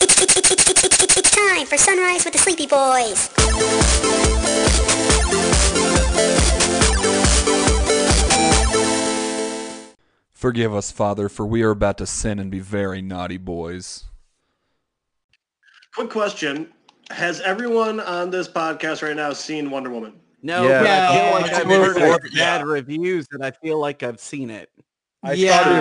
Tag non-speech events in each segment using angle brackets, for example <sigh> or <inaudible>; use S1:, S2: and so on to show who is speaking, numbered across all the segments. S1: It's, it's, it's, it's, it's, it's time for Sunrise with the Sleepy Boys.
S2: Forgive us, Father, for we are about to sin and be very naughty boys.
S3: Quick question: Has everyone on this podcast right now seen Wonder Woman?
S4: No,
S5: Yeah.
S4: but I feel
S6: No,
S4: like
S6: it's
S4: I've
S5: worth
S4: heard like
S5: it.
S4: bad reviews and I feel like I've seen it.
S5: I
S6: Yeah.
S5: saw the
S3: Yeah.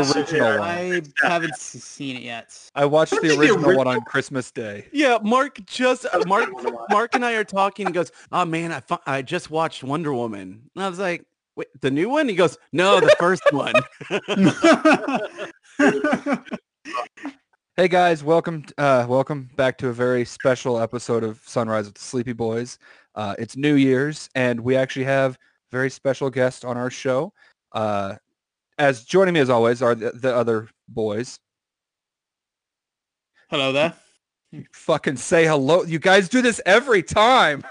S5: original one.
S6: I haven't s- seen it yet.
S5: I watched
S3: What
S5: the
S3: did the
S5: original one
S3: original-
S5: on Christmas Day.
S4: Yeah, Mark just uh, Mark
S3: Wonder Woman.
S4: Mark and I are talking. He goes, "Oh man, I fu- I just watched Wonder Woman." And I was like, "Wait, the new one?" He goes, "No, the first one." <laughs>
S5: Hey guys, welcome t- uh, welcome back to a very special episode of Sunrise with the Sleepy Boys. Uh, it's New Year's, and we actually have a very special guest on our show. Uh, as joining me as always are the, the other boys.
S6: Hello there.
S5: You fucking say hello. You guys do this every time.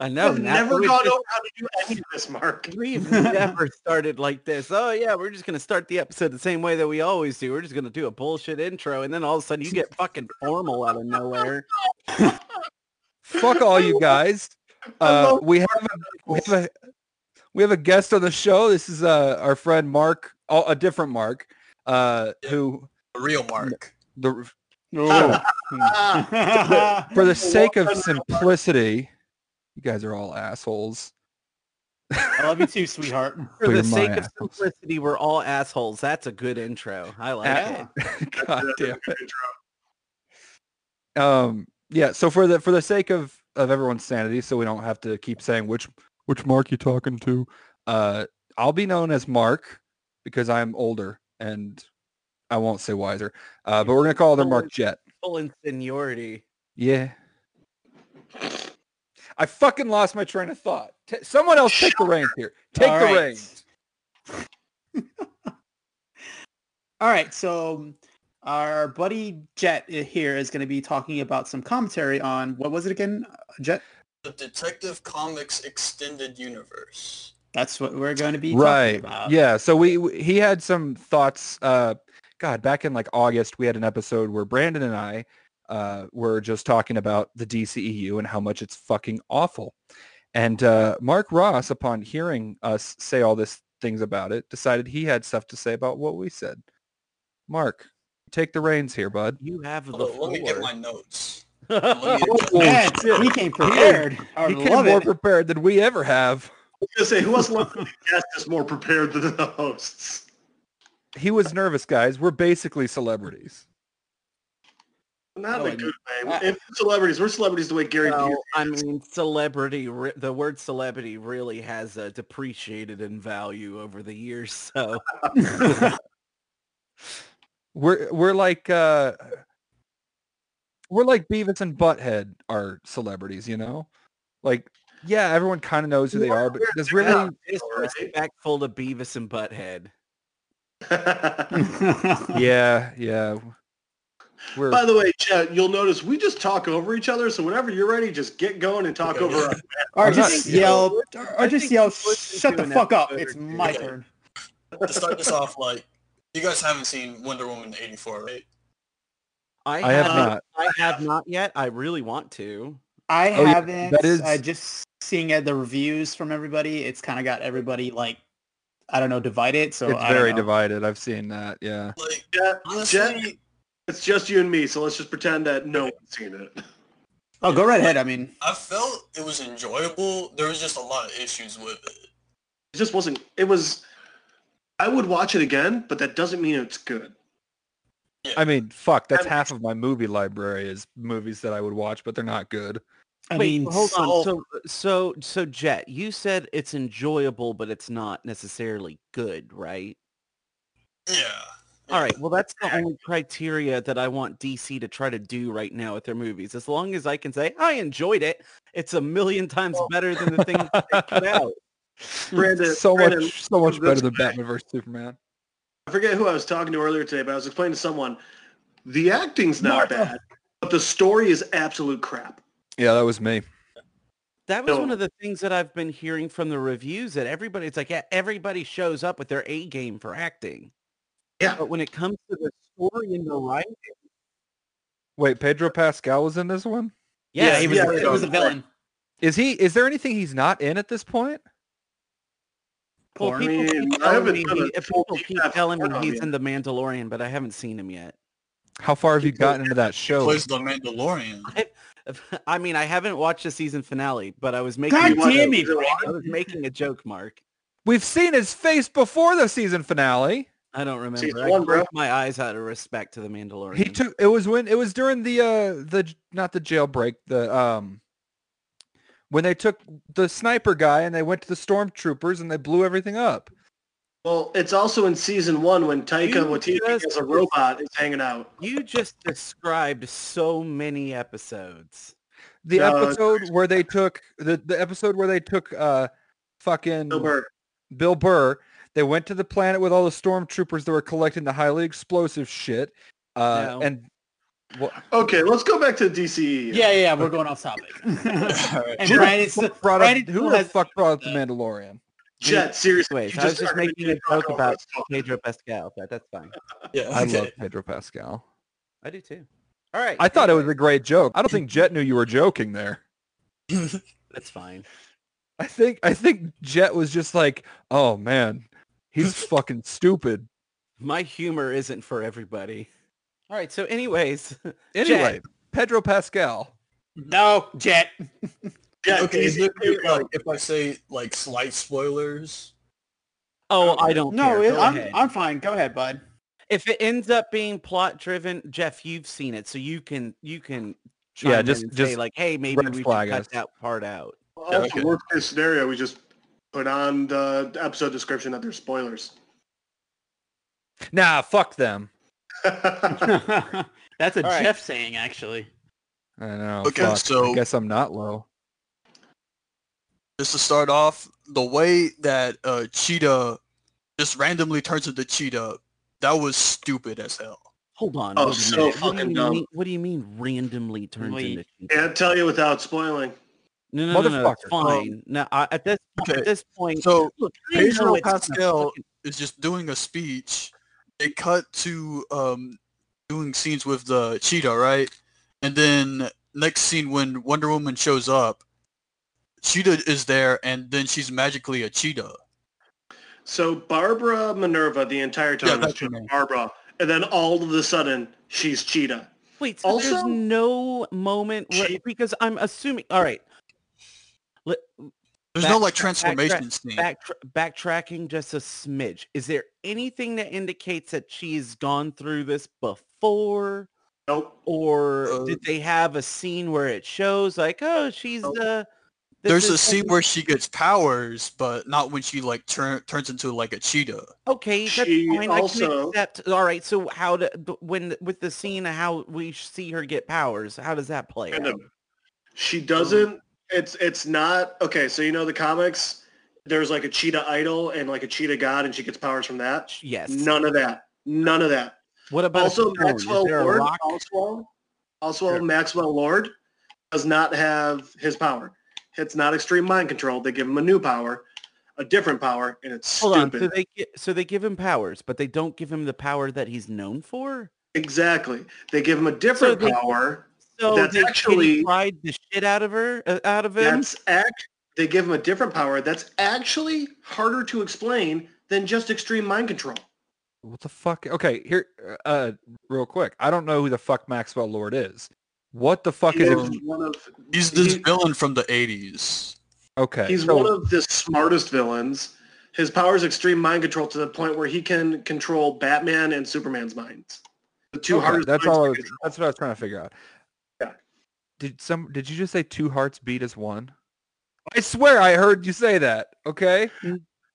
S4: I know.
S3: I've
S4: now
S3: never
S4: we
S3: gone
S4: just-
S3: over how to do any of this, Mark. <laughs>
S4: We've never started like this. Oh yeah, we're just gonna start the episode the same way that we always do. We're just gonna do a bullshit intro, and then all of a sudden you get fucking formal out of nowhere.
S5: Fuck all you
S7: <laughs>
S5: guys. Uh, we have a, we have a we have a guest on the show. This is uh, our friend Mark, oh, a different Mark, uh, who
S7: real Mark.
S5: the Oh.
S6: <laughs> Hmm.
S5: <laughs>
S6: Ah.
S5: for the sake of simplicity, you guys are all assholes.
S6: I love you too, sweetheart.
S4: For
S5: Clear
S4: the
S5: my
S4: sake of
S5: assholes.
S4: simplicity, we're all assholes. That's a good intro. I like
S5: Ah.
S4: it.
S5: God damn it. Um, yeah. So for the for the sake of of everyone's sanity, so we don't have to keep saying which which Mark you talking to, uh, I'll be known as Mark because I'm older and I won't say wiser. Uh, but we're gonna call them Mark Jet.
S4: Full in seniority.
S5: Yeah. I fucking lost my train of thought. T- someone else take the reins here. Take
S6: All
S5: the
S6: right.
S5: reins.
S6: All right, so our buddy Jet i- here is going to be talking about some commentary on what was it again? Jet.
S7: The Detective Comics Extended Universe.
S6: That's what we're going to be
S5: right
S6: Talking about.
S5: yeah so we, we he had some thoughts uh god back in like august we had an episode where brandon and i uh were just talking about the dceu and how much it's fucking awful and uh mark ross upon hearing us say all these things about it decided he had stuff to say about what we said mark take the reins here bud
S4: You have the
S7: Hold on,
S4: floor.
S7: let me get my notes.
S6: <laughs>
S7: Let me adjust-
S6: Yeah, Oh, he came prepared. I
S5: he
S6: love
S5: came more
S6: it.
S5: prepared than we ever have
S3: I was gonna say who else left the guest is more prepared than the hosts.
S5: he was nervous guys we're basically celebrities
S3: Not
S6: Oh,
S3: in
S6: I-
S3: a good way. If we're celebrities, we're celebrities the way Gary Busey.
S4: Well, I mean, celebrity. Re- the word celebrity really has uh, depreciated in value over the years. <laughs> So
S5: We're we're like uh we're like Beavis and Butthead are celebrities, you know? Like yeah, everyone kind of knows who they are, but there's really
S4: disrespectful to Beavis and Butthead.
S5: yeah, yeah.
S3: <laughs>
S5: We're
S3: By the way, Jet, you'll notice we just talk over each other. So whenever you're ready, just get going and talk over us.
S6: Or
S5: I'm
S6: just
S5: not-
S6: yell, or
S4: I
S6: just
S4: think
S6: yell,
S4: we've listened
S6: shut
S4: to
S6: the
S4: an
S6: fuck up.
S4: episode
S6: It's
S4: or
S6: my
S7: two.
S6: turn.
S7: to start this off, like, you guys haven't seen Wonder Woman 84, right?
S4: I,
S5: I have
S4: haven't-
S5: not.
S4: I have not yet. I really want to.
S6: I
S5: Oh, yeah,
S6: haven't.
S5: that is-
S6: uh, just seeing uh, the reviews from everybody, it's kind of got everybody like, I don't know, divided. So
S5: it's
S6: I don't
S5: very
S6: know.
S5: divided. I've seen that. Yeah.
S7: Like,
S3: Jet,
S7: honestly,
S3: Jet? it's just you and me. So let's just pretend that no one's seen it.
S6: Oh, go right ahead. I mean,
S7: I felt it was enjoyable. There was just a lot of issues with it.
S3: It just wasn't. It was. I would watch it again, but that doesn't mean it's good.
S5: I mean, fuck, that's
S3: I'm-
S5: half of my movie library is movies that I would watch, but they're not good.
S6: I
S4: Wait,
S6: mean,
S4: hold
S6: so-
S4: on. So, so, so, Jet, you said it's enjoyable, but it's not necessarily good, right?
S7: Yeah.
S4: All right. Well, that's the only criteria that I want DC to try to do right now with their movies. As long as I can say I enjoyed it, it's a million times better than the thing they put
S6: <laughs>
S4: out. <laughs>
S3: Brandon,
S5: so
S3: Brandon,
S5: much so much
S3: this
S5: better than Batman versus Superman.
S3: I forget who I was talking to earlier today, but I was explaining to someone the acting's not bad, but the story is absolute crap.
S5: Yeah, that was me.
S4: That was
S3: No.
S4: one of the things that I've been hearing from the reviews that everybody, it's like, yeah, everybody shows up with their A game for acting.
S3: Yeah.
S4: But when it comes to the story and the writing,
S5: Wait, Pedro Pascal was in this one?
S4: Yeah,
S6: he was,
S3: yeah,
S6: it was a villain.
S5: Is he? Is there anything he's not in at this point?
S4: Well,
S6: Porn.
S4: people
S3: mean,
S4: keep
S3: I
S4: telling
S3: haven't
S4: me,
S3: done
S4: he,
S3: a
S4: people
S3: full
S4: keep
S3: recap
S4: telling me
S3: porn on
S4: he's
S3: yet.
S4: in The Mandalorian, but I haven't seen him yet.
S5: How far have you gotten into that show?
S7: Plays the Mandalorian.
S4: <laughs> I mean, I haven't watched the season finale, but I was making
S6: God
S4: a joke.
S6: damn it, Brandon.
S4: I was making a joke, Mark.
S5: We've seen his face before the season finale.
S4: I don't remember.
S3: Season
S4: I
S3: one,
S4: one,
S3: bro.
S4: my eyes out of respect to the Mandalorian.
S5: He took it was when it was during the uh the j- not the jailbreak the um when they took the sniper guy and they went to the stormtroopers and they blew everything up.
S3: Well, it's also in season one when Taika
S4: You
S3: Waititi
S4: just-
S3: as a robot is hanging out.
S4: You just described so many episodes.
S5: The
S3: No, it's-
S5: episode where they took the the episode where they took uh
S4: Mm.
S5: fucking
S3: Bill Burr.
S5: Bill Burr. They went to the planet with all the stormtroopers that were collecting the highly explosive shit. Uh,
S4: No.
S5: And
S3: Okay, let's go back to E. DCE.
S6: Yeah, yeah, we're going off topic.
S5: <laughs>
S6: and
S7: Alright.
S5: Who the
S6: Brandon, still,
S5: fuck brought up,
S6: Brandon
S5: who
S6: still
S5: the
S6: has
S5: fuck brought up the Mandalorian?
S3: Jet, seriously.
S4: Anyways,
S3: you
S4: I was just
S3: started
S4: making a
S3: to talk
S4: joke
S3: all
S4: about
S3: this stuff.
S4: Pedro Pascal, but that's fine.
S7: <laughs> Yeah,
S5: I
S7: okay.
S5: love Pedro Pascal.
S4: I do too. All right.
S5: I thought it was
S4: anyway,
S5: a great joke. I don't think Jet knew you were joking there.
S4: That's fine.
S5: I think I think Jet was just like, oh man,
S2: <laughs>
S5: he's fucking stupid.
S4: My humor isn't for everybody. All right. So, anyways, <laughs>
S5: Anyway, Pedro Pascal.
S6: no jet.
S3: Jet,
S7: Okay, is
S3: DCE,
S7: there
S3: here we go.
S7: like if I say like slight spoilers?
S4: oh, I don't.
S6: No,
S4: care.
S6: it,
S4: Go
S6: I'm
S4: ahead.
S6: I'm fine. Go ahead,
S5: <laughs>
S6: bud.
S4: if it ends up being plot driven, Jeff, you've seen it, so you can you can
S5: Yeah,
S4: yeah,
S5: just-
S4: just, say
S5: just
S4: like, hey, maybe
S5: red
S4: we should
S5: flag
S4: cut
S5: us.
S4: that part out.
S3: Also,
S7: okay.
S3: worst case scenario, we just put on the episode description that there's spoilers. <laughs>
S5: Nah, fuck them.
S6: <laughs> That's a
S4: All right.
S6: Jeff saying, actually.
S5: I know.
S7: Okay,
S5: fuck. I
S7: so-
S5: guess I'm not low.
S7: Just to start off, the way that uh, Cheetah just randomly turns into Cheetah, that was stupid as hell.
S4: Hold on.
S3: Oh,
S4: wait a
S3: so
S4: minute. what do
S3: fucking
S4: you
S3: dumb.
S4: Mean, what do you mean randomly turns
S6: Wait.
S4: into? Cheetah?
S3: Can't tell you without spoiling.
S4: No, no, no, no, it's
S5: Motherfucker.
S4: fine. No, I, at this point,
S7: Okay,
S4: at this point,
S7: So
S4: look, I know
S7: Pedro
S4: it's not
S7: Pascal
S4: fucking-
S7: is just doing a speech. They cut to um, doing scenes with the cheetah, right? And then next scene when Wonder Woman shows up, cheetah is there, and then she's magically a cheetah.
S3: So Barbara Minerva, the entire time,
S7: Yeah,
S3: was
S7: that's her
S3: just
S7: name.
S3: Barbara. And then all of a sudden, she's Cheetah.
S4: Wait, so there's
S3: Also-
S4: no moment where,
S3: Cheetah.
S4: because I'm assuming. All right,
S7: There's no
S4: Backtrack,
S7: like
S4: backtrack,
S7: transformation scene.
S4: back backtracking just a smidge. Is there anything that indicates that she's gone through this before?
S3: Nope.
S4: or
S7: Uh,
S4: did they have a scene where it shows like oh she's
S3: Oh.
S4: uh this
S7: There's
S4: is
S7: a scene
S4: something-
S7: where she gets powers, but not when she like tur- turns into like a cheetah.
S4: okay that's
S3: she
S4: fine I can
S3: also-
S4: accept all right so how do b- when with the scene of how we see her get powers how does that play
S3: Kind
S4: out?
S3: of. She
S4: Oh.
S3: doesn't. It's it's not okay. So you know the comics. There's like a cheetah idol and like a cheetah god, and she gets powers from that.
S4: yes
S3: None of that. None of that.
S4: what about a
S3: Also,
S4: stone? Is
S3: Maxwell
S4: there a
S3: Lord.
S4: rock?
S3: Also, also
S4: Sure.
S3: Maxwell Lord does not have his power. It's not extreme mind control. They give him a new power, a different power, and it's
S4: hold on
S3: stupid.
S4: so they gi- so they give him powers but they don't give him the power that he's known for
S3: exactly. They give him a different
S4: they-
S3: power.
S4: so
S3: That's
S4: they kitty
S3: actually-
S4: fried the shit out of her uh, out of him
S3: That's act. They give him a different power. That's actually harder to explain than just extreme mind control.
S5: What the fuck? Okay, here, uh, real quick. I don't know who the fuck Maxwell Lord is. What the fuck
S3: He
S5: is?
S3: is one of
S7: He's this
S3: He-
S7: villain from the 80s.
S5: Okay,
S3: He's
S5: so-
S3: one of the smartest villains. His power is extreme mind control to the point where he can control Batman and Superman's minds. The two
S5: okay,
S3: hardest.
S5: That's
S3: minds
S5: all.
S3: to
S5: I was,
S3: control.
S5: that's what I was trying to figure out.
S3: Yeah.
S5: Did some? Did you just say two hearts beat as one? I swear I heard you say that. Okay.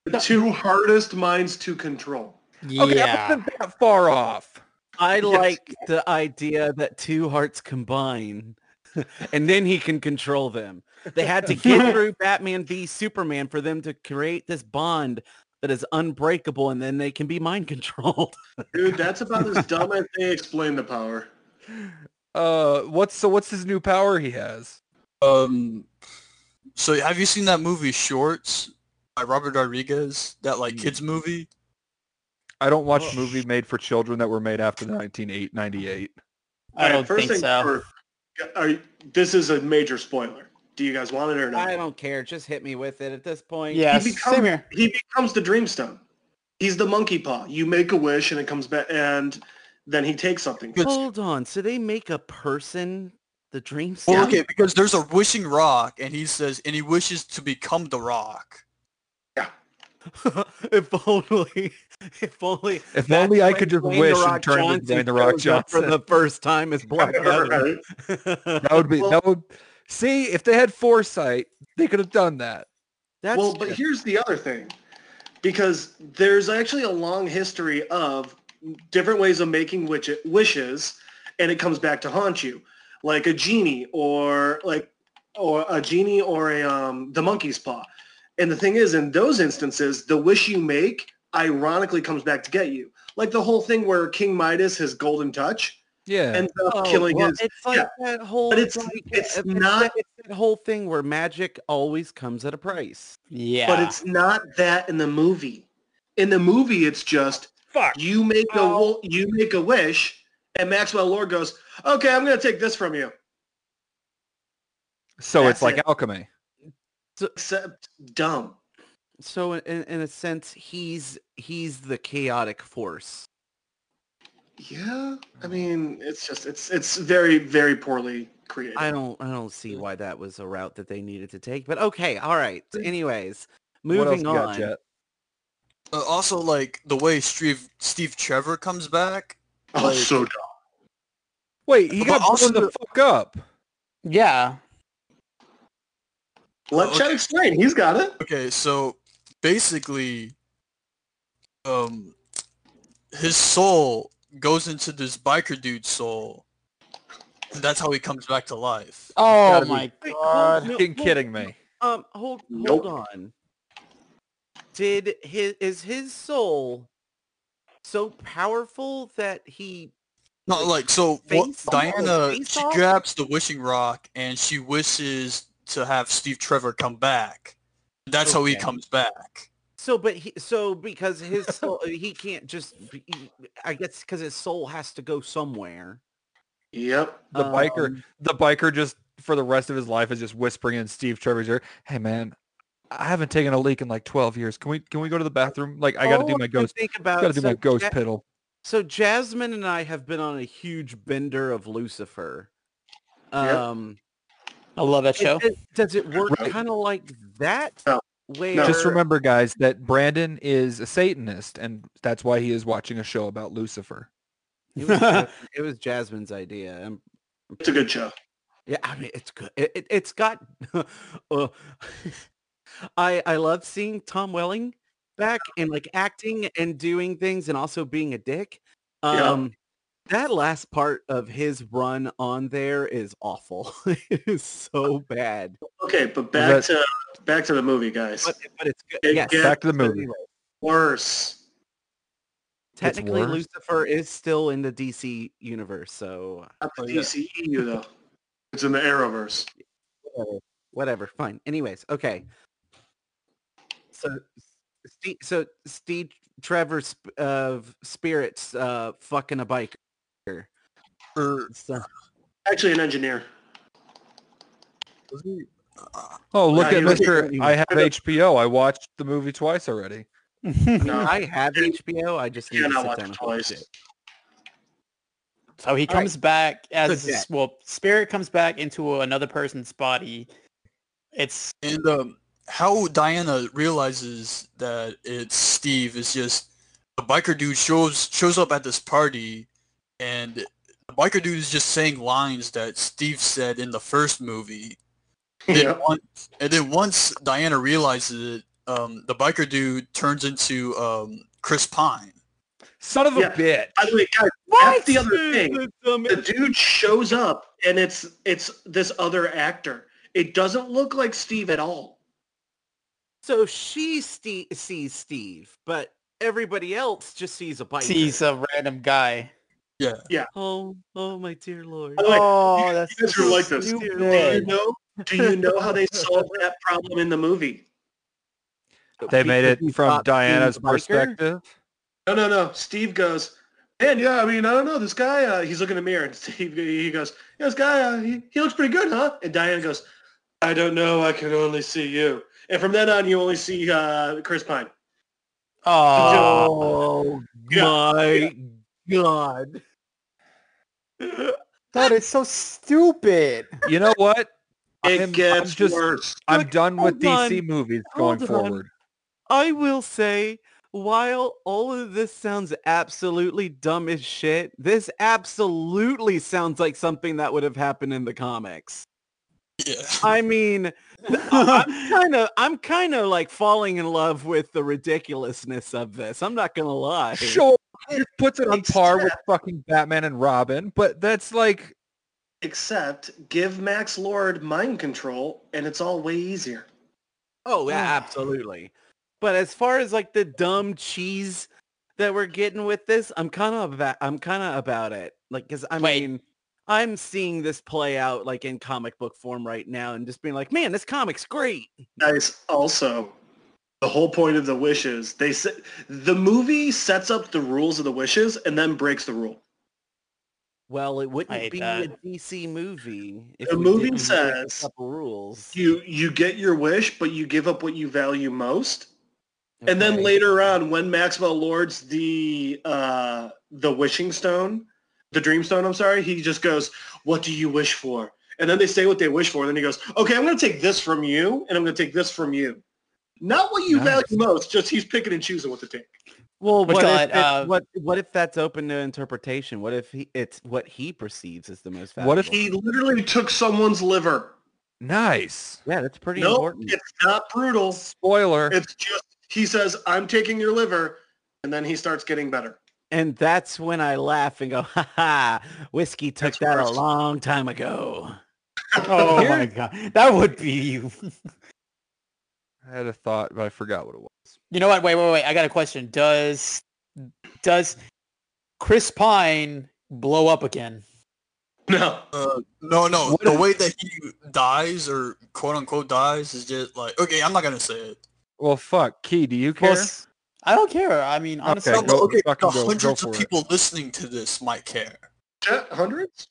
S3: The two hardest minds to control.
S5: Okay,
S4: Ah.
S5: I wasn't that far off.
S4: I
S3: Yes.
S4: like the idea that two hearts combine <laughs> and then he can control them. They had to <laughs> get through Batman v Superman for them to create this bond that is unbreakable and then they can be mind controlled.
S3: Dude, that's about
S5: <laughs>
S3: as dumb as they explain the power.
S5: Uh, what's so? What's his new power he has?
S7: Um, so have you seen that movie Shorts by Robert Rodriguez? That like kids movie?
S5: I don't watch
S4: Oh.
S5: movie made for children that were made after 1998.
S3: All
S6: I
S3: right,
S6: don't think
S3: thing
S6: so.
S3: first, are you- this is a major spoiler. Do you guys want it or
S4: <laughs> I
S3: not?
S4: don't care. Just hit me with it at this point. <laughs>
S6: Yeah,
S3: He
S6: same here.
S3: He becomes the Dreamstone. He's the monkey paw. You make a wish and it comes back, and then he takes something.
S7: Good.
S4: Hold on. So they make a person the dream
S7: Well,
S4: stone?
S7: okay, because there's a wishing rock, and he says, and he wishes to become the rock.
S4: <laughs> if only, if only,
S5: If
S4: that's
S5: only I
S4: when
S5: could just
S4: Dwayne The
S5: wish and
S4: Rock
S5: turn into Dwayne The Rock
S4: shows up for
S5: Johnson.
S4: the first time
S5: <laughs>
S4: as Black Adam.
S3: <laughs> Right?
S5: That would be
S3: Well-
S5: that would see if they had foresight, they could have done that.
S4: <laughs> That's
S3: well, but here's the other thing, because there's actually a long history of different ways of making witch- wishes, and it comes back to haunt you, like a genie or like or a genie or a um, the monkey's paw. And the thing is, in those instances, the wish you make ironically comes back to get you. Like the whole thing where King Midas, his golden touch,
S5: Yeah.
S3: ends up
S4: Oh,
S3: killing
S4: well,
S3: his.
S4: It's like
S3: yeah.
S4: that whole.
S3: But it's-
S4: like,
S3: it's
S4: uh,
S3: not-
S4: That, it's that whole thing where magic always comes at a price.
S6: Yeah.
S3: But it's not that in the movie. In the movie, it's just
S6: fuck.
S3: you make a wo- you make a wish, and Maxwell Lord goes, "Okay, I'm going to take this from you."
S5: so it's
S3: that's
S5: like
S3: it.
S5: alchemy.
S3: Except dumb.
S4: So in, in, in a sense, he's he's the chaotic force.
S3: Yeah, I mean, it's just it's it's very very poorly created.
S4: I don't I don't see why that was a route that they needed to take. But okay, all right. Anyways,
S5: what else
S4: moving
S5: you
S4: on.
S5: got, Jet?
S7: Uh, also, like the way Steve Steve Trevor comes back.
S3: <laughs> oh,
S7: like-
S3: so dumb.
S5: Wait, he
S7: But
S5: got
S7: also
S5: blown the
S7: the-
S5: fuck up.
S6: Yeah.
S3: Let
S7: Okay.
S3: Chad explain. He's got it.
S7: Okay, so basically, um, his soul goes into this biker dude's soul. And that's how he comes back to life.
S6: Oh
S5: gotta be-
S6: my
S4: Wait, hold-
S5: <laughs>
S6: god.
S4: no,
S5: Fucking
S4: hold-
S5: kidding me.
S4: Um, hold
S3: Nope.
S4: hold on. Did his is his soul so powerful that he
S7: Not like so. What
S4: Face off?
S7: Diana?
S4: Face
S7: She
S4: off?
S7: grabs the wishing rock and she wishes to have Steve Trevor come back. That's how he
S4: Okay.
S7: comes back.
S4: so but he so because
S5: <laughs>
S4: his soul uh, he can't just be- e, I guess because his soul has to go somewhere.
S3: Yep.
S5: The biker
S4: Um,
S5: the biker just for the rest of his life is just whispering in Steve Trevor's ear, Hey man, I haven't taken a leak in like twelve years. Can we can we go to the bathroom? Like I gotta
S4: all
S5: do
S4: oh, I
S5: my
S4: can
S5: ghost
S4: Think about
S5: gotta do my
S4: so
S5: ghost
S4: Ja-
S5: piddle.
S4: So Jasmine and I have been on a huge bender of Lucifer.
S3: Yeah.
S4: Um,
S6: I love that
S4: it-
S6: show.
S4: it- does it work
S3: Right.
S4: kind of like that?
S3: No.
S4: Where
S5: Just remember guys that Brandon is a Satanist and that's why he is watching a show about Lucifer.
S4: it was,
S5: <laughs>
S4: Jasmine- it was Jasmine's idea. Um,
S3: It's a good show.
S4: yeah, I mean it's good. It, it, it's got. <laughs> uh, <laughs> I I love seeing Tom Welling back and like acting and doing things and also being a dick.
S3: Yeah.
S4: Um, that last part of his run on there is awful. <laughs> it is so bad.
S3: Okay, but back
S5: that-
S3: to back to the movie, guys.
S4: but, but it's good.
S3: It
S4: yes.
S3: gets
S5: Back to the
S4: So
S5: movie.
S4: anyway,
S3: Worse.
S4: technically,
S5: worse.
S4: Lucifer is still in the DC universe, so
S3: Not the
S7: Oh, yeah.
S3: DCEU though. It's in the Arrowverse.
S4: whatever. Whatever. Fine. Anyways, okay. So, Steve, so Steve Trevor's sp- of spirits uh, fucking a biker.
S7: Or
S4: So,
S3: Actually, an <laughs> engineer.
S7: was he-
S5: Oh look
S3: Yeah,
S5: at
S3: you-
S5: Mister
S4: you-
S5: I have
S3: you-
S5: HBO. I watched the movie twice already.
S3: No.
S4: I have
S3: Dude,
S4: HBO. I just need to
S3: Cannot
S4: sit
S3: watch
S4: down and watch
S3: twice.
S4: it.
S6: <laughs> so he comes back as
S4: So Jack-
S6: well. Spirit comes back into another person's body. It's
S7: And um, how Diana realizes that it's Steve is just the biker dude shows shows up at this party, and the biker dude is just saying lines that Steve said in the first movie. And
S3: <laughs>
S7: then,
S3: Yep.
S7: once, and then once Diana realizes it, um, the biker dude turns into um, Chris Pine.
S5: Son of a
S3: Yeah.
S5: bitch.
S3: By the way, guys, that's the other thing.
S4: Um,
S3: the dude shows up and it's it's this other actor. It doesn't look like Steve at all.
S4: So she ste sees Steve, but everybody else just sees a biker.
S6: he's a random guy.
S4: Oh, oh my dear lord.
S3: By the way,
S6: Oh, that's
S3: you guys are like this.
S4: Dear
S6: stupid.
S3: Do you
S4: Lord.
S3: know? Do you know how they solved that problem in the movie?
S5: They made
S4: Because
S5: it
S4: he
S5: from
S4: stopped being
S5: Diana's
S4: a biker?
S5: perspective.
S3: No, no, no. Steve goes, And yeah, I mean, I don't know. This guy, uh, he's looking in the mirror and <laughs> he, he goes, yeah, this guy, uh, he, he looks pretty good, huh? And Diana goes, I don't know. I can only see you. And from then on, you only see uh, Chris Pine.
S4: Oh
S3: Yeah.
S4: my god.
S6: That is so stupid.
S5: You know what?
S3: It
S5: I'm-
S3: gets
S5: I'm just-
S3: worse.
S5: I'm
S4: Look,
S5: done with
S4: hold
S5: DC movies
S4: Hold
S5: going
S4: on.
S5: forward.
S4: I will say, while all of this sounds absolutely dumb as shit, this absolutely sounds like something that would have happened in the comics.
S7: Yeah.
S4: I mean, I'm kind of, I'm kind of like falling in love with the ridiculousness of this. I'm not gonna lie.
S5: Sure, it puts it on par with fucking Batman and Robin, but that's like
S3: Except give Max Lord mind control and it's all way easier.
S4: Oh yeah, absolutely. But as far as like the dumb cheese that we're getting with this, I'm kind of about, I'm kind of about it. Like, cause I
S6: Wait.
S4: mean, I'm seeing this play out like in comic book form right now, and just being like, man, this comic's great.
S3: Guys, also, the whole point of the wishes, they se- the movie sets up the rules of the wishes and then breaks the rule.
S4: Well, it
S6: I
S4: wouldn't
S6: hate
S4: be a
S6: that.
S4: DC movie. If
S3: The
S4: we
S3: movie
S4: didn't break
S3: says-
S4: a couple rules,
S3: You you get your wish, but you give up what you value most. And then
S4: Okay.
S3: later on, when Maxwell lords the uh, the wishing stone, the dream stone, I'm sorry, he just goes, "What do you wish for?" And then they say what they wish for. And then he goes, "Okay, I'm going to take this from you, and I'm going to take this from you." Not what you
S5: Nice.
S3: value most, just he's picking and choosing what to take. oh,
S4: Well,
S6: Which
S4: what
S6: got,
S4: if, it-
S6: uh,
S4: what what if that's open to interpretation? What if he, it's what he perceives as the most valuable?
S5: What if
S3: He literally took someone's liver.
S5: nice.
S4: Yeah, that's pretty
S3: No,
S4: important.
S3: it's not brutal.
S5: Spoiler.
S3: It's just he says, "I'm taking your liver," and then he starts getting better.
S4: And that's when I laugh and go, ha ha, whiskey took
S3: That's
S4: that a
S3: gross.
S4: long time ago.
S6: Oh my god, that would be you. <laughs>
S5: I had a thought, but I forgot what it was.
S6: You know what? Wait, wait, wait. I got a question. Does does Chris Pine blow up again?
S3: No,
S7: Uh, no, no.
S5: What
S7: the
S5: if-
S7: way that he dies or quote unquote dies is just like okay. I'm not gonna say it.
S5: Well, fuck, Key, do you care?
S6: Well, s- I don't care. I mean, honestly,
S5: Okay,
S7: No,
S5: go-
S7: but okay, the
S5: fucking go- go
S7: hundreds
S5: for
S7: of
S5: it.
S7: people listening to this might care,
S3: Yeah, hundreds.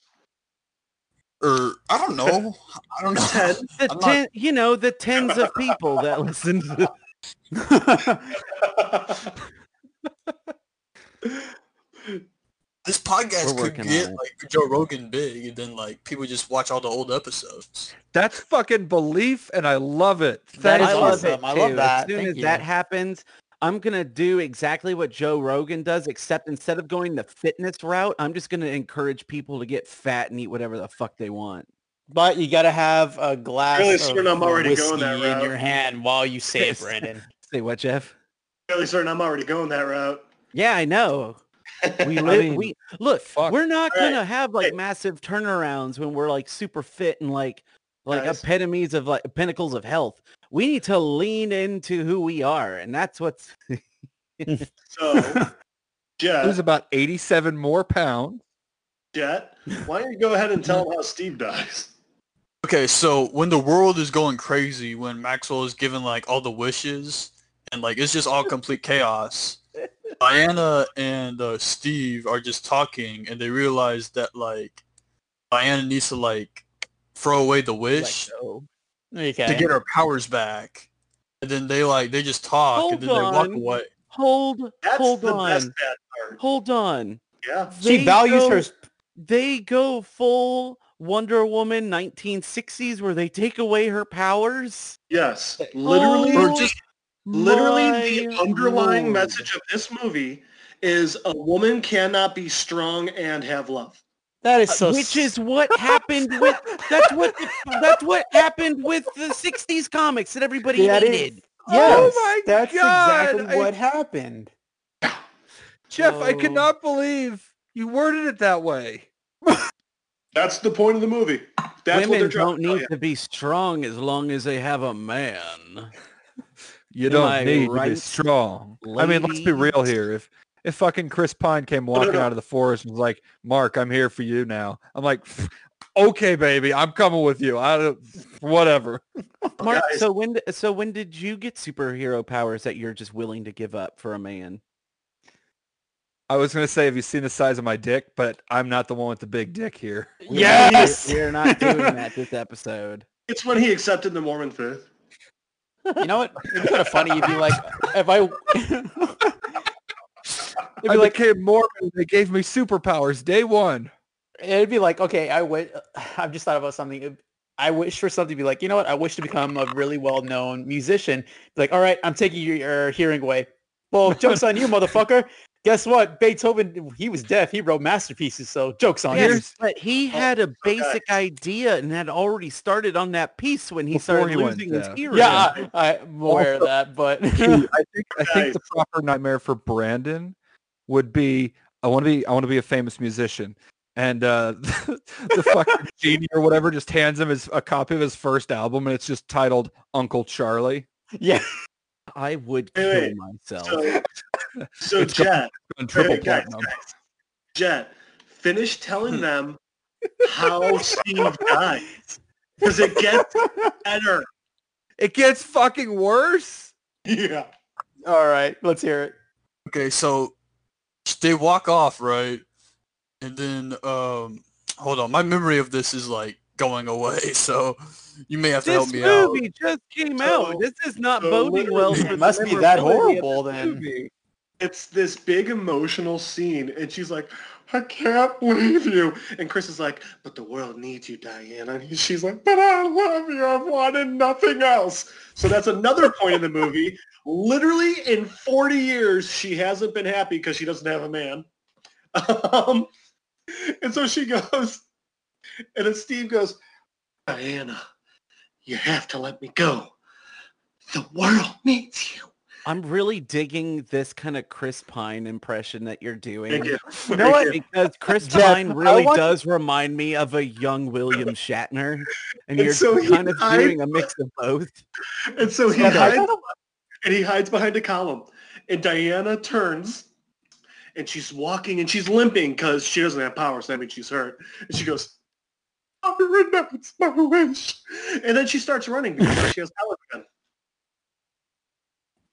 S3: <laughs>
S7: or I
S5: <laughs>
S7: don't know. I don't know.
S4: The
S7: Uh, I'm not-
S4: ten, you know, the tens of people that listen to this.
S7: <laughs> This podcast
S4: We're
S7: could
S4: working on
S7: get
S4: it.
S7: like Joe Rogan big, and then like people just watch all the old episodes.
S5: That's fucking belief, and I love it.
S6: That
S5: Thank
S6: is
S4: I
S5: you.
S4: love
S6: awesome.
S4: it.
S6: I love
S4: too.
S6: that.
S4: As soon
S6: Thank
S4: as that
S6: you.
S4: happens, I'm going to do exactly what Joe Rogan does, except instead of going the fitness route, I'm just going to encourage people to get fat and eat whatever the fuck they want.
S6: but you gotta have a glass
S3: Really
S6: of
S3: certain I'm already
S6: whiskey
S3: going that
S6: in
S3: route.
S6: your hand while you say it,
S4: Yes.
S6: Brandon.
S4: Say what, Jeff?
S3: Really certain I'm already going that route.
S4: Yeah, I know.
S3: <laughs>
S4: We
S5: I
S4: live.
S5: mean,
S4: we look.
S5: fuck.
S4: We're not
S3: All right.
S4: gonna have
S3: Hey.
S4: like massive turnarounds when we're like super fit and like like
S3: Guys.
S4: epitomes of like pinnacles of health. We need to lean into who we are, and that's what's.
S3: So, Jet,
S5: Lose about 87 more pounds.
S3: Jet, why don't you go ahead and tell them how Steve dies?
S7: Okay, so when the world is going crazy, when Maxwell is given like all the wishes, and like it's just all complete chaos, Diana and uh, Steve are just talking, and they realize that like Diana needs to like throw away the wish to
S6: Okay.
S7: get her powers back, and then they like they just talk, and then
S4: Hold
S7: they walk
S4: on.
S7: away.
S4: Hold,
S3: That's
S4: hold
S3: the
S4: on,
S3: best bad part.
S4: hold on.
S3: Yeah.
S6: She
S4: They
S6: values
S4: go-
S6: her.
S4: They go full Wonder Woman 1960s, where they take away her powers.
S3: Yes. Literally,
S7: Or just
S3: literally the
S4: My
S3: underlying
S4: Oh lord.
S3: message of this movie is a woman cannot be strong and have love.
S6: That is so.
S4: Uh, which is what happened with that's what that's what happened with the 60s comics that everybody
S6: That is-
S4: hated.
S6: Yes,
S5: my
S6: that's
S5: God,
S6: exactly
S5: I-
S6: what happened.
S5: Jeff, I
S4: Oh.
S5: cannot believe you worded it that way.
S3: That's the point of the movie. That's what they're trying
S4: Women don't
S3: to tell
S4: need
S3: you.
S4: to be strong as long as they have a man.
S5: You
S4: Am
S5: don't
S4: I
S5: need to be
S4: right,
S5: strong. I mean, let's be real
S4: ladies?
S5: here. If if fucking Chris Pine came
S3: no,
S5: walking
S3: no.
S5: out of the forest and was like, "Mark, I'm here for you now," I'm like, "Pff, "Okay, baby, I'm coming with you." I don't, whatever.
S4: Mark,
S3: Guys.
S4: so when so when did you get superhero powers that you're just willing to give up for a man?
S5: I was gonna say, have you seen the size of my dick? But I'm not the one with the big dick here.
S4: We're-
S6: Yes!
S4: We're not doing that this episode.
S3: It's when he accepted the Mormon faith.
S6: You know what? It'd be kind of funny if you like, if I, it'd be
S5: I
S6: like,
S5: became Mormon. They gave me superpowers day <laughs> one.
S6: it'd be like, okay, I would, <sighs> I've just thought about something. It- I wish for something to be like, you know what? I wish to become a really well-known musician. Be like, all right, I'm taking your, your hearing away.
S4: <laughs>
S6: Well, joke's on you, motherfucker. Guess what? Beethoven, he was deaf. He wrote masterpieces, so joke's on you.
S4: Yes, but he had a basic idea and had already started on that piece when he
S5: Before
S4: started
S5: he went
S4: losing his
S5: deaf.
S4: hearing.
S6: Yeah, <laughs> I, I'm
S4: Oh,
S6: aware of
S5: Also-
S4: <laughs>
S6: that, but
S5: I think I think
S3: Nice.
S5: the proper nightmare for Brandon would be I want to be I want to be a famous musician. And uh, <laughs> the <laughs> fucking genie or whatever just hands him his, a copy of his first album, and it's just titled Uncle Charlie.
S6: yeah.
S4: I would
S3: Wait,
S4: kill
S3: wait.
S4: myself.
S3: So,
S5: <laughs>
S3: so
S5: It's got-
S3: Jet,
S5: And Oh, triple
S3: Hey, guys,
S5: platinum. Hmm.
S3: Jet, finish telling them how Steve died. Because it
S5: <laughs>
S3: gets better.
S5: It gets fucking worse.
S3: Yeah.
S6: All right, let's hear it.
S7: Okay, so they walk off, right? And then um hold on, my memory of this is like going away, <laughs> so you may have to help
S4: This
S7: me
S4: movie just came
S3: So-
S4: out. This is not
S3: so
S4: boding
S6: <laughs>
S4: well.
S3: literally-
S4: for
S6: It must
S4: the
S6: be that
S4: memorability of
S6: horrible
S4: this
S6: then.
S4: movie.
S3: It's this big emotional scene, and she's like, I can't leave you. And Chris is like, but the world needs you, Diana. And he- she's like, but I love you. I've wanted nothing else. So that's another point in the movie. Literally in 40 years, she hasn't been happy because she doesn't have a man. Um, and so she goes, and then Steve goes, Diana, you have to let me go. The world needs you.
S4: I'm really digging this kind of Chris Pine impression that you're doing.
S3: Thank you.
S4: <laughs>
S6: You know what?
S4: Because Chris
S6: Jeff,
S4: Pine
S6: I
S4: really
S6: want-
S4: does remind me of a young William Shatner. And
S3: And
S4: you're
S3: so he
S4: kind of
S3: died.
S4: doing a mix of
S3: <laughs>
S4: both.
S3: And so he
S6: Yeah, I
S3: hides
S6: thought of-
S3: and he hides behind a column. And Diana turns, and she's walking, and she's limping because she doesn't have power, so that means she's hurt. And she goes, "I renounce my wish," and then she starts running because she has power again.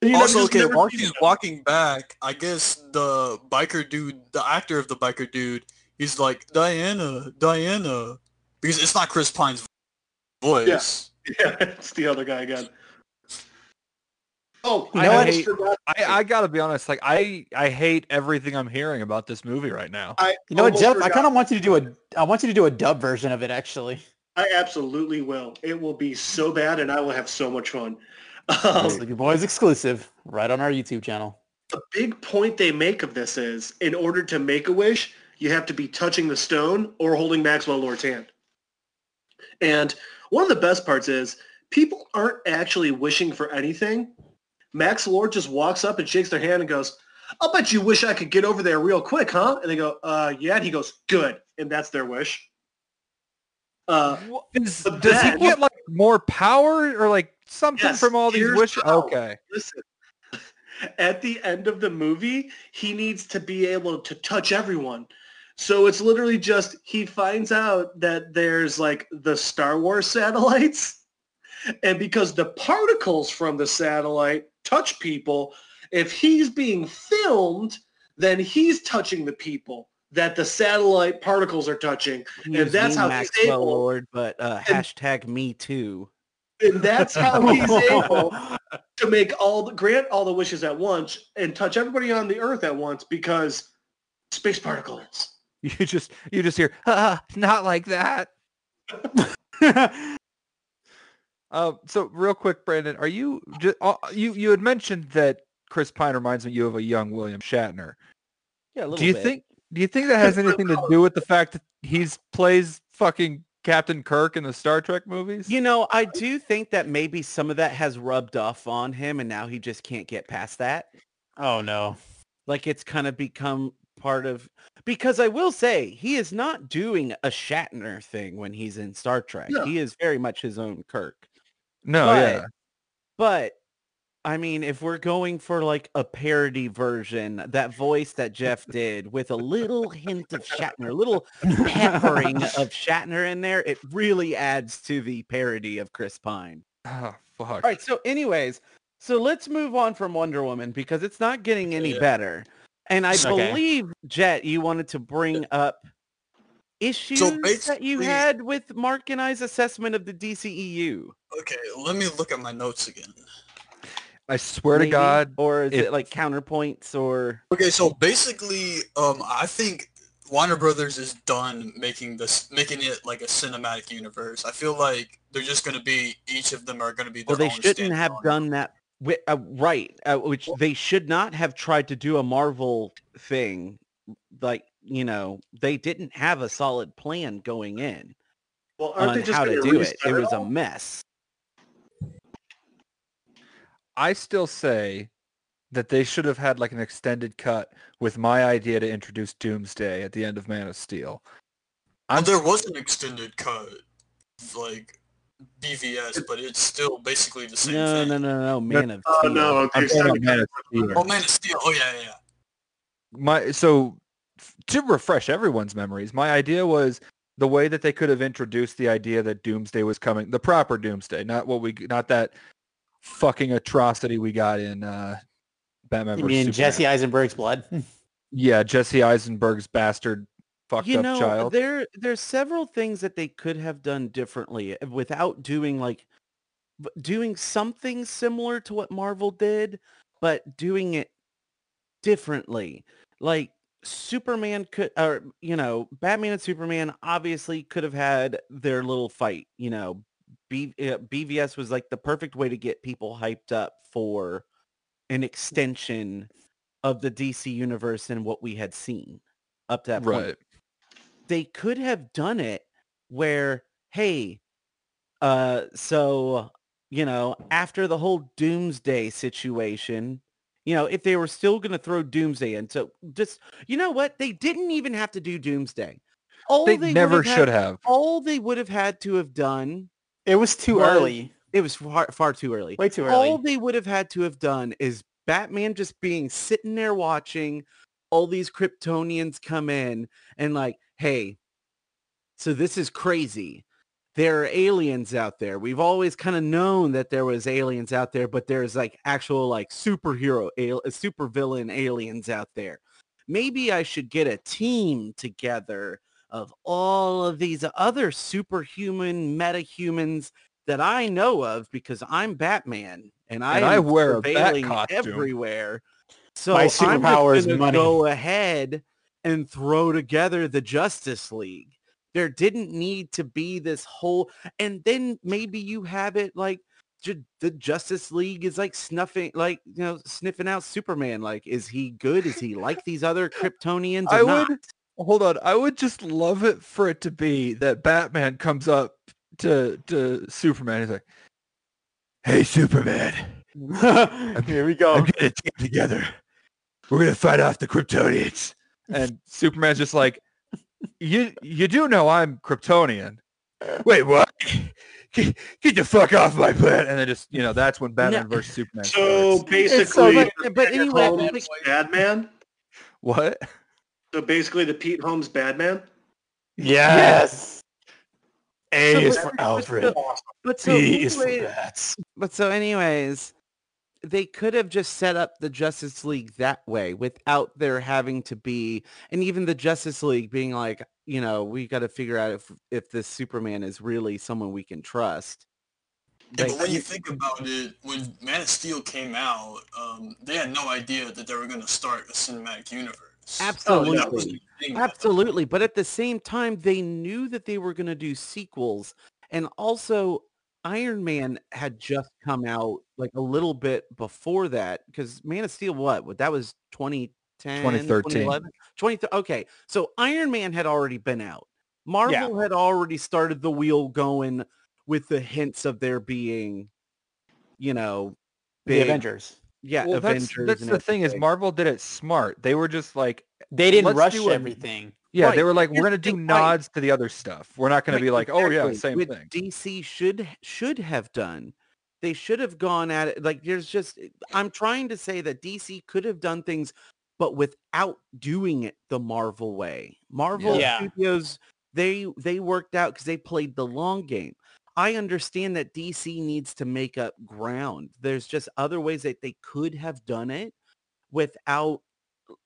S3: And, you
S7: out.
S3: know,
S7: Also,
S3: just
S7: okay,
S3: never
S7: while
S3: see
S7: she's
S3: them.
S7: walking back, I guess the biker dude, the actor of the biker dude, he's like, Diana, Diana. Because it's not Chris Pine's voice.
S3: <laughs> yeah, it's the other guy again. Oh,
S5: You
S3: I
S5: know what?
S3: almost forgot.
S5: I, I gotta be honest. Like I, I hate everything I'm hearing about this movie right now.
S3: I
S6: You know what,
S3: almost
S6: Jeff? I
S3: forgot.
S6: kind of want you to do a, I want you to do a dub version of it, actually.
S3: I absolutely will. It will be so bad, and I will have so much fun. <laughs>
S6: Oh,
S3: Um,
S6: Sleepy Boys exclusive, right on our YouTube channel.
S3: the big point they make of this is in order to make a wish, you have to be touching the stone or holding Maxwell Lord's hand. And one of the best parts is people aren't actually wishing for anything. Max Lord just walks up and shakes their hand and goes, I'll bet you wish I could get over there real quick, huh? And they go, uh, yeah. And he goes, good. And that's their wish. Uh,
S5: Does,
S3: but
S5: does he
S3: then-
S5: get like more power or like something
S3: Yes,
S5: from all these
S3: here's
S5: wishes?
S3: how.
S5: Okay.
S3: listen, at the end of the movie, he needs to be able to touch everyone. So it's literally just he finds out that there's like the Star Wars satellites. And because the particles from the satellite touch people, if he's being filmed, then he's touching the people that the satellite particles are touching.
S4: Excuse
S3: that's
S4: me,
S3: how he's
S4: Maxwell
S3: able-
S4: Lord, but uh,
S3: And-
S4: hashtag me too.
S3: And that's
S4: <laughs>
S3: how he's able to make all the grant all the wishes at once and touch everybody on the earth at once because space particles.
S5: You just, you just hear, "Ah, not like that. Uh, so real quick, Brandon, are you just, uh, you you had mentioned that Chris Pine reminds me you of a young William Shatner.
S4: Yeah, a little
S5: Do you
S4: bit.
S5: think do you think that has anything to do with the fact that he's plays fucking Captain Kirk in the Star Trek movies?
S4: You know, I do think that maybe some of that has rubbed off on him and now he just can't get past that.
S6: Oh no.
S4: Like it's kind of become part of because I will say he is not doing a Shatner thing when he's in Star Trek.
S3: No.
S4: He is very much his own Kirk.
S5: no,
S4: but,
S5: yeah.
S4: But I mean, if we're going for like a parody version, that voice that Jeff did with a little hint of Shatner, a little
S5: <laughs>
S4: peppering of Shatner in there, it really adds to the parody of Chris Pine.
S5: Oh fuck.
S4: All right. So, anyways, so let's move on from Wonder Woman because it's not getting any
S7: Yeah.
S4: better. And I
S6: Okay.
S4: believe, Jet, you wanted to bring up issues that you
S7: basically-
S4: had with Mark and I's assessment of the E DCEU.
S7: Okay, let me look at my notes again.
S5: I swear
S4: maybe?
S5: to God,
S4: Or is
S5: if-
S4: it like counterpoints or...
S7: Okay, so basically, um, I think Warner Brothers is done making this, making it like a cinematic universe. I feel like they're just gonna be each of them are gonna be. Their
S4: Well, they
S7: own
S4: shouldn't have
S7: standalone.
S4: done that. wi- uh, right, uh, which they should not have tried to do a Marvel thing. Like you know, they didn't have a solid plan going in
S3: Well, aren't
S4: on
S3: they just
S4: how to
S3: gonna
S4: do it.
S3: restart
S4: It was a
S3: all?
S4: mess.
S5: I still say that they should have had like an extended cut with my idea to introduce Doomsday at the end of Man of Steel.
S7: Well, there was an extended cut, like BVS, but it's still basically the same
S4: No,
S7: thing.
S4: no, no, no, Man of
S3: Oh
S4: Steel.
S3: no, the
S5: I'm talking
S3: extended
S5: about Man of Steel.
S7: Oh, Man of Steel. Oh yeah, yeah, yeah.
S5: my so f- to refresh everyone's memories, my idea was the way that they could have introduced the idea that Doomsday was coming, the proper Doomsday, not what we, not that fucking atrocity we got in uh, Batman.
S6: You
S5: versus
S6: mean
S5: Superman.
S6: Jesse Eisenberg's blood?
S5: Yeah, Jesse Eisenberg's bastard, fucked
S4: you
S5: up
S4: know,
S5: child.
S4: there there's several things that they could have done differently uh, without doing like b- doing something similar to what Marvel did, but doing it differently. Like Superman could, or you know, Batman and Superman obviously could have had their little fight. You know, B, uh, BVS was like the perfect way to get people hyped up for an
S6: Mm.
S4: extension of the DC universe and what we had seen up to that point
S5: right.
S4: they could have done it where hey uh so you know after the whole doomsday situation you know if they were still going to throw doomsday in so just you know what they didn't even have to do doomsday all
S5: They,
S4: would
S5: never
S4: have had-
S5: should have.
S4: all they would have had to have done
S6: It was too
S4: Was-
S6: early.
S4: it was far, far too early
S6: Way too early.
S4: all they would have had to have done is Batman just being sitting there watching all these Kryptonians come in and like, hey, so this is crazy. There are aliens out there. We've always kind of known that there was aliens out there, but there's like actual like superhero, al- super villain aliens out there. Maybe I should get a team together of all of these other superhuman metahumans that I know of because I'm Batman and I,
S5: And I
S4: am
S5: wear a bat
S4: surveilling
S5: costume.
S4: everywhere. So
S6: My
S4: I'm just
S6: superpower is
S4: gonna
S6: money.
S4: Go ahead and throw together the Justice League. There didn't need to be this whole, and then maybe you have it like ju- the Justice League is like snuffing, like you know, sniffing out Superman. Like, is he good? Is he like these other Kryptonians? Or
S5: I
S4: not?
S5: would hold on. I would just love it for it to be that Batman comes up to to Superman. He's like, "Hey, Superman,
S6: <laughs> Here we go.
S5: I'm gonna team together. We're gonna fight off the Kryptonians." And Superman's just like, "You you do know I'm Kryptonian." Wait, what? Get, get the fuck off my planet! And then just you know that's when Batman versus Superman.
S3: So
S5: starts.
S3: basically,
S6: like-
S3: the
S4: but
S3: Pete
S4: anyway,
S3: Holmes
S4: like-
S3: bad man.
S5: what?
S3: So basically, the Pete Holmes bad man.
S6: Yes. A
S4: So
S6: <laughs> is
S4: what-
S6: for Alfred.
S4: But so
S6: B is for
S4: anyway-
S6: bats.
S4: But so anyways, they could have just set up the Justice League that way without there having to be, and even the Justice League being like, you know, we got to figure out if if this Superman is really someone we can trust.
S7: Yeah,
S4: Like,
S7: but when you think about it, when Man of Steel came out, um, they had no idea that they were going to start a cinematic universe. Oh,
S4: absolutely.
S7: That wasn't a thing at the
S4: Absolutely. But at the same time, they knew that they were going to do sequels. And also, Iron Man had just come out like a little bit before that because Man of Steel, what? What- That was 2010,
S5: 2013.
S4: 2011? 20 okay. So Iron Man had already been out. Marvel had already started the wheel going with the hints of there being, you know,
S6: The Avengers.
S4: Yeah,
S5: well, that's
S4: Avengers.
S5: that's
S4: and
S5: the thing is
S4: everything.
S5: Marvel did it smart. They were just like,
S6: They didn't
S5: Let's
S6: rush
S5: do a-
S6: everything.
S5: Yeah,
S4: Right.
S5: they were like,
S4: Here's
S5: we're gonna
S4: the
S5: do
S4: thing, right.
S5: nods to the other stuff. We're not gonna
S4: Right,
S5: be like, oh yeah,
S4: exactly.
S5: same
S4: With
S5: thing.
S4: DC should should have done. They should have gone at it like there's just. eh, I'm trying to say that DC could have done things, but without doing it the Marvel way. Marvel
S6: Yeah.
S4: Studios they they worked out because they played the long game. I understand that DC needs to make up ground. There's just other ways that they could have done it without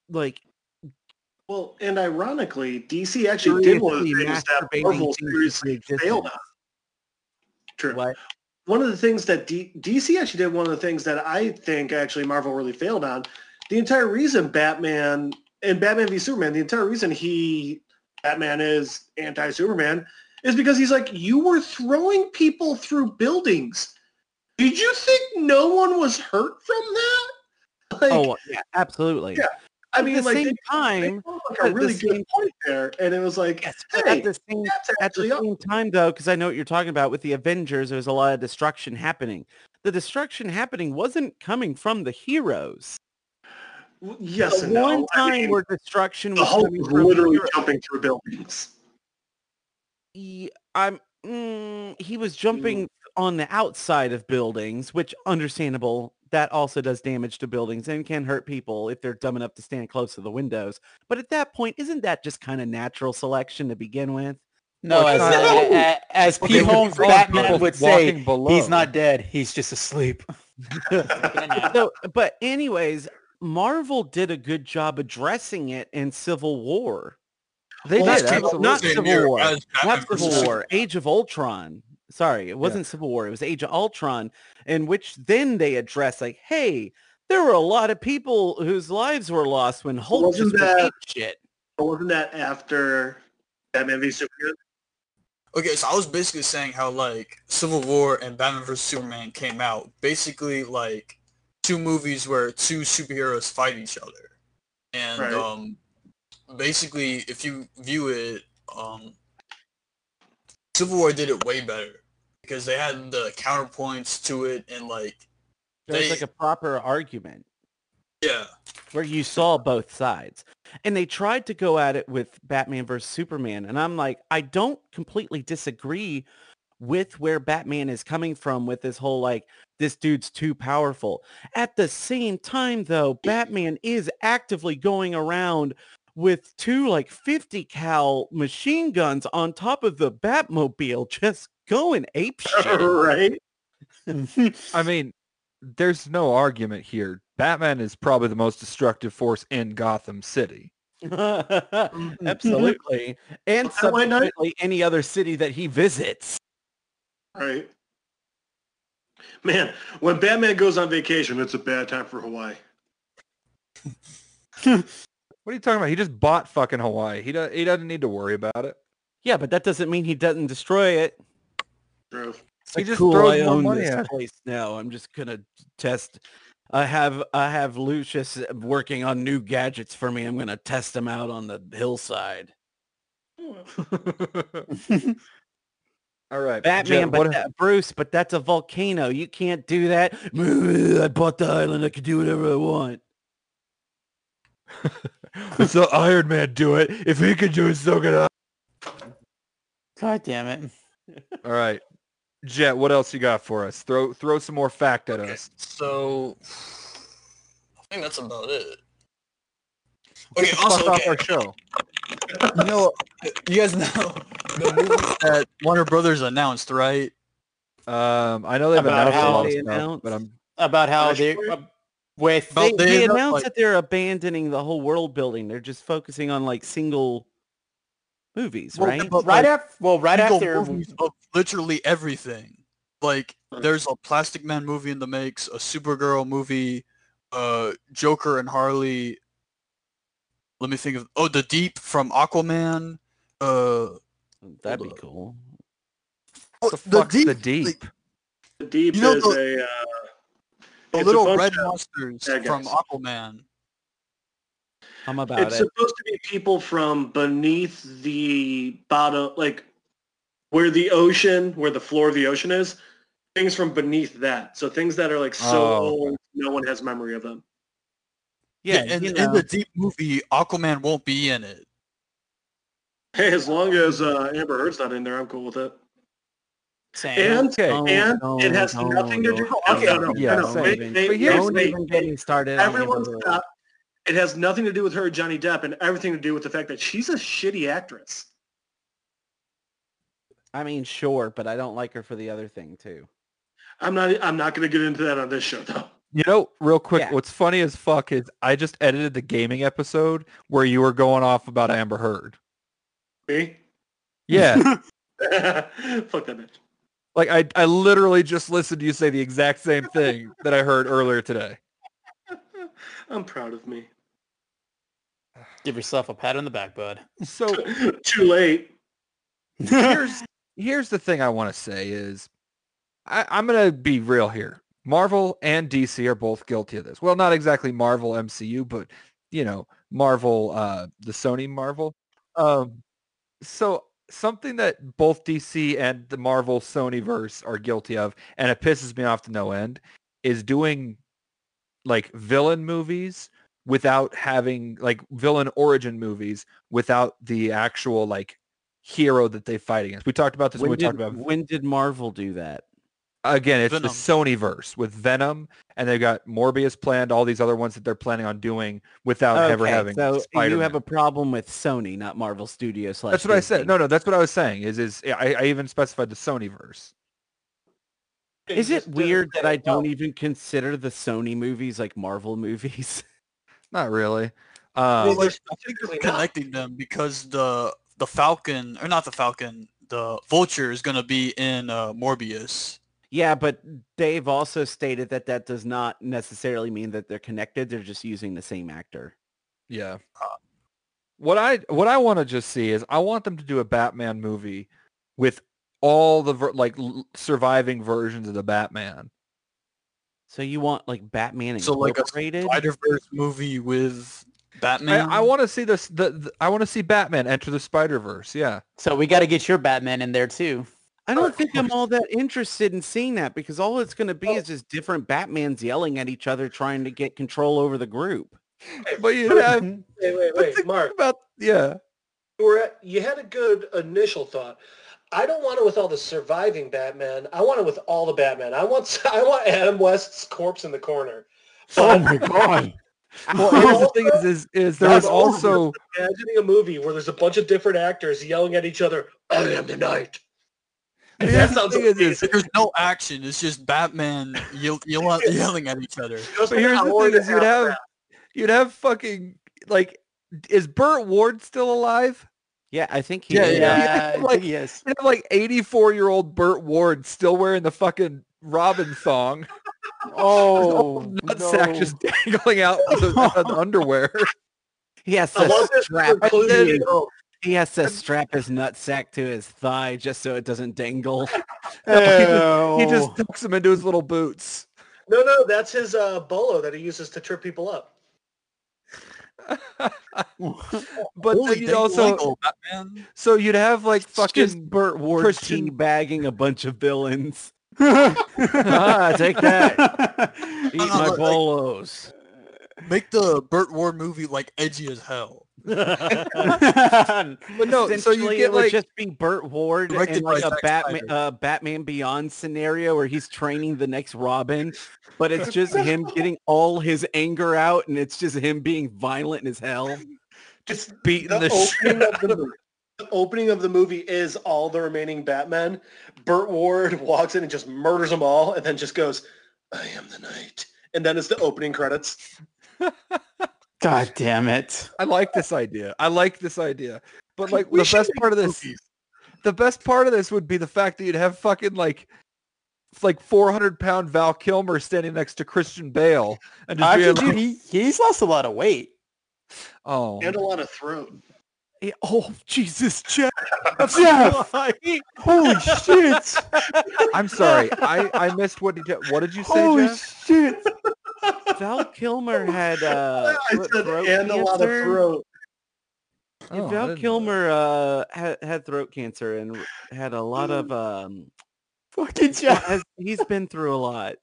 S4: like
S3: Well, and ironically, DC actually did one of the
S4: seriously
S3: things that
S4: masturbating
S3: Marvel
S4: things
S3: series
S4: into existence.
S3: failed on. True.
S4: What?
S3: One of the things that D- DC actually did, one of the things that I think actually Marvel really failed on, the entire reason Batman and Batman v Superman, the entire reason he Batman is anti-Superman is because he's like, you were throwing people through buildings. Did you think no one was hurt from that? <laughs> Like,
S4: oh yeah, absolutely.
S3: Yeah, I
S4: At
S3: mean,
S4: the
S3: like,
S4: same
S3: they- they
S4: time,
S3: found, like a
S4: at the
S3: really good
S4: same-
S3: point there, and it was
S4: <laughs>
S3: like,
S4: yes, but
S3: hey,
S4: at the same
S3: that's
S4: at the
S3: actually up.
S4: same time though, because I know what you're talking about with the Avengers, there's a lot of destruction happening. The destruction happening wasn't coming from the heroes.
S3: W- Yes,
S4: the
S3: and no.
S4: one
S3: I
S4: time
S3: mean,
S4: where destruction
S3: the
S4: was
S3: Hulk
S4: coming
S3: was
S4: from
S3: literally
S4: the
S3: jumping through buildings.
S4: hero- I'm mm, he was jumping on the outside of buildings, which understandable. That also does damage to buildings and can hurt people if they're dumb enough to stand close to the windows. But at that point, isn't that just kind of natural selection to begin with?
S6: No, as,
S5: it's
S6: a- a- as
S5: Well,
S6: P.
S5: they would
S6: Holmes
S5: throw people
S6: Batman would say,
S5: walking below.
S6: he's not dead. He's just asleep.
S4: so, but anyways, Marvel did a good job addressing it in Civil War. They
S5: Well,
S4: did
S5: that's
S4: not
S5: Civil-
S4: Civil, not
S5: absolutely.
S4: Civil
S7: Same year
S4: War,
S7: as Batman
S4: not Civil
S7: versus
S4: War, Age of Ultron. Sorry, it wasn't Civil War. It was Age of Ultron, in which then they address like, hey, there were a lot of people whose lives were lost when Hulk
S3: Wasn't
S4: just
S3: that-
S4: repeat shit.
S3: But wasn't that after Batman v Superman?
S7: Okay, so I was basically saying how like Civil War and Batman vs Superman came out basically like two movies where two superheroes fight each other, and
S3: Right.
S7: um, basically if you view it, um, Civil War did it way better because they had the counterpoints to it and like
S4: There was
S7: They-
S4: like a proper argument.
S7: yeah,
S4: where you saw both sides. And they tried to go at it with Batman versus Superman. And I'm like, I don't completely disagree with where Batman is coming from with this whole like, this dude's too powerful. At the same time, though, Batman is actively going around with two like 50 cal machine guns on top of the Batmobile just going ape shit.
S3: <laughs>
S4: <laughs>
S3: right?
S5: I mean, there's no argument here. Batman is probably the most destructive force in Gotham City.
S4: Absolutely. And
S3: Well, why not?
S4: subsequently any other city that he visits.
S3: Right. Man, when Batman goes on vacation, it's a bad time for Hawaii.
S5: What are you talking about? He just bought fucking Hawaii. He does, he doesn't need to worry about it.
S4: Yeah, but that doesn't mean he doesn't destroy it.
S3: True.
S5: He
S4: Like,
S5: just
S4: cool,
S5: throws
S4: I
S5: more
S4: own
S5: money
S4: this
S5: at it.
S4: place now. I'm just gonna test. I have I have Lucius uh, working on new gadgets for me. I'm gonna test them out on the hillside.
S5: All right,
S4: Batman,
S5: Jeff,
S4: but
S5: what-
S4: that, Bruce, but that's a volcano. You can't do that. <laughs> I bought the island. I can do whatever I want.
S5: <laughs> so Iron Man do it. If he could do it, so could I.
S6: God damn it.
S5: All right, Jet, what else you got for us? Throw throw some more fact at
S7: Okay,
S5: us.
S7: so I think that's about it.
S5: Get
S7: Okay,
S5: the
S7: also
S5: fuck
S7: okay.
S5: off our show.
S7: you know, you guys know the movies that Warner Brothers announced, right?
S5: Um, I know they've
S6: About
S5: announced a
S6: how
S5: lot of
S4: they
S5: stuff,
S4: announced-
S5: but I'm
S6: About how
S3: Flash
S6: they
S3: Gordon?
S6: uh, with
S7: About
S4: they,
S7: they
S4: they
S7: announced,
S4: announced
S7: like-
S4: that they're abandoning the whole world building. They're just focusing on like single movies,
S7: Well,
S4: right?
S7: but,
S6: right
S7: like,
S6: after well right
S7: legal
S6: after
S7: movies of literally everything. Like there's a Plastic Man movie in the makes, a Supergirl movie, uh, Joker and Harley. Let me think of oh the Deep from Aquaman. Uh,
S4: That'd be cool.
S7: oh,
S5: what the fuck's the deep?
S7: like,
S3: The deep
S7: You know
S3: is
S7: the-
S3: a uh,
S7: the
S3: It's a
S7: little
S3: bunch
S7: red
S3: of
S7: monsters
S3: bad
S7: from
S3: guys.
S7: Aquaman.
S4: I'm about
S3: it's
S4: it.
S3: supposed to be people from beneath the bottom like where the ocean where the floor of the ocean is things from beneath that so things that are like so
S5: Oh, okay.
S3: old no one has memory of them
S4: yeah,
S7: and
S4: you
S7: in
S4: know.
S7: the Deep movie, Aquaman won't be in it.
S3: hey as long as uh, amber heard's not in there i'm cool with it
S6: Sam.
S3: and
S5: Okay,
S4: Don't-
S3: and
S4: don't-
S3: it has
S4: don't-
S3: nothing to do
S4: don't-
S3: no, no, no,
S5: yeah,
S3: no, no.
S5: same.
S3: Wait, wait,
S4: Don't
S5: But
S3: wait,
S5: here's-
S3: wait,
S4: even
S3: wait.
S4: get me started. on
S3: everyone
S4: Amber Heard.
S3: stop it has nothing to do with her and johnny depp and everything to do with the fact that she's a shitty actress
S4: I mean, sure, but I don't like her for the other thing too.
S3: i'm not i'm not going to get into that on this show though
S5: You know, real quick,
S4: Yeah.
S5: what's funny as fuck is I just edited the gaming episode where you were going off about Amber Heard.
S3: Me? <laughs>
S5: Yeah,
S3: Fuck that bitch.
S5: <laughs> like I, I literally just listened to you say the exact same thing that I heard earlier today.
S3: I'm proud of me.
S6: Give yourself a pat on the back, bud.
S5: So
S3: Too late.
S5: here's here's the thing I want to say is I, I'm gonna be real here. Marvel and DC are both guilty of this. Well, not exactly Marvel MCU, but you know Marvel, uh, the Sony Marvel. Um, so something that both DC and the Marvel Sony verse are guilty of, and it pisses me off to no end, is doing like villain movies without having like villain origin movies without the actual like hero that they fight against. We talked about this when,
S4: When
S5: we talked
S4: did,
S5: about
S4: when did Marvel do that?
S5: again, it's the
S7: Venom.
S5: Sony verse with Venom, and they've got Morbius planned, all these other ones that they're planning on doing without ever having
S4: so you
S5: Spider-Man.
S4: have a problem with Sony, not Marvel Studios. slash
S5: that's what I said.
S4: Disney.
S5: No, no, that's what I was saying. Is is I, I even specified the Sony verse.
S4: Is it weird that I don't even consider the Sony movies like Marvel movies? <laughs>
S5: Not really.
S4: e,
S5: Um,
S4: uh,
S7: Well, like, connecting them because the the Falcon or not the Falcon, the Vulture is gonna be in uh, Morbius.
S4: yeah, but they've also stated that that does not necessarily mean that they're connected. They're just using the same actor.
S5: Yeah. What I what I want to just see is I want them to do a Batman movie with all the ver- like l- surviving versions of the Batman.
S4: So you want like Batman
S7: So, like a
S4: Incorporated?
S7: Spider Verse movie with Batman.
S5: I, I want to see this. The, the I want to see Batman enter the Spider Verse. Yeah.
S6: So we got to get your Batman in there too.
S5: Oh,
S4: I don't think I'm all that interested in seeing that because all it's going to
S5: Oh.
S4: be is just different Batmans yelling at each other trying to get control over the group.
S5: But you have <laughs>
S3: Wait, wait,
S5: but think
S3: wait, Mark.
S5: about yeah.
S3: You, were at, you had a good initial thought. I don't want it with all the surviving Batman. I want it with all the Batman. I want <laughs> I want Adam West's corpse in the corner.
S5: Oh
S3: But <laughs>
S6: god!
S5: Well, here's the <laughs> thing is is, is there was
S3: That's all of
S5: also
S3: imagining a movie where there's a bunch of different actors yelling at each other, "I am the knight."
S5: here's
S3: That
S5: the
S3: sounds
S5: thing is-
S7: <laughs>
S5: is-
S3: amazing.
S7: There's no action. It's just Batman yell,
S5: <laughs>
S7: yell, yelling at each other.
S3: Just
S5: But
S3: an
S5: here's the
S3: hour
S5: thing
S3: and a
S5: is you'd
S3: half.
S5: have you'd have fucking like is Burt Ward still alive?
S4: Yeah, I think he uh,
S5: Yeah,
S4: is.
S5: yeah. <laughs>
S6: <laughs>
S5: like-
S6: yes.
S5: You have like 84 year old Burt Ward still wearing the fucking Robin thong. <laughs>
S6: Oh,
S5: nutsack
S6: no.
S5: <laughs> just dangling out of the,
S7: <laughs>
S5: out of the underwear.
S4: He
S3: <laughs>
S4: has
S3: I
S4: to
S3: want this
S4: strap.
S3: to include
S5: And
S3: me at home.
S4: He has to strap his nutsack to his thigh just so it doesn't
S5: <laughs>
S4: dangle.
S5: He
S7: Oh.
S5: just tucks him into his little boots.
S3: <laughs> No, no, that's his uh, bolo that he uses to trip people up.
S5: But
S7: Holy
S5: then you'd
S7: dang,
S5: also
S7: Michael, Batman.
S5: so you'd have like
S4: just
S5: fucking
S4: Burt Ward
S5: Christian-
S4: teabagging a bunch of
S5: <laughs>
S4: villains.
S5: ah,
S4: Take
S5: <laughs>
S4: that. Eat
S5: Uh,
S7: no,
S4: my
S7: like-
S4: bolos.
S7: Make the Burt Ward movie like edgy as hell.
S5: But no, so you
S4: Essentially,
S5: get,
S4: it would
S5: like-
S4: just be Burt Ward
S7: Directed
S4: in like
S7: by
S4: a
S7: Zack
S4: Batman,
S7: Snyder.
S4: uh, Batman Beyond scenario where he's training the next Robin, but it's just him getting all his anger out, and it's just him being violent as hell.
S3: Just
S5: beating the,
S3: the opening
S5: shit out
S3: of
S6: <laughs>
S3: the movie. The opening of the movie is all the remaining Batman. Burt Ward <laughs> walks in and just murders them all, and then just goes, "I am the knight," and then it's the opening credits.
S6: <laughs> God damn it!
S5: I like this idea. I like this idea. But like
S7: We
S5: the
S7: should
S5: best
S7: make
S5: part of this,
S7: movies.
S5: the best part of this would be the fact that you'd have fucking like like 400 pound Val Kilmer standing next to Christian Bale and just
S6: Actually,
S5: being
S6: dude,
S5: like,
S6: he, he's lost a lot of weight.
S5: oh, eh,
S3: And a lot of throat.
S6: <laughs>
S4: Yeah, Oh Jesus, Jeff!
S6: Jeff, holy <laughs> shit!
S5: I'm sorry. I, I missed what did you, what did you say,
S6: holy
S5: Jeff?
S6: shit!
S4: Val Kilmer had
S7: <laughs>
S4: uh,
S3: <laughs> I
S4: what,
S3: said,
S4: throat
S3: and a lot of
S4: cancer?
S3: throat.
S4: Yeah,
S5: Oh, I
S4: Val
S5: didn't know
S4: Kilmer uh, had, had throat cancer and r- had a lot of.
S7: Mm. <laughs>
S4: Um,
S6: Fucking Jeff.
S4: has, he's been through a lot.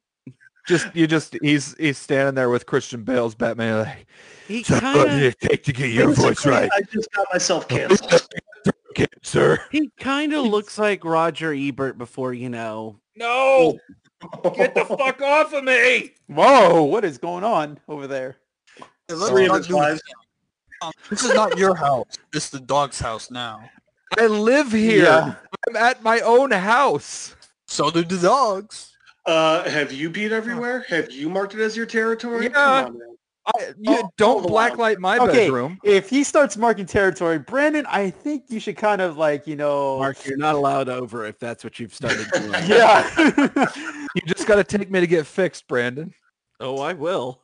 S5: Just you just he's he's standing there with Christian Bale's Batman like
S4: He
S5: "So what did
S4: kind of
S5: it take to get <laughs> your voice right,
S3: I just got myself canceled.
S5: kid, sir?
S4: he kind of looks like Roger Ebert before you know.
S5: No, <laughs> get the fuck off of me!
S6: Whoa, what is going on over there?
S7: Hey,
S3: <laughs>
S7: let's
S3: Three of
S7: not
S3: his
S7: do this.
S3: lives.
S7: Um, This is not your house. It's the dog's house now.
S5: I live here.
S6: Yeah.
S5: I'm at my own house.
S7: So do the dogs.
S3: Uh, have you beat everywhere? Have you marked it as your territory?
S5: Yeah.
S3: Come on, man.
S5: I, you
S6: oh,
S5: don't
S3: hold on.
S5: blacklight my
S6: Okay.
S5: bedroom.
S6: If he starts marking territory, Brandon, I think you should kind of like, you
S5: <laughs>
S6: know,
S4: Mark, you're not allowed over if that's what you've started
S7: <laughs>
S4: doing.
S6: yeah,
S5: You just got to take me to get fixed, Brandon.
S4: Oh, I will.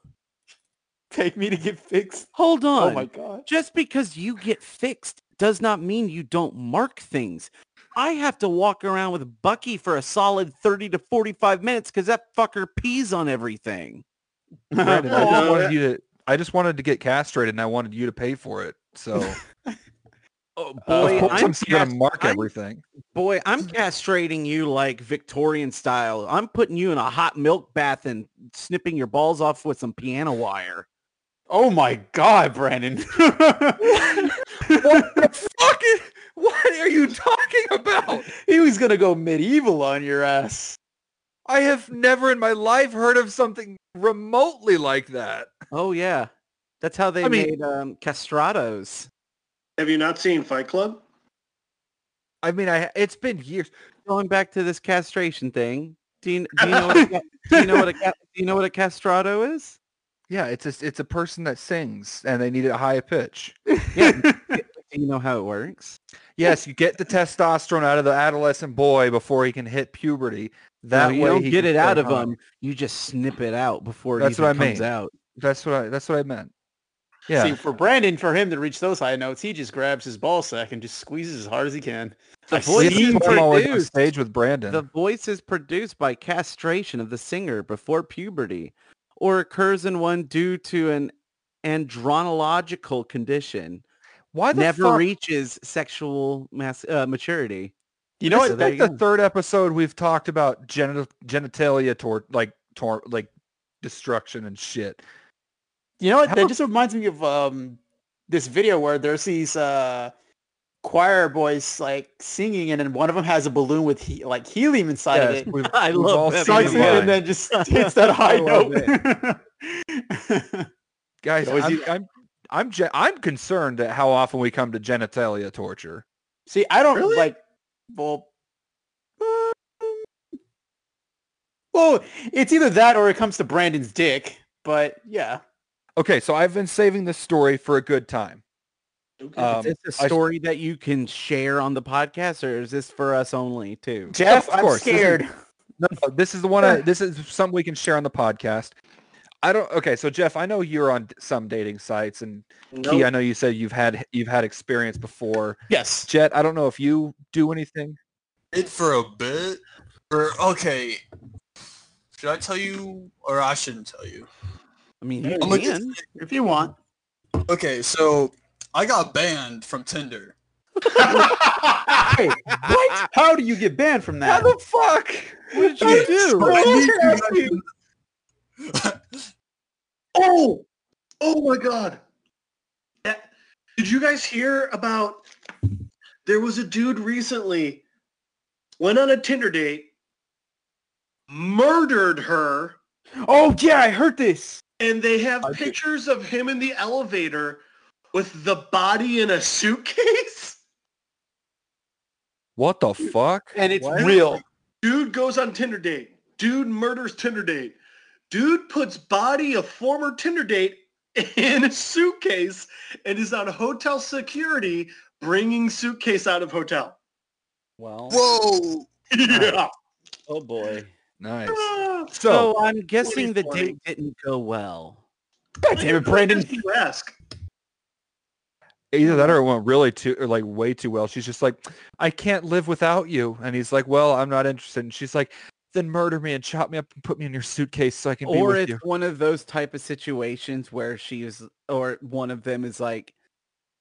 S6: <laughs> take me to get fixed.
S4: Hold on.
S6: Oh my god.
S4: Just because you get fixed does not mean you don't mark things. I have to walk around with Bucky for a solid 30 to 45 minutes because that fucker pees on everything.
S5: Brandon, I just
S3: Oh,
S5: wanted
S3: that-
S5: you to. I just wanted to get castrated, and I wanted you to pay for it.
S4: <laughs>
S5: So
S4: Oh,
S5: of
S4: boy,
S5: course, I'm,
S4: I'm
S5: still gonna
S4: cast-
S5: mark
S4: I'm-
S5: everything.
S4: boy, I'm castrating you like Victorian style. I'm putting you in a hot milk bath and snipping your balls off with some piano wire.
S6: Oh my god, Brandon. <laughs>
S5: Fucking! What are you talking about?
S6: he was gonna go medieval on your ass.
S5: I have never in my life heard of something remotely like that.
S4: Oh, yeah. That's how they
S5: I mean-
S4: made um, castrados.
S3: Have you not seen Fight Club?
S5: I mean, I it's been years.
S4: going back to this castration thing, do you, do you know <laughs> what a, ca- do you know what a ca- do you know what a castrato is?
S5: Yeah, it's a, it's a person that sings and they need a high pitch.
S4: Yeah. do you know how it works?
S5: Yes, you get the testosterone out of the adolescent boy before he can hit puberty. That
S4: no, you
S5: way
S4: don't
S5: he
S4: get
S5: can
S4: it
S5: stay
S4: out of
S5: hung.
S4: them. You just snip it out before it
S5: That's
S4: even
S5: what I
S4: comes
S5: mean.
S4: out.
S5: That's what I that's what I meant. Yeah.
S6: See, for Brandon, for him to reach those high notes, he just grabs his ball sack and just squeezes as hard as he can.
S4: The
S6: I've
S4: voice
S5: This is
S4: is
S6: seen
S5: why I'm always on
S4: produced.
S5: stage with Brandon.
S4: The voice is produced by castration of the singer before puberty, or occurs in one due to an andronological condition.
S5: why the
S4: Never
S5: fuck?
S4: reaches sexual mas- uh, maturity.
S6: You know
S5: This
S6: what?
S5: is
S4: there
S5: like
S4: you
S5: the third episode we've talked about genital genitalia tor- like tor- like destruction and shit.
S6: You know what?
S5: How
S6: That
S5: ab-
S6: just reminds me of um, this video where there's these uh, choir boys like singing, and then one of them has a balloon with he- like helium inside of
S5: Yes,
S6: it.
S5: we've,
S4: <laughs> I
S5: we've
S4: love
S5: all
S4: that
S5: seen
S4: movie.
S6: Sucks
S5: the
S6: it,
S5: line.
S6: and then just hits
S5: <laughs>
S6: that high
S4: I love
S6: <laughs> note.
S5: Guys,
S6: Always
S5: I'm,
S6: use-
S5: I'm I'm ge- I'm concerned at how often we come to genitalia torture.
S6: See, I don't
S3: Really?
S6: like. Well, um, well, it's either that or it comes to Brandon's dick. But yeah,
S5: Okay, so I've been saving this story for a good time.
S3: Okay.
S5: Um,
S4: Is this a
S5: I-
S4: story that you can share on the podcast, or is this for us only too?
S6: Jeff,
S5: of
S6: I'm
S5: course, this is-
S6: scared.
S5: no, no, this is the one. I, this is something we can share on the podcast. I don't. Okay, so Jeff, I know you're on d- some dating sites, and
S3: no.
S5: Key, I know you said you've had you've had experience before.
S6: Yes.
S5: Jet, I don't know if you do anything.
S7: It for a bit. Or okay. Should I tell you or I shouldn't tell you?
S4: I mean, you
S7: I'm gonna
S4: can.
S6: If you want.
S7: Okay, so I got banned from Tinder.
S6: Hey, what? How do you get banned from that?
S5: the fuck?
S4: What did you
S6: <laughs>
S4: do?
S7: I need you guys-
S3: Oh, oh my God! Yeah. Did you guys hear about? There was a dude recently went on a Tinder date, murdered her,
S6: Oh yeah, I heard this.
S3: and they have pictures of him in the elevator with the body in a suitcase. <laughs>
S5: What the fuck?
S6: And it's
S3: What?
S6: real.
S3: Dude goes on Tinder date. Dude murders Tinder date. Dude puts body of former Tinder date in a suitcase and is on hotel security bringing suitcase out of hotel.
S4: Well,
S7: Whoa.
S3: yeah.
S4: oh boy. <laughs>
S5: Nice.
S3: Ah,
S5: So,
S4: So I'm guessing the
S3: 2020.
S4: date didn't go well.
S6: God damn it, Brandon.
S3: you ask.
S5: either that or it went really too, or like way too well. She's just like, I can't live without you, and he's like, Well, I'm not interested. And she's like, Then murder me and chop me up and put me in your suitcase so I can be
S4: Or
S5: with
S4: it's
S5: you.
S4: one of those type of situations where she is, or one of them is like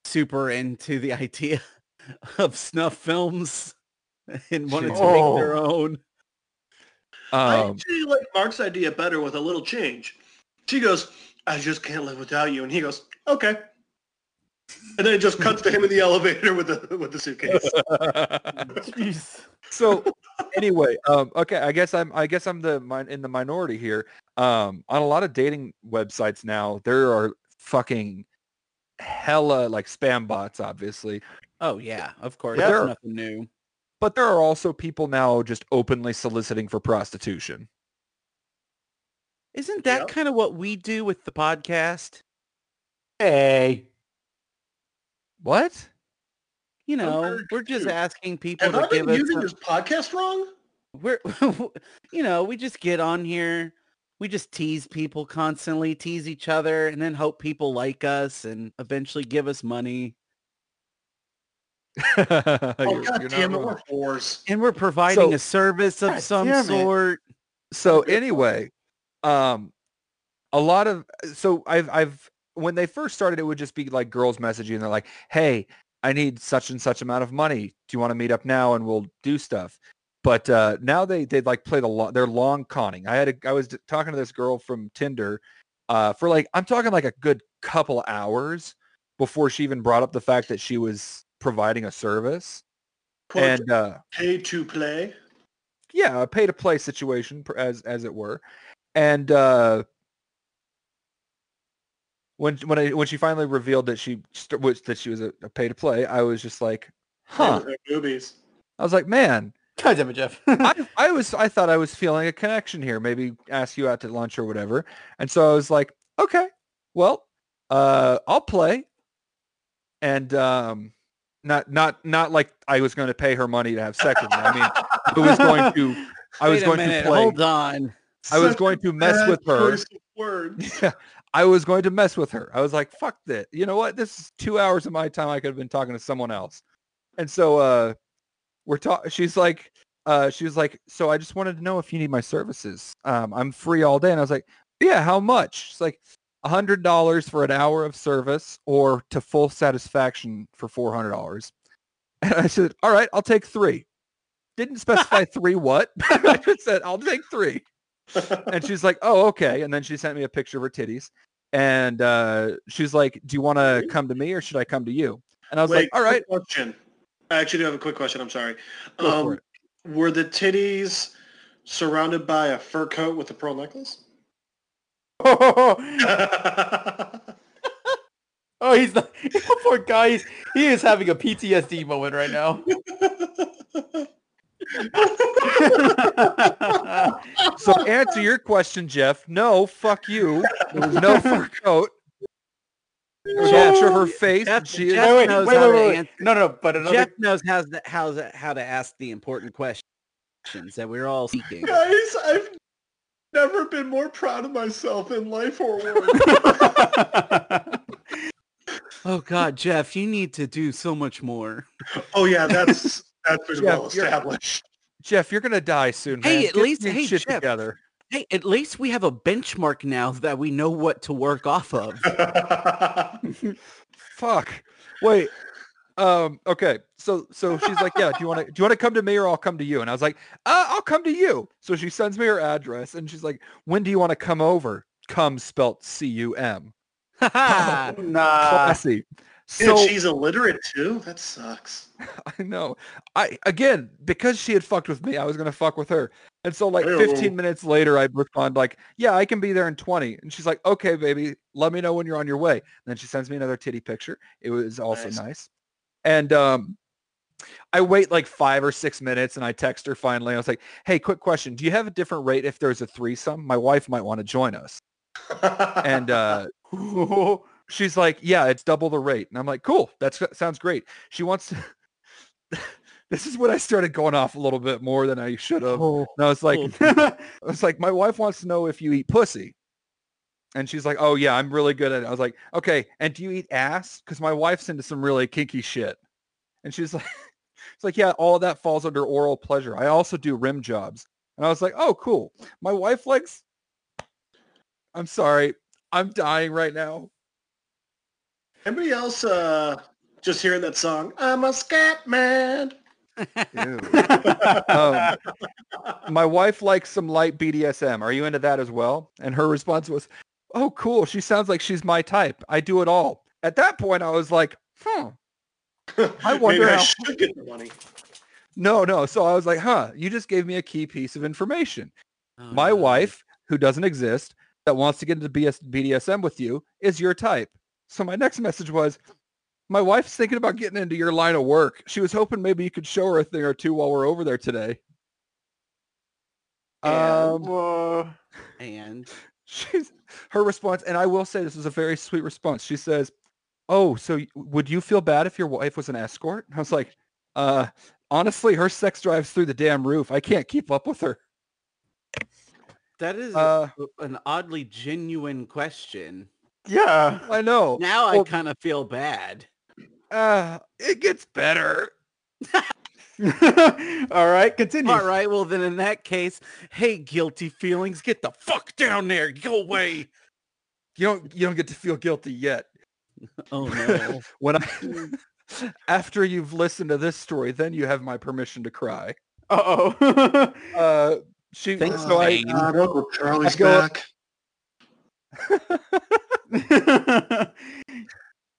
S4: super into the <laughs> idea of snuff films and wanted to make their
S5: Oh.
S4: own.
S3: I
S5: Um,
S3: actually like Mark's idea better with a little change. She goes, I just can't live without you. And he goes, okay. And then it just cuts to him in the <laughs> elevator with the with the
S6: <laughs>
S3: suitcase.
S5: so anyway, um, okay, I guess I'm I guess I'm the min- in the minority here. Um, on a lot of dating websites now, there are fucking hella like spam bots, obviously,
S4: Oh yeah, of course.
S5: Yeah.
S4: That's nothing new.
S5: but there are also people now just openly soliciting for prostitution.
S4: Isn't that
S3: Yep.
S4: kind of what we do with the podcast?
S6: Hey.
S5: What? <laughs>
S4: You know,
S3: sure
S4: we're just
S3: do.
S4: asking people
S3: Have I
S4: to give
S3: been
S4: us
S3: using
S4: some-
S3: this podcast wrong?
S4: we're <laughs> you know we just get on here we just tease people constantly tease each other and then hope people like us and eventually give us money
S3: Oh,
S5: You're-
S3: God
S5: you're not
S3: damn it,
S5: wrong.
S3: we're whores.
S4: and we're providing
S5: So-
S4: a service of
S6: God
S4: some
S6: damn it.
S4: sort
S5: so anyway um a lot of so i've i've when they first started it would just be like girls messaging and they're like hey i need such and such amount of money do you want to meet up now and we'll do stuff but uh now they they like play the long they're long conning i had a i was d- talking to this girl from tinder uh for like i'm talking like a good couple hours before she even brought up the fact that she was providing a service
S3: Quote,
S5: and uh
S3: pay to play.
S5: yeah, a pay to play situation pr- as as it were. And uh when when I, when she finally revealed that she st- was that she was a, a pay to play, I was just like,
S3: Play
S5: huh.
S3: with their Boobies.
S5: I was
S4: <laughs>
S5: like, man,
S6: God damn it, Jeff.
S5: I I was I thought I was feeling a connection here. Maybe ask you out to lunch or whatever. And so I was like, okay, well, uh, I'll play. And um, not not not like I was going to pay her money to have sex with me. I mean, I was going
S4: <laughs>
S5: to I was
S4: Wait a
S5: going
S4: minute,
S5: to play.
S4: hold on
S5: I was
S3: Such
S5: going to mess
S3: bad
S5: with her.
S3: choice of words.
S5: <laughs> Yeah, I was going to mess with her. I was like, fuck that. You know what? This is two hours of my time I could have been talking to someone else. And so uh we're talking she's like uh she was like, So I just wanted to know if you need my services. Um I'm free all day. And I was like, Yeah, how much? She's like a hundred dollars for an hour of service or to full satisfaction for four hundred dollars. <laughs> And I said, All right, I'll take three. Didn't
S3: <laughs>
S5: specify three what. <laughs> I just said, I'll take three
S3: <laughs>
S5: and she's like, "Oh, okay." And then she sent me a picture of her titties, and uh, she's like, "Do you want to
S3: Really?
S5: come to me or should I come to you?" And I was
S3: Wait,
S5: like, "All right,
S3: quick Question. I actually do have a quick question. I'm sorry.
S5: Go for
S3: Um, were the titties surrounded by a fur coat with a pearl necklace?
S6: <laughs>
S3: <laughs>
S6: oh,
S3: That's
S6: he's not. <laughs> Poor guy. He's, he is having a PTSD moment right
S4: <laughs>
S6: now.
S5: so to answer your question, Jeff. No, fuck you. There was no
S4: <laughs>
S5: fur coat. There was a picture of her face.
S4: Jeff-
S5: and she is-
S4: Jeff-
S6: wait, wait,
S4: knows
S6: wait, wait,
S4: how to
S6: wait, wait.
S4: answer-
S6: No, no, no, but another
S4: jeff knows how's the, how's the- how to ask the important questions that we're all
S6: <laughs>
S4: seeking
S3: Guys, I've never been more proud of myself in life or
S5: <laughs>
S3: work.
S6: <laughs>
S4: oh god jeff you need to do so much more
S3: oh yeah, that's that's been
S5: Yeah,
S3: well
S5: you're-
S3: established. <laughs>
S5: Jeff, you're gonna die soon, man.
S4: Hey, at
S5: Get
S4: least-
S5: your
S4: hey,
S5: shit
S4: Jeff.
S5: together.
S4: hey at least we have a benchmark now that we know what to work off of <laughs>
S5: Fuck. Wait. Um. Okay. So so she's like, yeah. Do you want to do you want to come to me or I'll come to you? And I was like, uh, I'll come to you. So she sends me her address and she's like, when do you want to come over? Come spelt C U M. Oh,
S4: Ha
S6: nah.
S5: Classy.
S3: and
S5: so
S3: she's illiterate too. That sucks.
S5: <laughs> I know. I again because she had fucked with me, I was gonna fuck with her. And so like
S3: Ew.
S5: 15 minutes later, I respond like, yeah, I can be there in 20. And she's like, okay, baby, let me know when you're on your way. And then she sends me another titty picture. It was also
S3: Nice.
S5: nice. And um, I wait like five or six minutes and I text her finally. I was like, hey, quick question. Do you have a different rate if there's a threesome? My wife might want to join us. And uh,
S4: Oh,
S5: she's like, yeah, it's double the rate. And I'm like, cool. That's, that sounds great. She wants to... <laughs> this is when I started going off a little bit more than I should have.
S4: Oh.
S5: And I was like,
S4: Oh.
S5: <laughs> I was like, my wife wants to know if you eat pussy. And she's like, oh yeah, I'm really good at it. I was like, okay, and do you eat ass? Because my wife's into some really kinky shit. And she's like, <laughs> it's like, yeah, all of that falls under oral pleasure. I also do rim jobs. And I was like, oh, cool. My wife likes, I'm sorry. I'm dying right now.
S3: <laughs> Anybody else uh, just hearing that song? I'm a scat man.
S5: um, my wife likes some light BDSM. Are you into that as well? And her response was, oh, cool. She sounds like she's my type. I do it all. At that point, I was like, huh. I
S3: <laughs>
S5: wonder
S3: Maybe I
S5: how-
S3: should get the money.
S5: No, no. So I was like, huh, you just gave me a key piece of information. my wife, who doesn't exist, that wants to get into BS- BDSM with you is your type. So my next message was, my wife's thinking about getting into your line of work. She was hoping maybe you could show her a thing or two while we're over there today.
S6: Yeah,
S5: Um, <laughs>
S6: whoa.
S4: and
S5: She's, her response, and I will say this is a very sweet response. She says, "Oh, so y- would you feel bad if your wife was an escort?" I was like, "Uh, honestly, her sex drives through the damn roof. I can't keep up with her."
S4: That is
S5: Uh,
S4: an oddly genuine question.
S6: Yeah.
S5: I know.
S4: Now I
S5: Well-
S4: kind of feel
S5: <laughs>
S4: bad.
S5: Uh, it gets better.
S6: All right, continue.
S4: All right, well then in that case, hey guilty feelings, get the fuck down there. Go
S5: <laughs>
S4: away.
S5: You don't you don't get to feel guilty yet.
S4: Oh no.
S5: When I <laughs> after you've listened to this story, then you have my permission to cry.
S6: Uh-oh.
S5: Uh, she
S4: Thanks,
S5: so I
S4: Bane.
S3: God, Uncle Charlie's
S5: I go-
S3: back.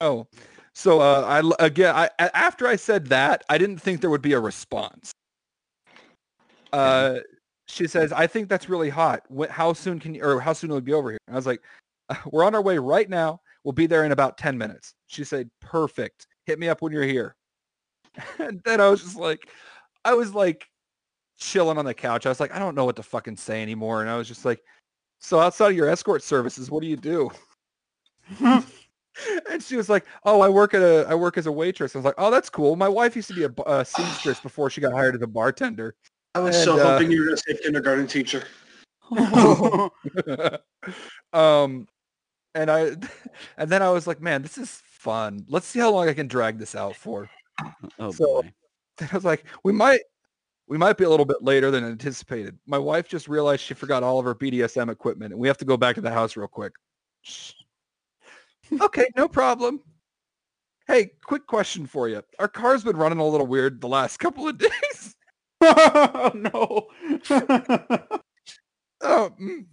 S5: Oh, so uh, I l- again I, a- after I said that, I didn't think there would be a response. Uh, she says, "I think that's really hot. Wh- how soon can you, or how soon will it be over here?" And I was like, <laughs> "Uh, "We're on our way right now. We'll be there in about ten minutes." She said, "Perfect. Hit me up when you're here." <laughs> and then I was just like, I was like chilling on the couch. I was like, I don't know what to fucking say anymore. And I was just like, "So outside of your escort services, what do you do?" and she was like, "Oh, I work at a I work as a waitress." I was like, "Oh, that's cool. My wife used to be a, b- a seamstress before she got hired as a bartender." <laughs>
S3: I was
S5: And,
S3: so
S5: uh,
S3: hoping you were going to say kindergarten teacher.
S4: Oh,
S5: um, and I <laughs> and then I was like, "Man, this is fun. Let's see how long I can drag this out for."
S4: oh
S5: So-
S4: boy.
S5: Then I was like, "We might we might be a little bit later than anticipated. My wife just realized she forgot all of her BDSM equipment, and we have to go back to the house
S6: <laughs>
S5: real quick." okay, no problem. Hey, quick question for you. Our car's been running a little weird the last <laughs> couple of days.
S6: oh <laughs> no.
S5: Oh, mm.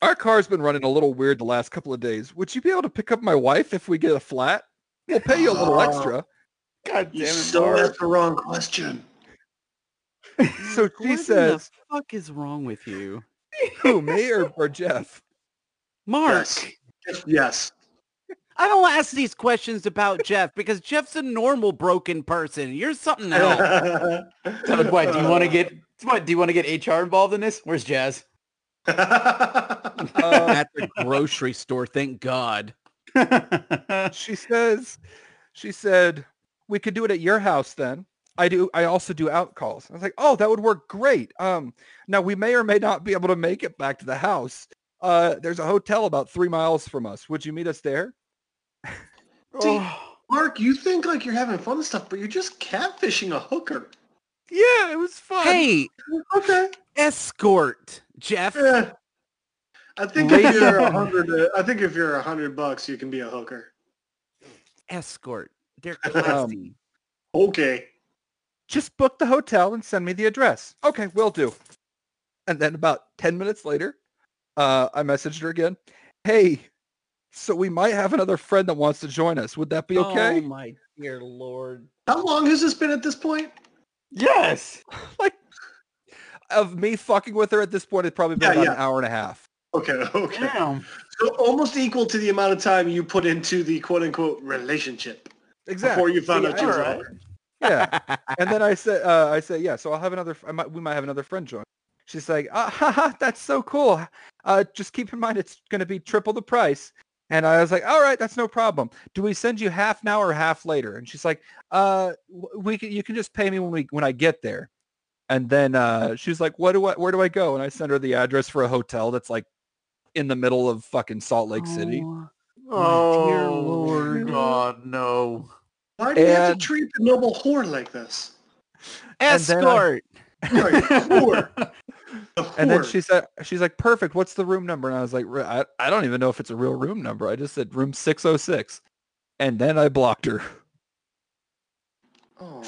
S5: our car's been running a little weird the last couple of days. Would you be able to pick up my wife if we get a flat? We'll pay you
S6: <laughs>
S5: a little
S3: Oh.
S5: extra.
S6: God damn
S3: You
S6: it.
S3: still
S6: Mark.
S3: asked the wrong question.
S4: <laughs>
S5: So
S4: what
S5: she
S4: in
S5: says,
S4: the fuck is wrong with you? <laughs>
S5: who, me or, or Jeff?
S4: Mark,
S3: Yes. Yes.
S4: I don't ask these questions about Jeff because Jeff's a normal broken person. You're something else.
S3: <laughs>
S6: So what, do you want
S3: Uh,
S4: <laughs>
S6: to get what, do you want to get HR involved in this? Where's Jazz?
S5: Uh,
S4: at the grocery store. Thank God.
S5: she says, she said, we could do it at your house then. I do. I also do out calls. I was like, oh, that would work great. Um, now we may or may not be able to make it back to the house. Uh, there's a hotel about three miles from us. Would you meet us there?
S3: <laughs> See,
S6: Oh.
S3: Mark, you think like you're having fun and stuff, but you're just catfishing a hooker.
S5: Yeah, it was fun.
S4: Hey,
S3: Okay.
S4: escort, Jeff.
S3: Yeah. Eh, I think if
S6: Ladies-
S3: you're a hundred, uh, I think if you're a hundred bucks, you can be a hooker.
S4: Escort. They're
S6: Um,
S4: classy.
S3: Okay.
S5: just book the hotel and send me the address. Okay, will do. And then about 10 minutes later, uh, I messaged her again. Hey, so we might have another friend that wants to join us. Would that be
S4: Oh
S5: okay?
S4: my dear lord.
S3: How long has this been at this point?
S6: Yes.
S5: Like, of me fucking with her at this point, it's probably been
S3: Yeah,
S5: about
S3: yeah.
S5: an hour and a half.
S3: Okay. <laughs> Okay.
S6: Damn.
S3: So almost equal to the amount of time you put into the quote unquote relationship
S5: Exactly.
S3: before you found
S5: See,
S3: out she was a
S6: alright.
S3: hooker.
S5: yeah.
S3: <laughs>
S5: And then I said, uh, I said, yeah. So I'll have another. I might, we might have another friend join. She's like, ah, <laughs> ha, ha, that's so cool. Uh, just keep in mind it's going to be triple the price. And I was like, all right, that's no problem. Do we send you half now or half later? And she's like, uh, w- we can, you can just pay me when we when I get there. And then uh, she's like, what do I where do I go? And I send her the address for a hotel that's like in the middle of fucking Salt Lake City.
S4: Oh,
S6: Oh,
S4: dear
S6: Lord
S4: Lord.
S6: <laughs> God, no.
S3: Why do you have
S5: And-
S3: to treat the noble whore like this?
S5: And then I-
S4: Escort.
S3: You're
S5: <laughs>
S3: a whore. A
S5: And then
S3: whore.
S5: she said, she's like, perfect. What's the room number? And I was like, "Re- I, I don't even know if it's a real room number. I just said room 606. And then I blocked her. <laughs>
S3: Oh.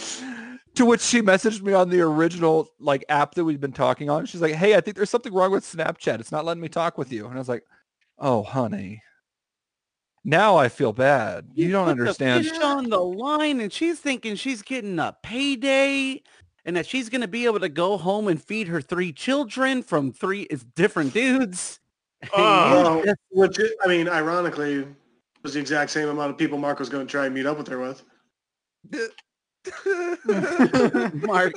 S5: To which she messaged me on the original like app that we'd been talking on. She's like, hey, I think there's something wrong with Snapchat. It's not letting me talk with you. And I was like, oh, honey. Now I feel bad. You, don't
S4: put the
S5: understand.
S4: fish on the line and she's thinking she's getting a payday and that she's going to be able to go home and feed her three children from three is different
S6: <laughs>
S4: dudes. And you
S5: Uh,
S6: Oh.
S4: just-
S3: Which, I mean, ironically, was the exact same amount of people Mark was going to try and meet up with her with.
S4: Mark,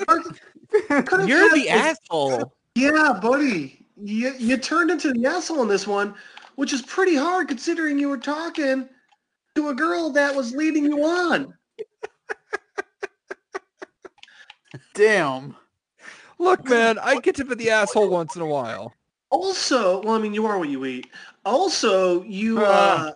S4: you're the asshole.
S3: Yeah, buddy. you you turned into the asshole in this one, which is pretty hard considering you were talking to a girl that was leading you on.
S6: Damn.
S5: Look, man, I get to be the asshole once in a while.
S3: Also, well, I mean, you are what you eat. Also, you uh,
S6: Ah.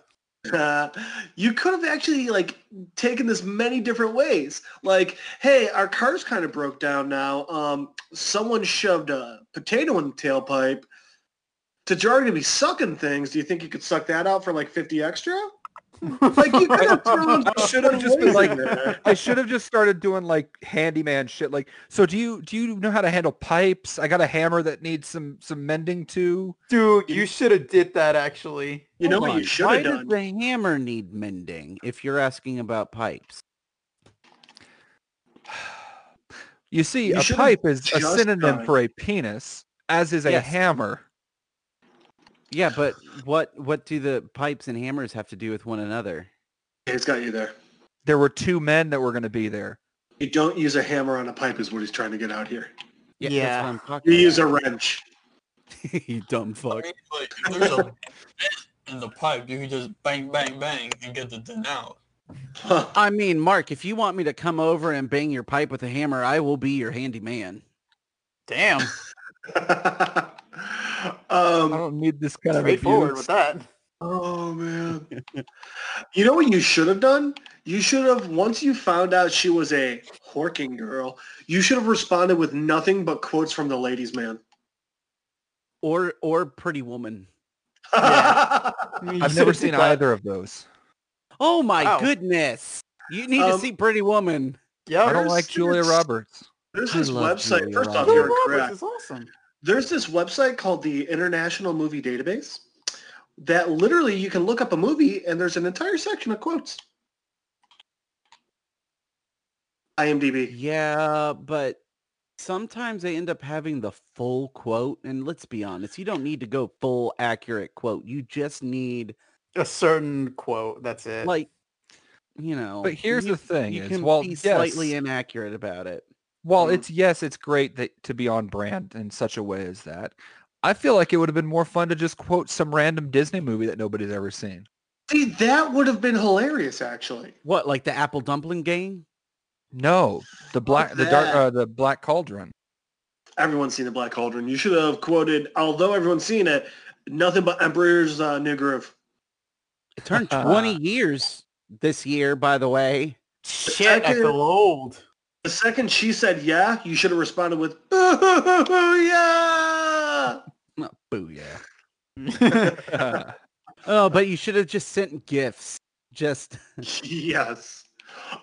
S3: uh, <laughs> you could have actually like taken this many different ways. Like, hey, our car's kind of broke down now. Um, someone shoved a potato in the tailpipe. Since you're already gonna be sucking things, do you think you could suck that out for like fifty extra? like
S5: <laughs>
S3: you could have thrown
S5: Should have just been like,
S3: in there.
S5: I should have just started doing like handyman shit. Like, so do you do you know how to handle pipes? I got a hammer that needs some some mending too.
S6: Dude, you should have did that actually.
S3: You know
S4: Hold
S3: what
S4: on,
S3: you should
S4: Oh Why
S3: have done?
S4: does the hammer need mending if you're asking about pipes?
S5: You see,
S3: You
S5: a
S3: should have
S5: pipe is a
S3: just
S5: synonym
S3: done it.
S5: for a penis, as is a
S4: Yes.
S5: hammer.
S4: Yeah, but what what do the pipes and hammers have to do with one another?
S3: It's got you there.
S5: There were two men that were going to be there.
S3: You don't use a hammer on a pipe is what he's trying to get out here.
S4: that's what
S6: Yeah.
S4: I'm talking
S3: You use a
S4: about.
S3: wrench. <laughs>
S4: <laughs> you dumb fuck.
S7: Like, if there's a <laughs> in the pipe, you can just bang, bang, bang, and get the thing out.
S3: Huh.
S4: I mean, Mark, if you want me to come over and bang your pipe with a hammer, I will be your handyman.
S6: Damn.
S5: I
S3: um,
S5: don't need this kind of
S6: Straightforward
S5: abuse.
S4: <laughs>
S6: with that.
S3: oh man. you know what you should have done? You should have once you found out she was a horking girl, you should have responded with nothing but quotes from the ladies man.
S4: Or or pretty woman.
S3: <laughs>
S6: Yeah.
S5: I've
S6: <laughs>
S5: never seen either of those.
S4: Oh my
S6: Wow.
S4: goodness. You need to
S3: Um,
S4: see Pretty Woman.
S6: Yeah.
S5: I don't
S3: There's-
S5: like Julia Roberts.
S3: There's
S4: I
S3: this
S4: love
S3: website.
S4: Julia
S3: First off,
S4: Roberts.
S3: you're
S6: Roberts
S3: correct.
S6: is awesome.
S3: There's this website called the International Movie Database that literally you can look up a movie and there's an entire section of quotes. IMDb.
S4: Yeah, but sometimes they end up having the full quote. And let's be honest, you don't need to go full accurate quote. You just need
S6: A certain quote. That's it.
S4: like, you know.
S5: But here's
S4: you-
S5: the thing
S4: you
S5: is,
S4: can
S5: well,
S4: be
S5: yes,
S4: slightly inaccurate about it.
S5: while
S2: Mm.
S6: Mhm.
S5: it's yes, it's great that to be on brand in such a way as that. I feel like it would have been more fun to just quote some random Disney movie that nobody's ever seen.
S3: See, that would have been hilarious, actually.
S4: What, like the apple dumpling game?
S5: No,
S2: Oh,
S5: the black, the dark,
S3: that.
S5: uh, the black cauldron.
S3: Everyone's seen The Black Cauldron. You should have quoted, although everyone's seen it, nothing but Emperor's uh, New Groove.
S4: It turned
S5: <laughs>
S4: 20 years this year, by the way.
S6: shit, I
S3: second-
S6: feel
S4: <laughs>
S6: old.
S3: The second she said yeah, you should have responded with, <laughs> "Boo, yeah!
S4: Oh, booyah. Oh, but you should have just sent gifts. Just
S3: Yes.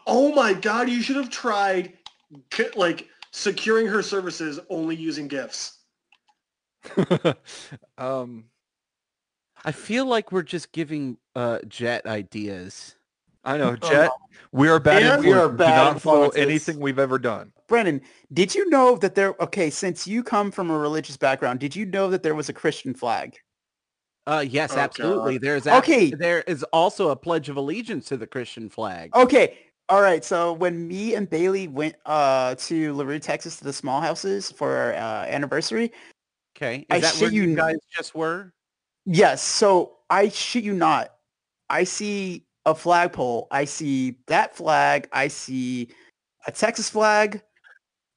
S3: Oh my God, you should have tried c- like securing her services only using gifts.
S5: um,
S4: I feel like we're just giving uh Jet ideas.
S5: I know, Jet. We are bad.
S3: And
S5: influences.
S6: we are
S5: Do
S6: bad
S5: not follow
S6: influences.
S5: anything we've ever done.
S6: Brennan, did you know that there? Okay, since you come from a religious background, did you know that there was a Christian flag?
S4: Uh yes,
S3: Oh,
S4: absolutely. There's
S6: Okay.
S4: there is also a pledge of allegiance to the Christian flag.
S6: Okay, all right. So when me and Bailey went uh, to LaRue, Texas, to the small houses for our uh, anniversary,
S4: Okay. Is
S6: I
S4: that
S6: shit
S4: where you,
S6: you not.
S4: guys just were?
S6: yes. So I shit you not, I see a flagpole. I see that flag. I see a Texas flag,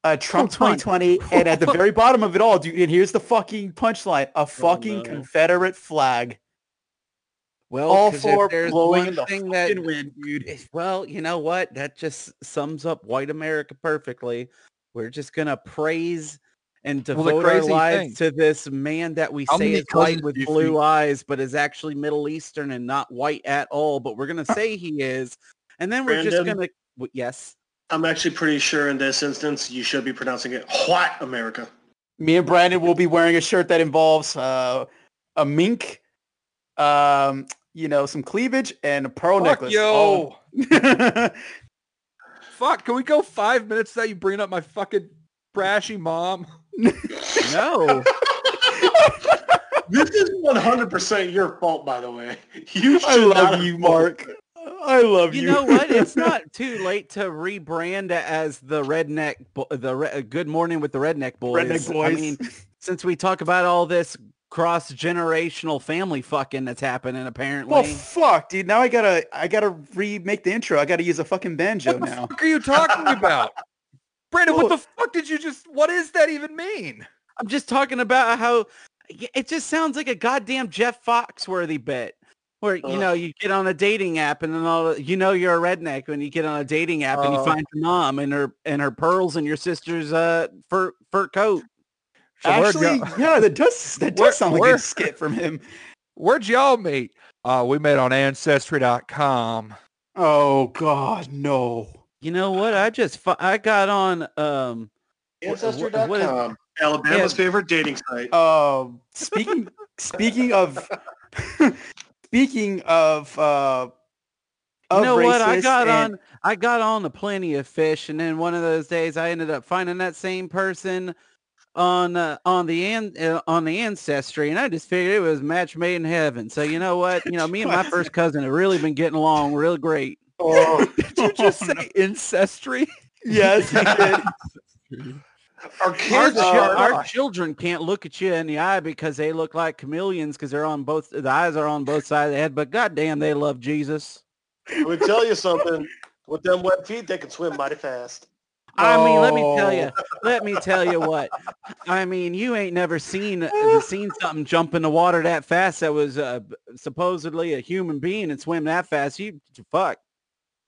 S6: a Trump
S4: Hold on.
S6: 2020, and at the very bottom of it all, dude. And here's the fucking punchline: a fucking
S3: no.
S6: Confederate flag.
S4: Well,
S6: all
S4: 'cause if
S6: for
S4: there's
S6: blowing
S4: one
S6: the
S4: thing that
S6: fucking wind, dude.
S4: It's- Well, you know what? That just sums up white America perfectly. We're just gonna praise and
S5: Well,
S4: devote
S5: the
S4: our
S5: crazy
S4: lives to this man that we
S7: How
S4: say
S7: many
S4: is white
S7: colors
S4: with
S7: do you
S4: blue
S7: think-
S4: eyes, but is actually Middle Eastern and not white at all. But we're
S6: <laughs>
S4: gonna say he is, and then we're just
S3: Brandon?
S4: gonna w-
S6: <laughs>
S4: yes.
S3: I'm actually pretty sure in this instance you should be pronouncing it what America.
S6: Me and Brandon will be wearing a shirt that involves uh, a mink, um, you know, some cleavage, and a pearl necklace.
S5: yo.
S6: <laughs> Oh.
S5: Fuck, can we go five minutes that you bring up my fucking brashy mom?
S4: No,
S3: This is 100% your fault, by the way. You should
S6: I
S3: not
S6: love
S3: have-
S6: you, Mark. I love you.
S4: you know what? It's not too late to rebrand as the redneck, bo- the re- Good uh, Morning with the Redneck Boys.
S6: <laughs> redneck
S4: I
S6: boys.
S4: mean, since we talk about all this cross generational family fucking that's happening apparently.
S6: Well, fuck, dude. Now I gotta, I gotta remake the intro. I gotta use a fucking banjo
S5: What the
S6: now.
S5: fuck are you talking about? <laughs> Brandon, what the fuck did you just, what does that even mean?
S4: I'm just talking about how y- it just sounds like a goddamn Jeff Foxworthy bit. Where you
S3: Ugh.
S4: know you get on a dating app and then all you know you're a redneck when you get on a dating app and you
S5: Oh.
S4: find your mom and her and her pearls and your sister's uh fur fur coat.
S5: So where'd
S6: Actually,
S5: y'all-
S6: yeah, that does, that does
S5: Where-
S6: sound like
S5: where-
S6: a skit from him.
S5: where'd y'all meet? Uh, we met on Ancestry.com.
S6: Oh God, no.
S4: You know what? I just fu- I got on um
S3: Ancestry.com.
S4: what is-
S3: Alabama's
S4: Yeah.
S3: favorite dating site.
S6: Um, speaking, speaking of, <laughs> speaking of, uh,
S4: you
S6: of
S4: know what? I
S6: racist
S4: got
S6: and-
S4: on I got on the plenty of fish and then one of those days I ended up finding that same person on uh, on the an, uh, on the ancestry and I just figured it was a match made in heaven. So you know what? You know, me
S6: <laughs>
S4: and my first cousin have really been getting along real great.
S6: Oh,
S5: Did you just say Ancestry?
S6: yes, he did.
S4: <laughs>
S3: Our
S4: Our,
S3: kids
S4: chil-
S3: are
S4: our children can't look at you in the eye because they look like chameleons because they're on both the eyes are on both sides of the head, but goddamn they love Jesus.
S3: I would tell you something. With them wet feet, they can swim mighty fast.
S4: I mean, let me tell
S6: Oh. <laughs>
S4: you, let me tell you what. I mean, you ain't never seen
S6: <laughs>
S4: seen something jump in the water that fast that was uh, supposedly a human being and swim that fast. You fuck.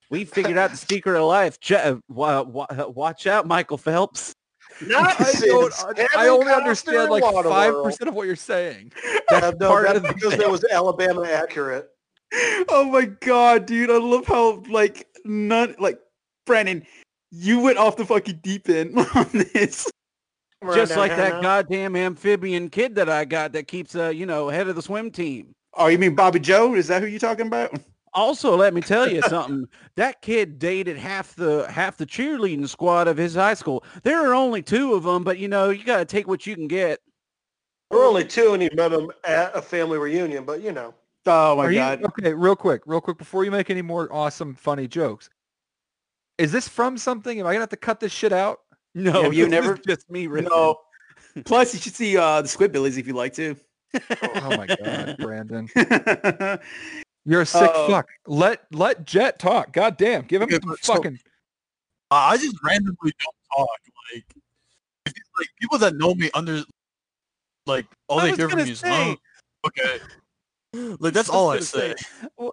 S4: We figured
S6: <laughs>
S4: out the secret of life. Ju- uh, wa- wa- uh, watch out, Michael Phelps.
S5: <laughs>
S3: Not
S5: I, don't,
S3: since
S5: I- I
S3: having
S5: only
S3: Costner
S5: understand
S3: and
S5: like
S3: Waterworld.
S5: 5% of what you're saying.
S3: Uh, no,
S4: part
S3: that's
S4: of the
S3: because that was Alabama
S5: <laughs>
S3: accurate.
S6: Oh my god, dude! I love how like none like Brandon, you went off the fucking deep end <laughs> on this.
S4: Just like that goddamn amphibian kid that I got that keeps, uh, you know, head of the swim team.
S6: Oh, you mean Bobby Joe? Is that who you're talking about?
S4: Also, let me tell
S6: <laughs>
S4: you something. That kid dated half the half the cheerleading squad of his high school. There are only two of them, but you know, you got to take what you can get.
S3: There were only two, and he met him at a family reunion. But you know,
S6: Oh my
S5: Are
S4: <laughs>
S5: you-
S6: god!
S5: okay, real quick, real quick, before you make any more awesome, funny jokes. Is this from something? Am I going to have to cut this shit out?
S4: No,
S6: Have you
S4: this is <laughs>
S6: never-
S4: just me. riffing.
S6: no. Plus, you should see uh, the Squidbillies if you like to. <laughs>
S5: Oh my God, Brandon.
S6: Dude,
S5: You're a sick
S6: Uh,
S5: fuck. Let let Jet talk. God damn. Give him
S7: Okay,
S5: some
S7: so-
S5: fucking
S7: I I just randomly don't talk. Like, if, like people that know me under, like all
S4: I
S7: they
S4: was
S7: hear from
S4: gonna
S7: me is
S4: say-
S7: "Huh? okay.
S4: <laughs>
S7: Like that's all I
S4: was gonna
S7: say.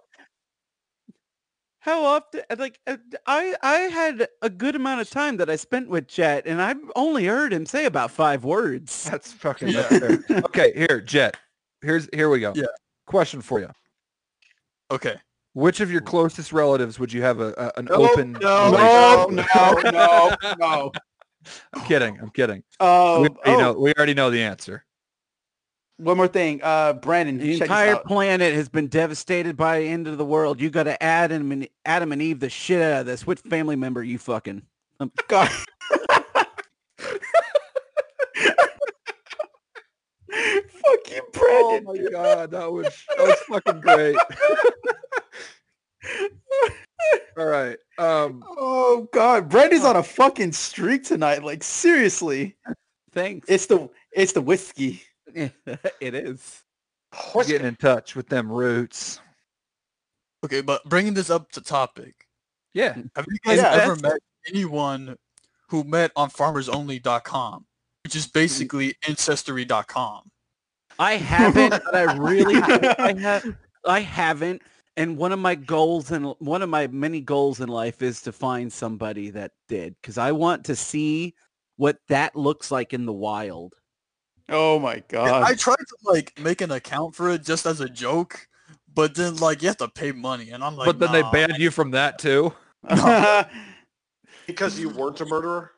S4: How often? Like, uh, I I had a good amount of time that I spent with Jet, and I've only heard him say about five words.
S5: That's fucking
S7: Yeah.
S5: that's fair. Okay, here, Jet. Here's here we go.
S7: Yeah.
S5: Question for you.
S7: Okay.
S5: Which of your closest relatives would you have a, a- an
S3: Nope,
S5: open
S3: no,
S5: relationship
S3: no,
S5: with?
S6: no, no,
S4: <laughs>
S6: no.
S5: I'm kidding. I'm kidding.
S6: Um,
S5: we,
S6: oh,
S5: already know, we already know the answer.
S6: one more thing, uh, Brandon.
S4: The
S6: check this
S4: entire
S6: out.
S4: planet has been devastated by the end of the world. You got to Adam and Adam and Eve the shit out of this. Which family member you
S6: <laughs>
S4: fucking?
S6: God. <laughs> Fuck you,
S5: Oh
S6: Brandon.
S5: my <laughs> god, that was that was fucking great. <laughs> All right. Um
S6: Oh God, Brandon's on a fucking streak tonight. Like seriously,
S4: Thanks.
S6: it's the it's the whiskey.
S4: it is.
S5: getting in touch with them roots.
S7: Okay, but bringing this up to topic,
S5: Yeah.
S7: have you guys
S6: Yeah,
S7: ever
S6: that's-
S7: met anyone who met on FarmersOnly.com, which is
S4: Mm-hmm.
S7: basically Ancestry.com?
S4: I haven't, but I really,
S6: <laughs>
S4: I, ha- I haven't. And one of my goals and one of my many goals in life is to find somebody that did, because I want to see what that looks like in the wild.
S6: Oh my
S7: Yeah,
S6: God.
S7: I tried to like make an account for it just as a joke, but then like you have to pay money, and I'm like,
S5: but then they
S7: "Nah."
S5: banned you from that too.
S3: <laughs>
S6: <laughs>
S3: because you weren't a murderer.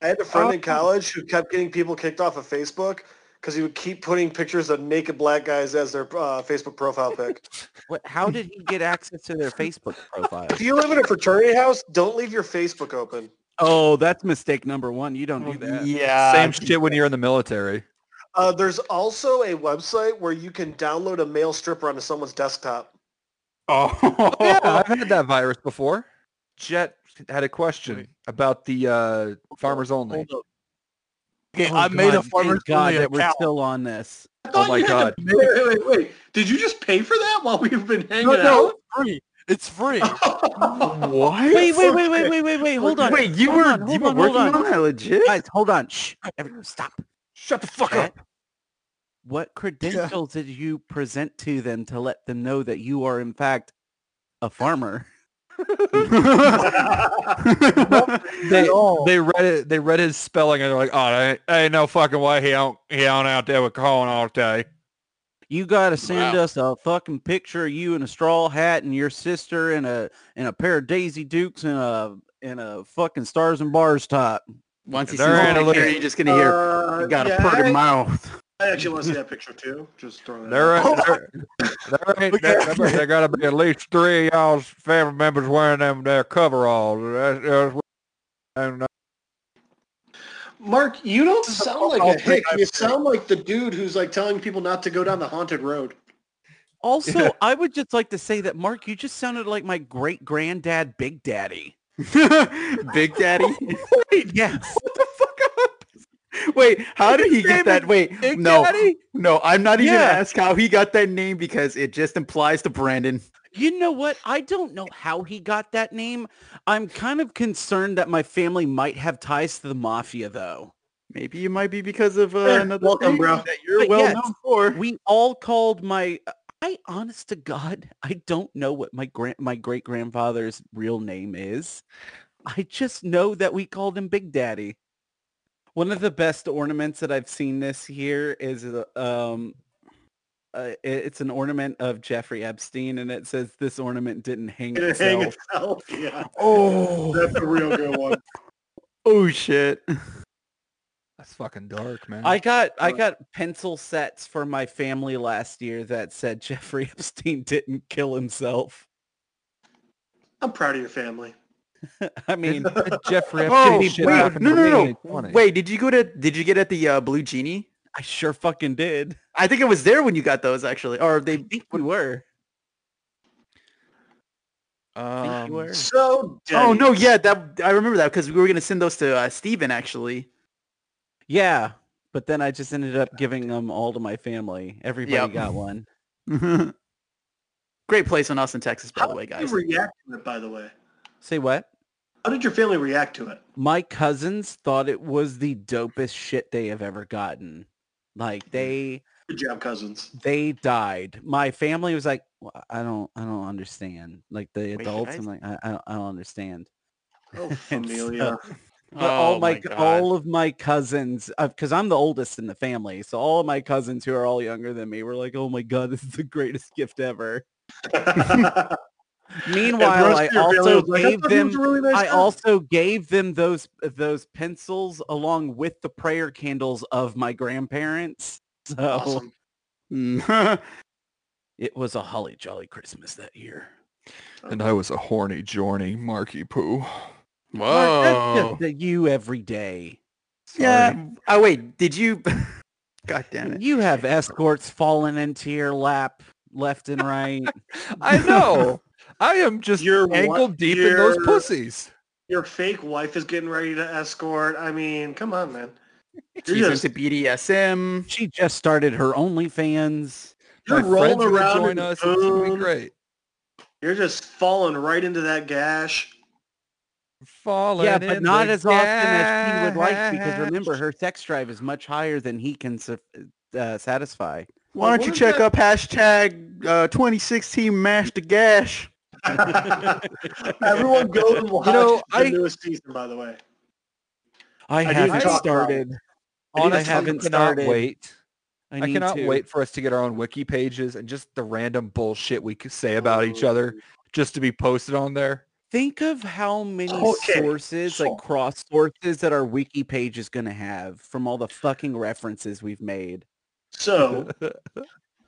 S3: I had a friend
S5: Um,
S3: in college who kept getting people kicked off of Facebook because he would keep putting pictures of naked black guys as their uh, Facebook profile
S5: <laughs>
S3: pic.
S4: What? How did he get access to
S6: <laughs>
S4: their Facebook profile?
S3: if you live in a fraternity house, don't leave your Facebook open.
S4: Oh, that's mistake number one. You
S6: Oh,
S4: don't do that.
S6: yeah. <laughs>
S5: Same shit when you're in the military.
S3: Uh, there's also a website where you can download a male stripper onto someone's desktop.
S6: Oh.
S5: Yeah, <laughs> I've had that virus before. Jet had a question about the uh, farmers only.
S3: Hold up.
S7: Okay,
S4: Oh,
S7: I made a
S4: God,
S7: farmer's
S4: thank God
S7: only
S4: that we're
S7: account.
S4: still on this.
S3: I
S2: Oh
S3: thought
S2: my
S3: you had
S2: god.
S3: to- Wait, wait, wait, wait. Did you just pay for that while we've been hanging
S7: No, no,
S3: out?
S7: it's free. It's free.
S4: <laughs>
S6: What?
S4: Wait, wait, wait, wait, wait, wait, wait. Hold on.
S6: Wait, you
S4: Hold
S6: were
S4: on,
S6: you
S4: hold
S6: were
S4: on, hold
S6: working
S4: on.
S6: on, that legit?
S4: Guys, hold on. Shh. Everyone, stop.
S6: Shut the fuck
S4: That- What credentials did you present to them to let them know that you are in fact a farmer?
S3: <laughs>
S5: They, they read it. They read his spelling and they're like, "Oh, ain't no fucking way he don't he don't out there with corn all day."
S4: You gotta send us a fucking picture of you in a straw hat and your sister in a in a pair of Daisy Dukes and a and a fucking stars and bars top.
S6: Once he sees
S5: They're
S6: the
S5: analytic.
S6: picture, you're just gonna hear,
S3: Uh,
S6: "You got a
S3: yeah,
S6: pretty
S3: I,
S6: mouth."
S3: I actually want to see that picture too. Just throwing that.
S5: There,
S3: out.
S5: ain't- there, there, ain't- there, there, there gotta be at least three of y'all's family members wearing them their coveralls. That's- that's what- and, uh,
S3: Mark, you don't sound like
S7: I'll
S3: a hick.
S7: take-
S3: You sound like the dude who's like telling people not to go down the haunted road.
S4: Also, I would just like to say that Mark, you just sounded like my great granddad Big Daddy.
S6: <laughs>
S4: <laughs>
S6: Big Daddy.
S4: Yes.
S6: <laughs> Wait, how did he get that? Wait,
S4: Big
S6: no,
S4: Daddy?
S6: no, I'm not even
S4: Yeah.
S6: gonna ask how he got that name because it just implies to Brandon.
S4: You know what? I don't know how he got that name. I'm kind of concerned that my family might have ties to the mafia though.
S6: Maybe it might be because of uh,
S3: Eh,
S6: another
S3: welcome,
S6: thing
S3: bro.
S6: that you're
S4: But
S6: well
S4: yes.
S6: known for.
S4: We all called my uh, I honest to God, <laughs> I don't know what my grand my great grandfather's real name is. I just know that we called him Big Daddy. One of the best ornaments that I've seen this year is uh, um uh, it- it's an ornament of Jeffrey Epstein and it says this ornament didn't hang
S3: Gonna hang
S4: itself.
S3: itself. <laughs> Yeah,
S6: Oh,
S3: that's a real good one.
S6: oh shit.
S5: that's fucking dark, man.
S4: I got I
S3: Right.
S4: got pencil sets for my family last year that said <laughs> Jeffrey Epstein didn't kill himself.
S3: I'm proud of your family.
S4: I
S6: <laughs>
S4: mean,
S5: That Jeffrey
S6: Oh,
S5: Epstein shit
S6: wait,
S5: happened
S6: no,
S5: to me
S6: no,
S5: in
S6: no.
S5: 20.
S6: Wait, did you go to? Did you get at the uh, Blue Genie?
S4: I sure fucking did.
S6: I think it was there when you got those actually, or
S4: I
S6: they.
S4: think we were. I think we
S6: Um,
S4: were.
S3: So Denny,
S6: oh no, yeah, that I remember that because we were gonna send those to uh, Steven actually. <laughs>
S4: Yeah, but then I just ended up giving them all to my family. Everybody
S6: Yep.
S4: got one.
S6: Great place in Austin, Texas, by
S3: How
S6: the way,
S3: did you
S6: guys.
S3: react to it? By the way,
S4: Say what?
S3: how did your family react to it?
S4: my cousins thought it was the dopest shit they have ever gotten. Like
S3: Hmm.
S4: they
S3: Good job,
S6: <laughs>
S3: cousins.
S4: they died. My family was like, "Wha- I don't I don't understand. Like the
S6: Wait, did
S4: adults,
S6: I-
S4: I'm like, I, I, don't, I don't understand.
S3: Oh,
S4: And
S6: uh,
S3: familia.
S4: But
S3: Oh
S4: all Oh my, c- all of my cousins, because I'm the oldest in the family, so all of my cousins who are all younger than me were like, "Oh my god, this is the greatest
S3: <laughs>
S4: gift ever."
S3: And the
S4: Meanwhile,
S3: rest
S4: I
S3: of your family
S4: also
S3: was like,
S4: gave
S3: thought he
S4: them
S3: was a really nice
S4: I
S3: guy."
S4: also gave them those those pencils along with the prayer candles of my grandparents. <laughs> So
S3: Awesome.
S6: Mm. <laughs>
S4: it was a holly jolly Christmas that year.
S2: And I was a horny jorny Marky Poo.
S4: Mark, that's
S6: Whoa.
S5: Oh.
S4: just the you every day.
S6: Yeah. Oh wait, did you? <laughs> God damn it.
S4: You have escorts falling into your lap left and right.
S5: <laughs> I know. I am just
S3: You're what-
S5: ankle deep in those
S3: you're-
S5: pussies.
S3: Your fake wife is getting ready to escort. I mean, come on, man. You're
S6: She's
S3: just-
S6: into
S4: <laughs>
S6: BDSM.
S4: she just started her OnlyFans.
S3: You're
S5: My
S3: rolling
S5: friends are gonna
S3: around in
S5: join us. It's gonna be
S3: food.
S5: great.
S3: You're just falling right into that gash. <laughs>
S5: Falling
S4: yeah, but
S5: in
S4: not
S5: the
S4: as often as she would like because
S5: gash.
S4: remember her sex drive is much higher than he can suf- uh, satisfy.
S6: Why don't
S3: what
S6: you
S3: is
S6: check
S3: that?
S6: up hashtag uh, 2016 Mash the Gash?
S3: Everyone
S5: <laughs>
S3: go and watch
S5: know,
S3: the
S5: I-
S3: newest season, by the way.
S4: I,
S3: didn't
S4: haven't
S3: talk about it.
S4: started.
S5: Honestly,
S4: I haven't
S5: cannot
S4: started.
S5: wait.
S4: I,
S5: I,
S4: need
S5: cannot
S4: to.
S5: wait for us to get our own wiki pages and just the random bullshit we could say about each other just to be posted on there.
S4: Think of how many
S3: Okay,
S4: sources,
S3: so-
S4: like cross sources, that our wiki page is going to have from all the fucking references we've made.
S3: So,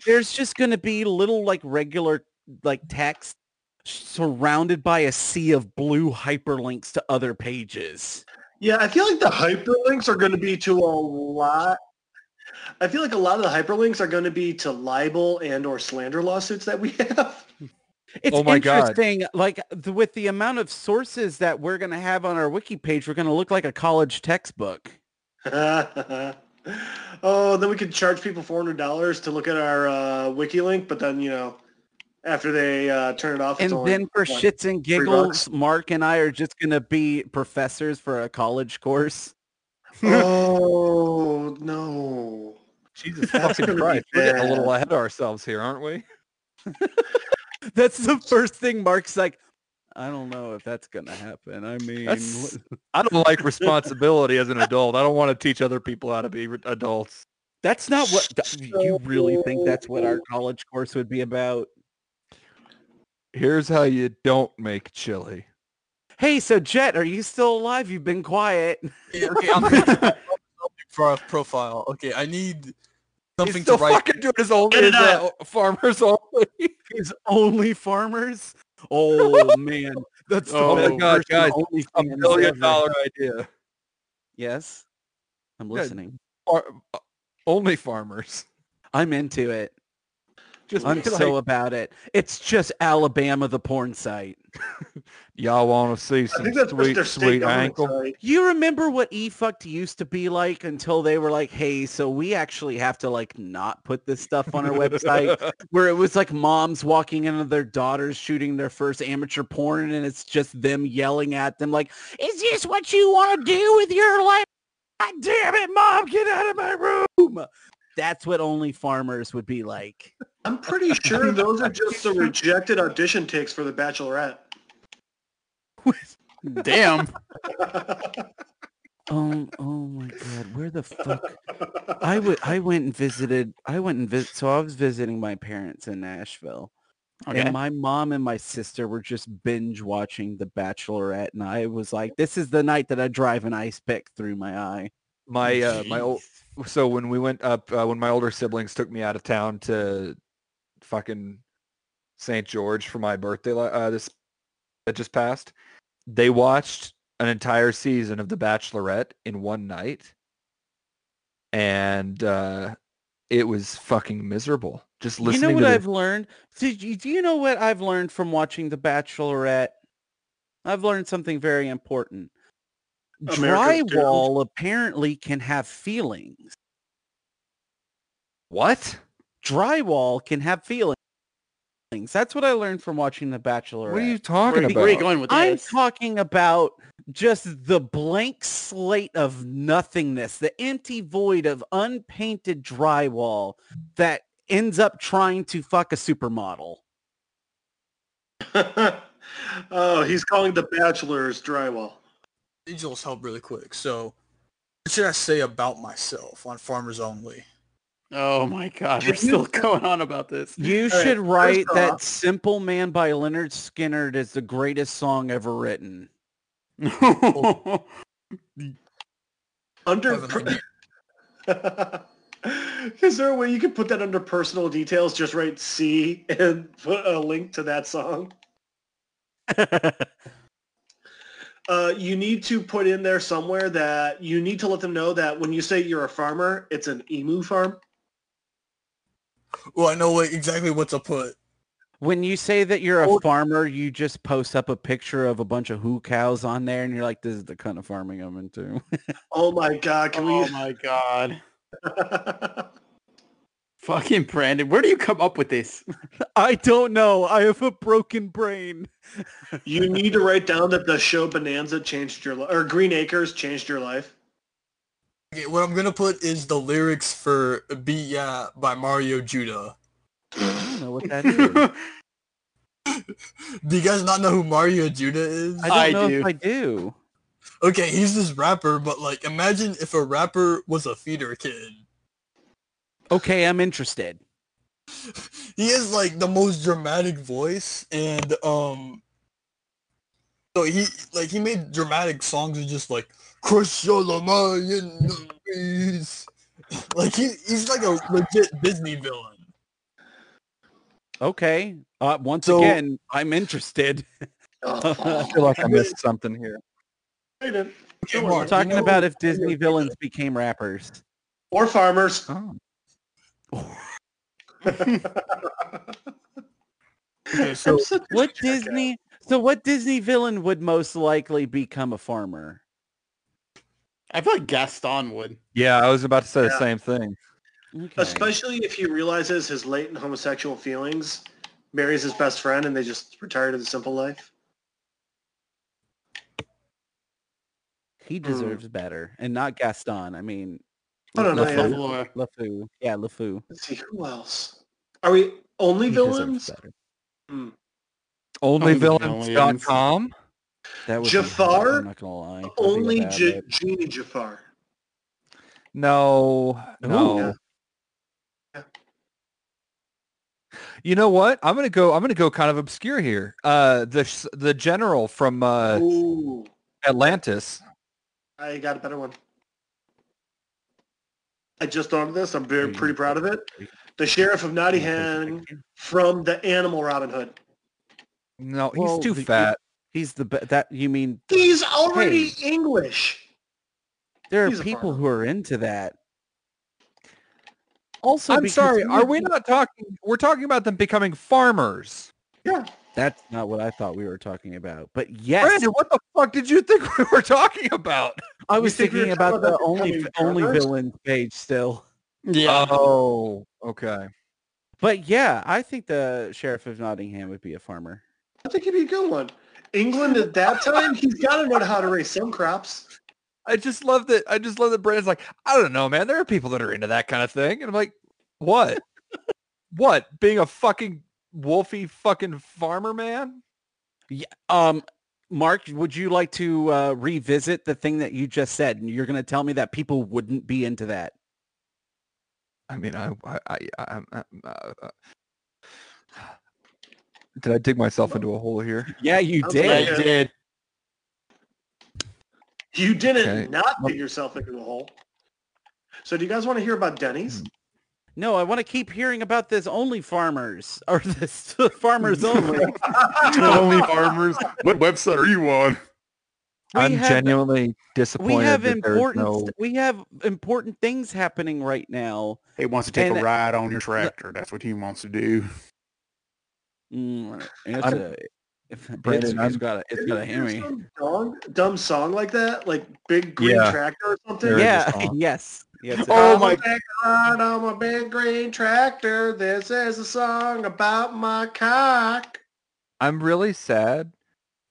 S4: There's just going to be little like regular like text surrounded by a sea of blue hyperlinks to other pages.
S3: yeah, I feel like the hyperlinks are going to be to a lot. I feel like a lot of the hyperlinks are going to be to libel and or slander lawsuits that we <laughs> have.
S4: It's
S5: Oh my God.
S4: interesting. Like the, with the amount of sources that we're going to have on our wiki page, we're going to look like a college textbook.
S3: <laughs> oh, then we could charge people four hundred dollars to look at our uh, wiki link, but then you know, after they uh, turn it off, it's
S4: And
S3: only
S4: then for
S3: like-
S4: shits and
S3: bucks.
S4: giggles, Mark and I are just going to be professors for a college course.
S3: <laughs> Oh no!
S5: Jesus fucking
S3: gonna be
S5: Christ. We're getting a
S3: bad.
S5: little ahead of ourselves here, aren't we?
S4: That's the first thing Mark's like, I don't know if that's going to happen. I mean,
S5: That's- I don't like responsibility as an adult. I don't want to teach other people how to be re- adults.
S4: That's not what you really think that's what our college course would be about.
S5: Here's how you don't make chili.
S4: Hey, so Jet, are you still alive? You've been quiet. <laughs>
S7: Yeah, okay, I'm
S5: <laughs>
S7: making <laughs> a selfie profile. Okay, I need
S5: He's
S7: something
S5: still
S7: to write.
S5: fucking doing his old
S3: Get it
S5: his, uh, farmers only.
S4: He's only farmers. Oh man, that's the
S5: Oh my
S4: best
S5: God,
S4: first and
S5: guys,
S4: only
S5: A
S4: fans
S5: million
S4: ever.
S5: dollar idea.
S4: Yes, I'm
S5: Yeah.
S4: listening.
S5: Far- uh, only farmers. <laughs>
S4: I'm into it.
S5: Just
S4: I'm
S5: be like,
S4: so about it. It's just Alabama, the porn site.
S5: y'all want to see
S3: I
S5: some
S3: think that's what
S5: sweet,
S3: their state
S5: sweet
S3: government
S5: ankle?
S3: site.
S4: You remember what eFucked used to be like until they were like, hey, so we actually have to like not put this stuff <laughs> on our website.
S3: <laughs>
S4: where it was like moms walking into their daughters shooting their first amateur porn and it's just them yelling at them like, is this what you want to do with your life? God damn it, mom, get out of my room. That's what only farmers would be like.
S3: I'm pretty
S5: <laughs>
S3: sure those are just the rejected audition takes for The Bachelorette. <laughs>
S6: Damn.
S4: Um, oh my God, where the fuck? I would, I went and visited, I went and visit, so I was visiting my parents in Nashville.
S6: Okay.
S4: And my mom and my sister were just binge watching The Bachelorette. And I was like, this is the night that I drive an ice pick through my eye.
S5: my
S4: Oh,
S5: uh, my old so when we went up uh, when my older siblings took me out of town to fucking St. George for my birthday la- uh, this that just passed, they watched an entire season of The Bachelorette in one night, and uh, it was fucking miserable. Just
S4: You
S5: listening
S4: know what
S5: to the-
S4: I've learned? Did you, do you know what I've learned from watching The Bachelorette? I've learned something very important.
S3: America's doomed.
S4: Drywall apparently can have feelings.
S5: what?
S4: Drywall can have feelings. That's what I learned from watching The Bachelorette.
S5: What are you
S6: Where,
S5: talking
S6: you- where you
S5: about?
S6: going with
S4: I'm
S6: this?
S4: talking about just the blank slate of nothingness, the empty void of unpainted drywall that ends up trying to fuck a supermodel.
S3: oh, he's calling The Bachelor's drywall.
S7: Angel's help really quick. So, what should I say about myself on Farmers Only?
S6: oh my god, we're
S3: Can you-
S6: still going on about this.
S4: <laughs> You
S3: All right,
S4: should write
S3: first
S4: that
S3: off-
S4: Simple Man by Leonard Skinner is the greatest song ever
S6: <laughs>
S4: written.
S3: Under.
S7: Have an idea.
S3: <laughs> Is there a way you could put that under personal details? Just write C and put a link to that song. Uh, you need to put in there somewhere that you need to let them know that when you say you're a farmer, it's an emu farm.
S7: Well, I know what, exactly what to put.
S4: When you say that you're a farmer, you just post up a picture of a bunch of who cows on there and you're like, this is the kind of farming I'm into.
S3: Oh my god! Can
S6: oh
S3: we?
S6: my god.
S3: I
S6: Fucking Brandon, where do you come up with this?
S4: <laughs> I don't know. I have a broken brain.
S3: <laughs> You need to write down that the show Bonanza changed your life, or Green Acres changed your life.
S7: Okay, what I'm gonna put is the lyrics for "Be Yeah" by Mario Judah.
S4: I don't know what that <laughs> is.
S6: I
S7: Do you guys not know who Mario Judah is?
S4: I don't
S6: I
S4: know
S6: do.
S4: if I do.
S7: Okay, he's this rapper, but like, imagine if a rapper was a feeder kid.
S4: Okay, I'm interested.
S7: He has like the most dramatic voice, and um, so he like he made dramatic songs and just like crush your Lamarian knees." <laughs> Like he he's like a legit Disney villain.
S4: Okay. Uh, once
S7: So-
S4: again, I'm interested.
S5: <laughs>
S3: <laughs>
S5: I feel like I missed something here.
S3: Hey, then.
S7: Okay,
S3: Sure,
S7: Mark,
S3: we're
S7: you
S4: Talking
S7: know-
S4: about if Disney villains became rappers.
S3: Or farmers.
S5: Oh.
S3: <laughs>
S7: Okay, so
S4: What
S3: Check out.
S4: Disney? So what Disney villain would most likely become a farmer?
S6: I feel like Gaston would.
S5: Yeah, I was about to say
S3: Yeah.
S5: the same thing.
S4: Okay.
S3: Especially if he realizes his latent homosexual feelings, marries his best friend, and they just retire to the simple life.
S4: he deserves better, and not Gaston. I mean,
S3: I don't know.
S4: Lefou.
S3: yeah.
S6: Lafleur.
S4: LeFou. Yeah, LeFou.
S3: Let's see who else. Are we only
S4: He deserves
S3: villains?
S4: better.
S3: Hmm.
S5: Only
S6: Only
S5: Onlyvillains.com.
S4: That would be
S3: Jafar?
S4: hard, I'm not gonna lie. That'd be a
S3: Only
S4: bad
S3: J-
S4: rip.
S3: Genie Jafar.
S5: No, no.
S3: Yeah. Yeah.
S5: You know what? I'm gonna go. I'm gonna go kind of obscure here. Uh, the s- the general from uh,
S3: Ooh,
S5: Atlantis.
S3: I got a better one. I just thought of this. I'm very pretty proud of it. The sheriff of Nottingham from the animal Robin Hood.
S5: No, he's
S4: Well,
S5: too
S4: the-
S5: fat.
S4: He's the be- that you mean
S3: He's already English.
S4: there are
S3: He's a
S4: people
S3: farmer.
S4: who are into that. Also,
S5: I'm
S4: because
S5: sorry.
S4: you
S5: Are
S4: would
S5: we
S4: be-
S5: not talking? We're talking about them becoming farmers.
S4: That's not what I thought we were talking about. But yes,
S5: Brandon, what the fuck did you think we were talking about?
S4: I
S3: You
S4: was
S3: think we were
S4: thinking
S3: talking
S4: about
S3: about
S4: the
S3: the
S4: only
S3: coming
S4: only
S3: brothers?
S4: villain page still.
S6: Yeah.
S5: Oh, okay.
S4: But yeah, I think the sheriff of Nottingham would be a farmer.
S3: I think he'd be a good one. England at
S4: <laughs>
S3: that time, he's got to know how to raise some crops.
S5: I just love that. I just love that Brandon's like, I don't know, man. There are people that are into that kind of thing, and I'm like, <laughs> what? what? Being a fucking wolfy fucking farmer man?
S4: Um, Mark, would you like to uh, revisit the thing that you just said? And you're going to tell me that people wouldn't be into that.
S5: I mean, I, I, I, I, I, I, I uh, <sighs> did I dig myself into a hole here?
S4: Yeah, you
S8: Oh,
S3: Sounds
S4: did.
S3: like
S6: I did.
S3: You didn't
S5: Okay.
S3: not dig yourself into a hole. So do you guys want to hear about Denny's?
S5: Mm,
S4: No, I want to keep hearing about this only farmers or this <laughs>
S8: <laughs>
S4: farmers only.
S8: Only farmers. What website are you on?
S4: We
S5: I'm
S4: have-
S5: genuinely
S4: we
S5: disappointed.
S4: have
S5: that there's
S4: important
S5: no-
S4: we have important things happening right now.
S8: He wants to take
S4: And-
S8: a ride on your tractor. That's what he wants to do.
S4: Mm, it's
S5: I'm-
S4: a, if,
S5: Brandon,
S4: it's, it's
S5: I'm-
S4: got a, it's
S3: Didn't
S4: got a
S3: you hear
S4: Henry.
S3: some dumb, dumb song like that, like Big Green
S5: Yeah.
S3: Tractor or something.
S5: There is a
S4: Yeah. <laughs>
S5: song.
S4: Yes. yes it
S8: Oh
S4: is.
S3: I'm
S8: my-
S3: a big rod, I'm a big green tractor. This is a song about my cock.
S5: I'm really sad.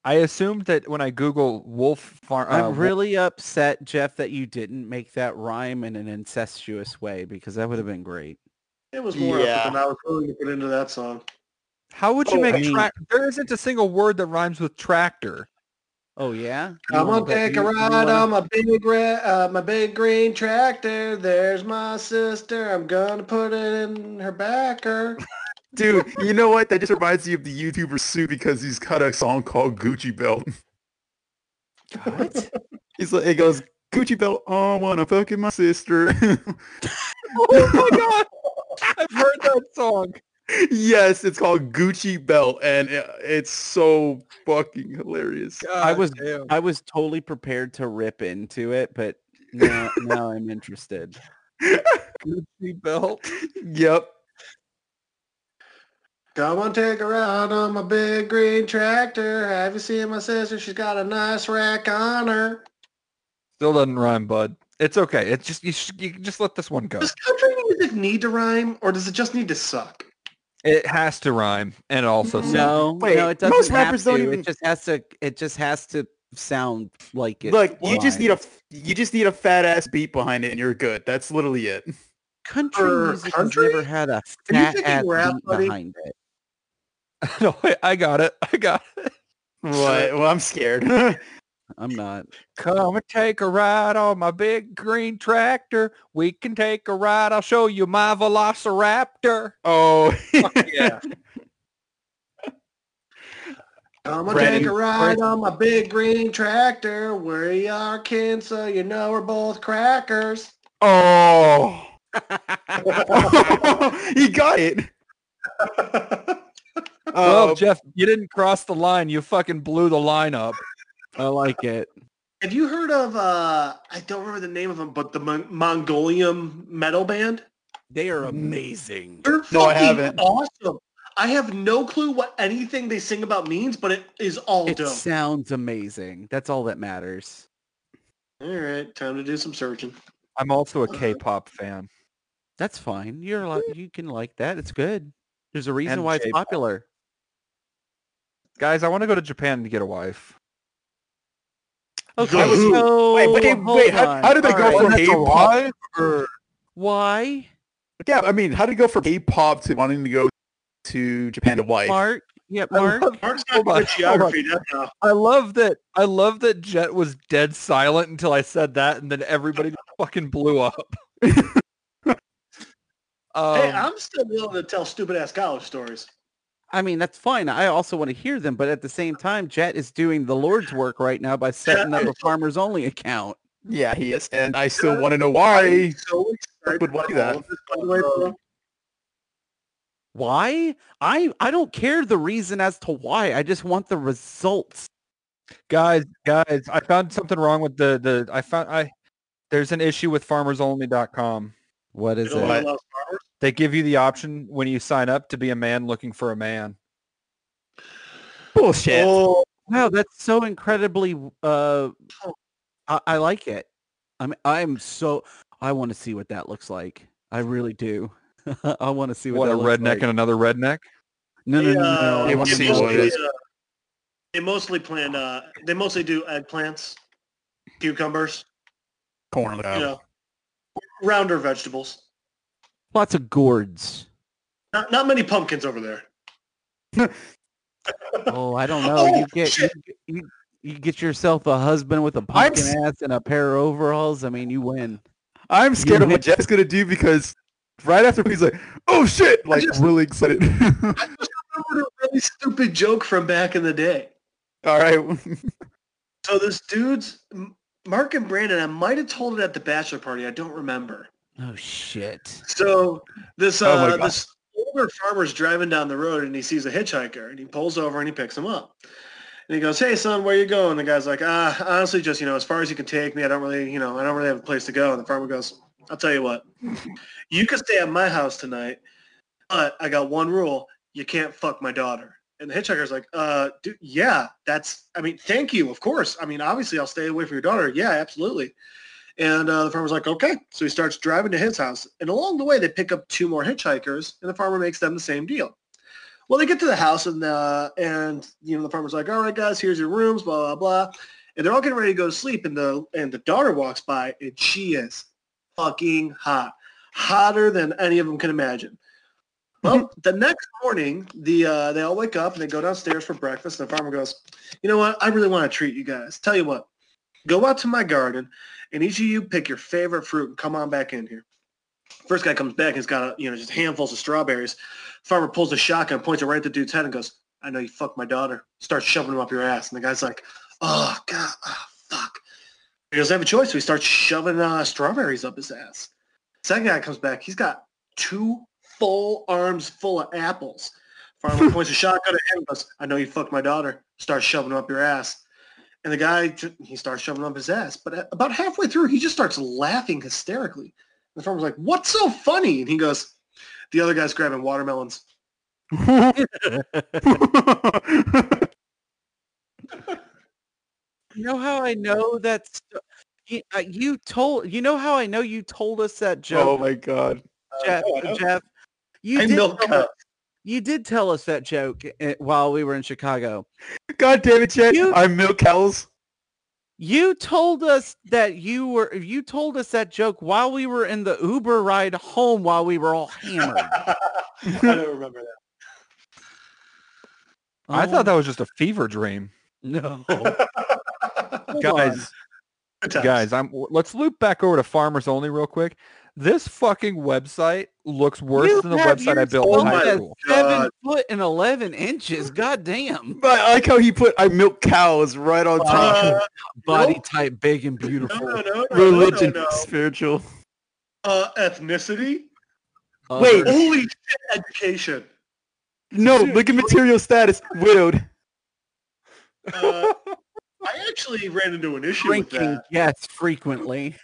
S5: I assumed that when I Google wolf farm, uh,
S4: I'm
S5: wolf-
S4: really upset, Jeff, that you didn't make that rhyme in an incestuous way because that would have been great.
S3: It was more
S6: Yeah.
S3: effort than I was willing to put into that song.
S5: How would you
S6: Oh, I
S5: make
S6: mean-
S5: track? There isn't a single word that rhymes with tractor.
S4: Oh yeah.
S3: I'm
S4: You
S3: gonna
S4: wanna-
S3: take
S4: you-
S3: a
S4: you
S3: ride
S4: wanna- <laughs>
S3: on my big red, uh, my big green tractor. There's my sister. I'm gonna put it in her backer.
S8: Dude, you know what? That just reminds me of the YouTuber Sue because he's got a song called Gucci Belt.
S5: What?
S8: <laughs> He's like, it goes, Gucci Belt, oh, wanna fucking my sister. <laughs>
S5: oh my god! I've heard that song.
S8: yes, it's called Gucci Belt, and it, it's so fucking hilarious.
S4: I was-
S5: God damn.
S4: I was totally prepared to rip into it, but now, now I'm
S8: <laughs>
S4: interested.
S5: Gucci belt.
S8: Yep.
S3: Come on, take a ride on my big green tractor. Have you seen my sister? She's got a nice rack on her.
S5: Still doesn't rhyme, bud. It's okay. It's just you, sh- you can just let this one go.
S3: Does country music need to rhyme, or does it just need to suck?
S5: It has to rhyme, and it also sounds-
S4: No,
S6: Wait,
S4: no, it doesn't
S6: most rappers
S4: have
S6: don't
S4: to.
S6: even-
S4: It just has to. It just has to sound like it.
S6: Look,
S8: you
S6: just
S4: rhymes.
S6: need a-
S8: You just need a fat ass beat behind it, and you're good. That's literally it.
S4: country
S3: for
S4: music
S3: country?
S4: has never had a
S3: you
S4: fat
S3: thinking
S4: ass
S3: rap,
S4: beat
S3: buddy?
S4: behind it.
S5: <laughs> no, wait, I got it. I got it.
S8: What? Well, I'm scared. <laughs> I
S4: I'm not.
S5: Come and take a ride on my big green tractor. We can take a ride. I'll show you my velociraptor.
S8: Oh,
S5: yeah.
S3: Come on,
S8: Brandon-
S3: take a ride on my big green tractor. We are kin, so you know we're both crackers.
S8: oh. <laughs> he got it.
S5: Well,
S4: Um,
S8: Uh,
S5: Jeff, you didn't cross the line. You fucking blew the line up.
S4: I like it.
S3: Have you heard of? uh I don't remember the name of them, but the Mon- Mongolian metal band.
S4: They are amazing.
S3: They're
S8: No, I
S3: fucking
S8: haven't.
S3: awesome. I have no clue what anything they sing about means, but it is all
S4: It
S3: dope.
S4: sounds amazing. That's all that matters.
S3: All right, time to do some searching.
S5: I'm also a K-pop fan.
S4: That's fine. You're allowed, you can like that. It's good. There's a reason
S5: And
S4: why it's
S5: J-pop.
S4: popular.
S5: Guys, I want to go to Japan to get a wife.
S4: Okay.
S3: Good.
S4: So
S6: Wait, wait,
S4: hold
S6: wait, how-
S4: on.
S8: How did they
S4: All
S8: go
S4: right.
S8: from
S7: That's a
S8: K-pop?
S7: lie, or
S4: why,
S8: Yeah, I mean, how did it go from K-pop to wanting to go to Japan to wife?
S4: Mark? Yeah,
S5: I
S4: Mark.
S5: love-
S3: Mark's
S5: Hold
S3: not good
S5: on,
S3: at geography. That's how.
S5: I love that. I love that Jet was dead silent until I said that, and then
S4: <laughs>
S5: everybody just fucking blew up. um,
S3: hey, I'm still willing to tell stupid ass college stories.
S4: I mean, that's fine. I also want to hear them, but at the same time, Jet is doing the Lord's work right now by setting up a farmers only account.
S8: Yeah, he is, and I still want to know why.
S3: so excited
S8: would want
S3: for
S8: that.
S3: all of this, by the way, bro.
S4: Why? I I don't care the reason as to why. I just want the results.
S5: guys, guys, I found something wrong with the the. I found I. There's an issue with FarmersOnly.com.
S4: What
S3: It
S4: is
S3: only
S4: it?
S3: allows farmers.
S5: They give you the option when you sign up to be a man looking for a man.
S8: Bullshit.
S3: Oh,
S4: Wow, that's so incredibly. Uh, I, I like it. I'm I'm so. I want to see what that looks like. I really do. <laughs> I want to see what,
S5: What a
S4: that looks
S5: redneck
S4: like.
S5: and another redneck.
S4: No, no,
S3: they,
S4: no, no.
S3: uh,
S4: no. I
S8: They
S4: wanna
S8: wanna
S3: they
S4: see
S8: what it
S3: mostly,
S8: is.
S3: uh, They mostly plant. Uh, they mostly do eggplants, cucumbers,
S8: Corn though.
S3: you know, rounder vegetables.
S4: lots of gourds.
S3: Not, not many pumpkins over there.
S4: Oh, I don't know.
S3: Oh,
S4: you get you,
S3: shit.
S4: you, you get yourself a husband with a pumpkin ass and a pair of overalls. I mean, you win.
S8: I'm scared of what Jeff's gonna do because right after he's like, "Oh shit!" Like
S3: just-
S8: really excited. <laughs>
S3: I just remembered a really stupid joke from back in the day.
S8: All right.
S3: So this dude's M- Mark and Brandon. I might have told it at the bachelor party. I don't remember.
S8: <laughs>
S4: Oh shit.
S3: So this
S8: Oh my
S3: uh,
S8: God.
S3: this older farmer's driving down the road and he sees a hitchhiker and he pulls over and he picks him up. And he goes, "Hey son, where you going?" The guy's like, "Ah, honestly, just you know, as far as you can take me. I don't really, you know, I don't really have a place to go." And the farmer goes, "I'll tell you what, you can stay at my house tonight, but I got one rule: you can't fuck my daughter." And the hitchhiker's like, "Uh, dude, yeah, that's. I mean, thank you, of course. I mean, obviously, I'll stay away from your daughter. Yeah, absolutely." And uh, the farmer's like, okay. So he starts driving to his house. And along the way, they pick up two more hitchhikers, and the farmer makes them the same deal. Well, they get to the house, and uh, and you know the farmer's like, all right, guys, here's your rooms, blah blah blah. And they're all getting ready to go to sleep, and the and the daughter walks by, and she is fucking hot, hotter than any of them can imagine. Well, the next morning, the uh, they all wake up and they go downstairs for breakfast. And the farmer goes, you know what? I really want to treat you guys. Tell you what, go out to my garden and each of you pick your favorite fruit and come on back in here. First guy comes back and he's got you know just handfuls of strawberries. Farmer pulls a shotgun, points it right at the dude's head, and goes, "I know you fucked my daughter." Starts shoving him up your ass, and the guy's like, "Oh god, oh, fuck." He doesn't have a choice, so he starts shoving uh, strawberries up his ass. Second guy comes back, he's got two full arms full of apples. Farmer points a shotgun at him, and goes, "I know you fucked my daughter." Starts shoving him up your ass. And the guy, ju- he starts shoving up his ass. But a- about halfway through, he just starts laughing hysterically. And the farmer's like, what's so funny? And he goes, the other guy's grabbing watermelons.
S4: You know how I know that's you, uh, you told. You know how I know you told us that
S8: oh
S4: joke,
S8: my god.
S4: Jeff.
S3: no, Oh, I don't.
S4: Jeff, you
S3: I
S4: did.
S3: milk
S4: Tell us,
S3: cow.
S4: you did tell us that joke uh, while we were in Chicago.
S8: God damn it, Chet.
S4: You-
S8: I'm Milk Hells.
S4: You told us that you were. You told us that joke while we were in the Uber ride home while we
S3: <laughs>
S4: were all hammered.
S3: I don't remember
S5: I thought
S4: Oh,
S5: that was just a fever dream.
S4: no. <laughs>
S3: that.
S4: Hold on.
S5: Guys, guys, I'm w- let's loop back over to Farmers Only real quick. This fucking website looks worse
S4: You
S5: than the
S4: have
S5: website I built
S4: yourself
S5: in high
S3: a-
S5: school.
S4: Seven
S3: God.
S4: foot and eleven inches. God damn.
S8: But I like how he put I milk cows right on top.
S3: Uh,
S4: Body
S3: Nope.
S4: type big and
S3: no,
S4: beautiful.
S3: no, no, no,
S8: <laughs> Religion,
S3: no, no, no.
S8: spiritual.
S3: Uh, ethnicity?
S4: Other-
S3: Holy shit, education.
S8: No, look at material status.
S3: <laughs>
S8: Widowed.
S3: Uh, I actually ran into an issue with
S4: drinking
S3: that.
S4: yes frequently.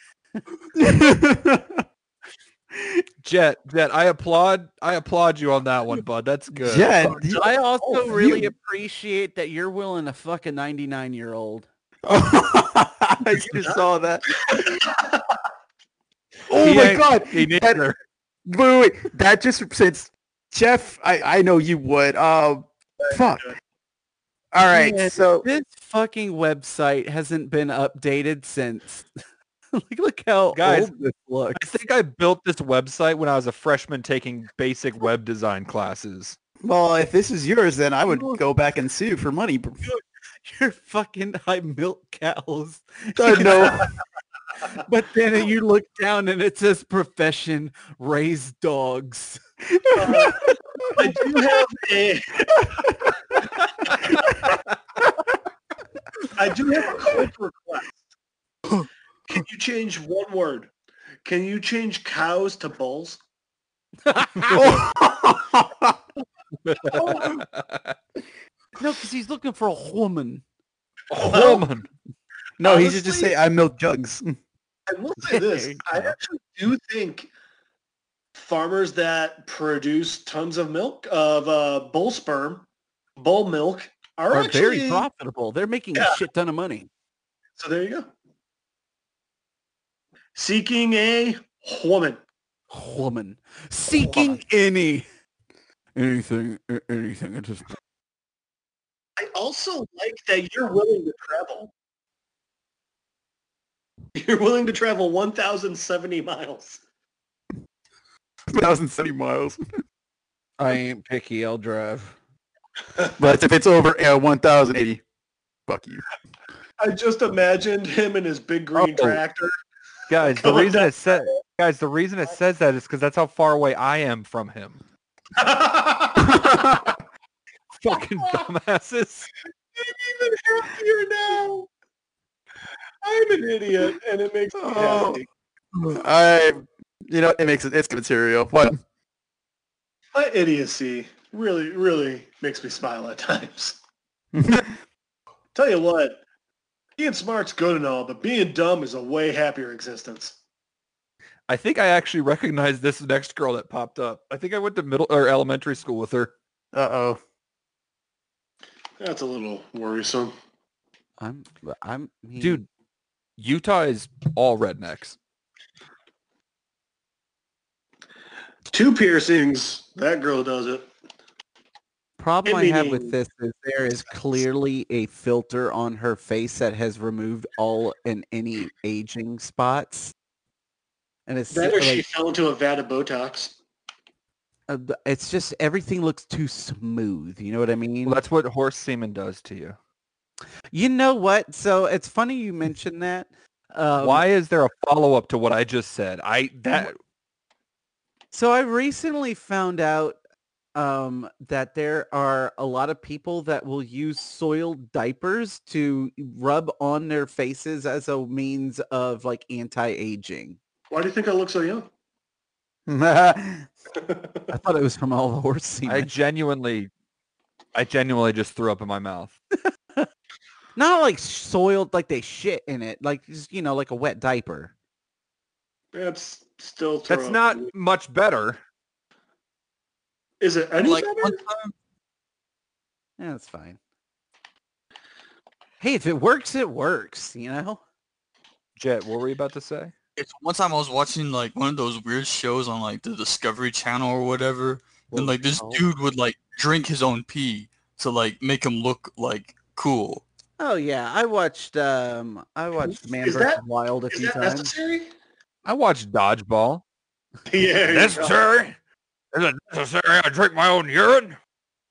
S5: Jet, Jet, I applaud I applaud you on that one,
S4: <laughs>
S5: bud. That's good.
S8: Jen,
S3: Oh, <laughs>
S8: you-
S4: I also
S8: you-
S4: really appreciate that you're willing to fuck a 99 year old.
S8: I just saw that. oh
S5: He
S8: my
S5: ain't-
S8: god!
S5: He needs
S8: That-
S5: her.
S8: Wait, wait, wait, that just since Jeff, I I know you would. Um, fuck. All right,
S4: Yeah.
S8: so
S4: This fucking website hasn't been updated since. <laughs> like, look how
S5: Guys,
S4: old
S6: oh,
S4: this
S5: I
S4: looks.
S5: think I built this website when I was a freshman taking basic web design classes.
S6: Well, if this is yours, then I would go back and sue for money. <laughs> bro.
S4: You're fucking high milk cows.
S8: I know.
S4: But then you look down and it says profession, raise dogs.
S3: I do have a. I do have a quick request. Can you change one word? Can you change cows to bulls? <laughs>
S4: No, because he's looking for a woman.
S5: Woman.
S6: No, he should just
S3: Honestly-
S6: say I milk jugs.
S3: I will say this: I actually do think farmers that produce tons of milk of uh, bull sperm, bull milk, are,
S4: Are
S3: actually
S4: very profitable. They're making a shit ton of money.
S3: So there you go. Seeking a woman.
S4: Woman. Seeking any. Anything, a- anything at
S6: <laughs>
S4: this point.
S3: I also like that you're willing to travel. You're willing to travel 1,070 miles.
S8: 1,070 miles.
S5: I ain't picky. I'll drive.
S8: But if it's over uh, 1,080, fuck you.
S3: I just imagined him in his big green
S5: Oh.
S3: tractor.
S5: Guys, the
S3: Come on,
S5: reason it says guys, the reason it says that is because that's how far away I am from
S3: <laughs>
S5: him. Fucking dumbasses.
S3: even happier now. I'm an idiot, and it makes me
S8: Oh.
S3: happy.
S8: I, you know, it makes it, it's good material. What?
S3: My idiocy really, really makes me smile at times. Tell you what, being smart's good and all, but being dumb is a way happier existence.
S5: I think I actually recognize this next girl that popped up. I think I went to middle or elementary school with her.
S8: Uh-oh.
S3: That's a little worrisome.
S4: I'm, I'm,
S5: Dude, Utah is all rednecks.
S3: Two piercings. That girl does it.
S4: problem I have with
S3: Meaning-
S4: this is there is clearly a filter on her face that has removed all and any aging spots. And it's
S3: That or she
S4: like,
S3: fell into a vat of Botox.
S4: uh, th- it's just everything looks too smooth. You know what I mean?
S5: Well, that's what horse semen does to you.
S4: You know what? So it's funny you mentioned that. Um,
S5: Why is there a follow up to what I just said? I that
S4: So I recently found out um, that there are a lot of people that will use soiled diapers to rub on their faces as a means of like anti-aging.
S3: Why do you think I look so young?
S4: <laughs> I thought it was from all the horse semen.
S5: <laughs> I genuinely, I genuinely just threw up in my mouth.
S4: Not like soiled, like they shit in it, like just, you know, like a wet diaper.
S3: That's still throw
S5: That's
S3: up.
S5: not much better.
S3: Is it any
S5: Like
S3: better?
S5: one time,
S4: Yeah, that's fine. Hey, if it works, it works. You know.
S5: Jet, what were you about to say?
S7: It's one time I was watching like one of those weird shows on like the Discovery Channel or whatever, and like this
S4: Oh.
S7: dude would like drink his own pee to like make him look like cool.
S4: Oh yeah, I watched. Um, I watched Man
S3: is
S4: vs.
S3: that-
S4: Wild a
S3: Is
S4: few
S3: that
S4: times.
S3: necessary? <laughs>
S5: I watched Dodgeball.
S3: Yeah. you know.
S5: Is it necessary? I drink my own urine.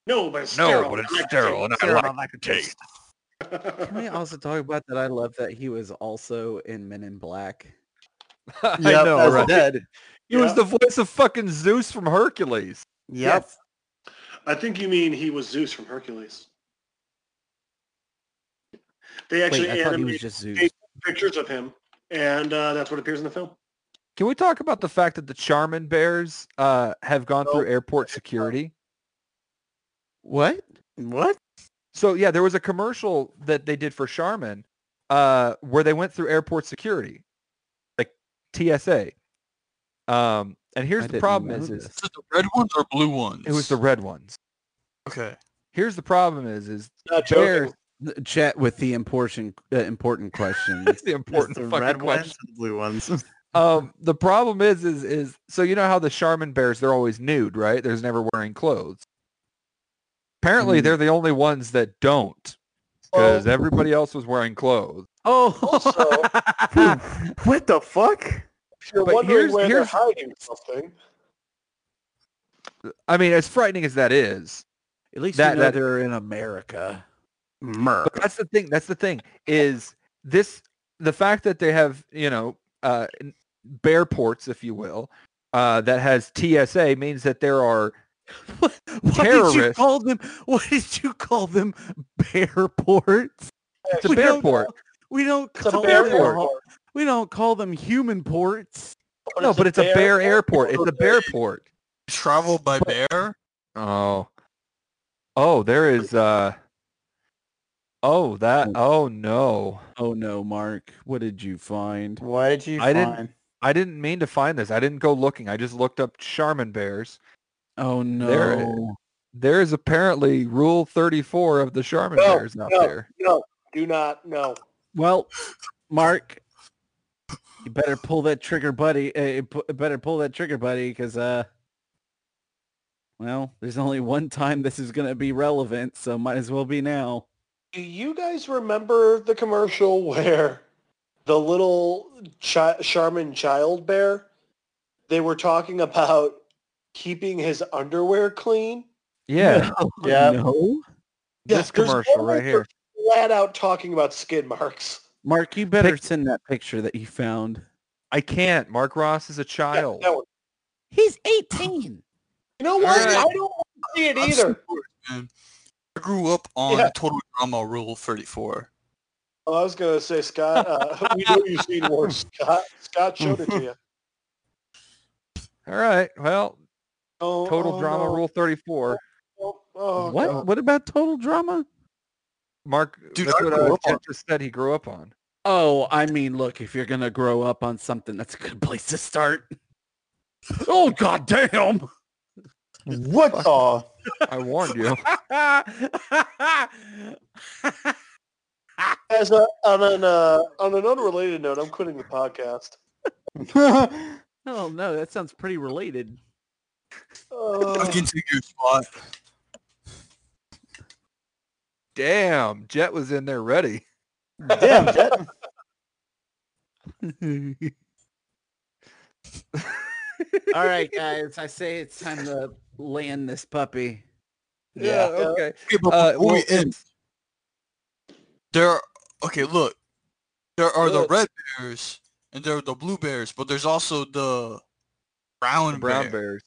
S3: No, but it's sterile. I like to
S5: and
S4: like the
S5: taste.
S3: say- <laughs>
S4: Can we also talk about that? I love that he was also in Men in Black.
S5: <laughs> I
S6: Yep,
S5: know,
S6: that's
S5: right?
S6: dead.
S5: He was
S3: Yeah.
S5: the voice of fucking Zeus from Hercules.
S6: Yep.
S3: I think you mean he was Zeus from Hercules. They actually
S4: Wait, I thought he was
S3: animated
S4: just Zeus.
S3: Hey. pictures of him, and uh, that's what appears in the film.
S5: Can we talk about the fact that the Charmin bears uh, have gone through
S4: Oh,
S5: airport security?
S4: What?
S6: What?
S5: So yeah, there was a commercial that they did for Charmin uh, where they went through airport security, like TSA. Um, and here's
S4: I
S5: the
S4: didn't
S5: problem
S4: know
S5: is, is
S4: this.
S7: Is it the red ones or blue ones?
S5: it was the red ones.
S7: okay.
S5: Here's the problem is is
S3: Not
S5: bears
S6: the chat with the important uh, important questions.
S5: That's the <laughs> important
S9: the
S5: fucking
S9: red
S5: question.
S9: ones and blue ones.
S5: <laughs>
S9: <laughs>
S5: Um, the problem is, is, is so you know how the Charmin bears they're always nude, right? There's never wearing clothes. Apparently,
S6: Mm.
S5: they're the only ones that don't, because everybody else was wearing clothes.
S6: oh,
S9: what the fuck?
S3: If you're
S5: <laughs> But
S3: wondering
S5: here's-
S3: where they're
S5: here's-
S3: hiding something,
S5: I mean, as frightening as that is,
S6: at least
S5: That-
S6: you know
S5: that-
S6: they're in <laughs> America.
S5: but that's the thing. That's the thing is this the fact that they have you know uh, n- bear ports, if you will, uh, that has TSA means that there are
S6: What, what did you
S5: Terrorists.
S6: call them? What did you call them? Bear ports?
S5: it's a
S6: We
S5: bear
S6: don't
S5: port.
S6: We don't
S3: it's a
S6: call
S3: bear
S6: them,
S3: airport.
S6: we don't call them human ports.
S5: no, but it's a bear airport. It's
S3: airport.
S5: a bear port.
S7: Travel by bear?
S5: Oh. Oh, there is uh Oh, that oh no.
S6: Oh no, Mark! What did you find?
S4: What did you
S5: I didn't-
S4: find?
S5: I didn't mean to find this. I didn't go looking. I just looked up Charmin bears.
S6: Oh no!
S5: There it- There is apparently rule 34 of the Charmin
S3: No,
S5: bears out
S3: no.
S5: there.
S3: No, do not. No.
S6: Well, Mark, you better pull that trigger, buddy. Uh, you pu- better pull that trigger, buddy, because uh, well, there's only one time this is gonna be relevant, so might as well be now.
S3: Do you guys remember the commercial <laughs> where the little chi- Charmin child bear? They were talking about keeping his underwear clean.
S5: Yeah,
S4: Yeah.
S6: No,
S3: there's
S5: this commercial
S3: one
S5: right
S3: where
S5: here.
S3: they're Flat out talking about skid marks. <laughs>
S6: Mark, you better send that picture that you found.
S5: I can't. Mark Ross is a child.
S3: that one.
S6: He's 18.
S3: You know what?
S7: Alright.
S3: I don't want to see it
S7: I'm
S3: either.
S7: sorry, man. I grew up on
S3: Yeah.
S7: Total Drama Rule 34.
S3: Oh, I was gonna say, Scott. Uh, <laughs> we know you've seen
S5: <laughs>
S3: worse. Scott, Scott showed it to you.
S5: All right. Well,
S3: Oh,
S5: total
S3: oh,
S5: drama
S3: no.
S5: rule 34.
S3: Oh, oh,
S6: what?
S3: God.
S6: What about total drama?
S5: Mark
S7: Dude,
S5: that's
S7: I
S5: what
S7: grew
S5: uh,
S7: up on-
S5: Chet just said he grew up on.
S6: Oh, I mean, look, if you're gonna grow up on something, that's a good place to start. Oh god damn!
S4: What? Oh,
S5: I warned you.
S3: As a, on an uh, on an unrelated note, I'm quitting the podcast.
S6: <laughs> Oh no, that sounds pretty related.
S3: Uh,
S7: I
S5: Oh,
S7: can take your spot.
S5: Damn, Jet was in there ready. <laughs>
S3: Uh,
S4: damn, Jet.
S6: All right, guys, I say it's time to land this puppy.
S5: Yeah, okay.
S7: Okay, but
S5: Uh,
S7: before we
S5: well,
S7: end, there are, okay, look. There are the
S5: Look.
S7: red bears and there are the blue bears, but there's also the brown,
S5: The brown
S7: bear.
S5: bears.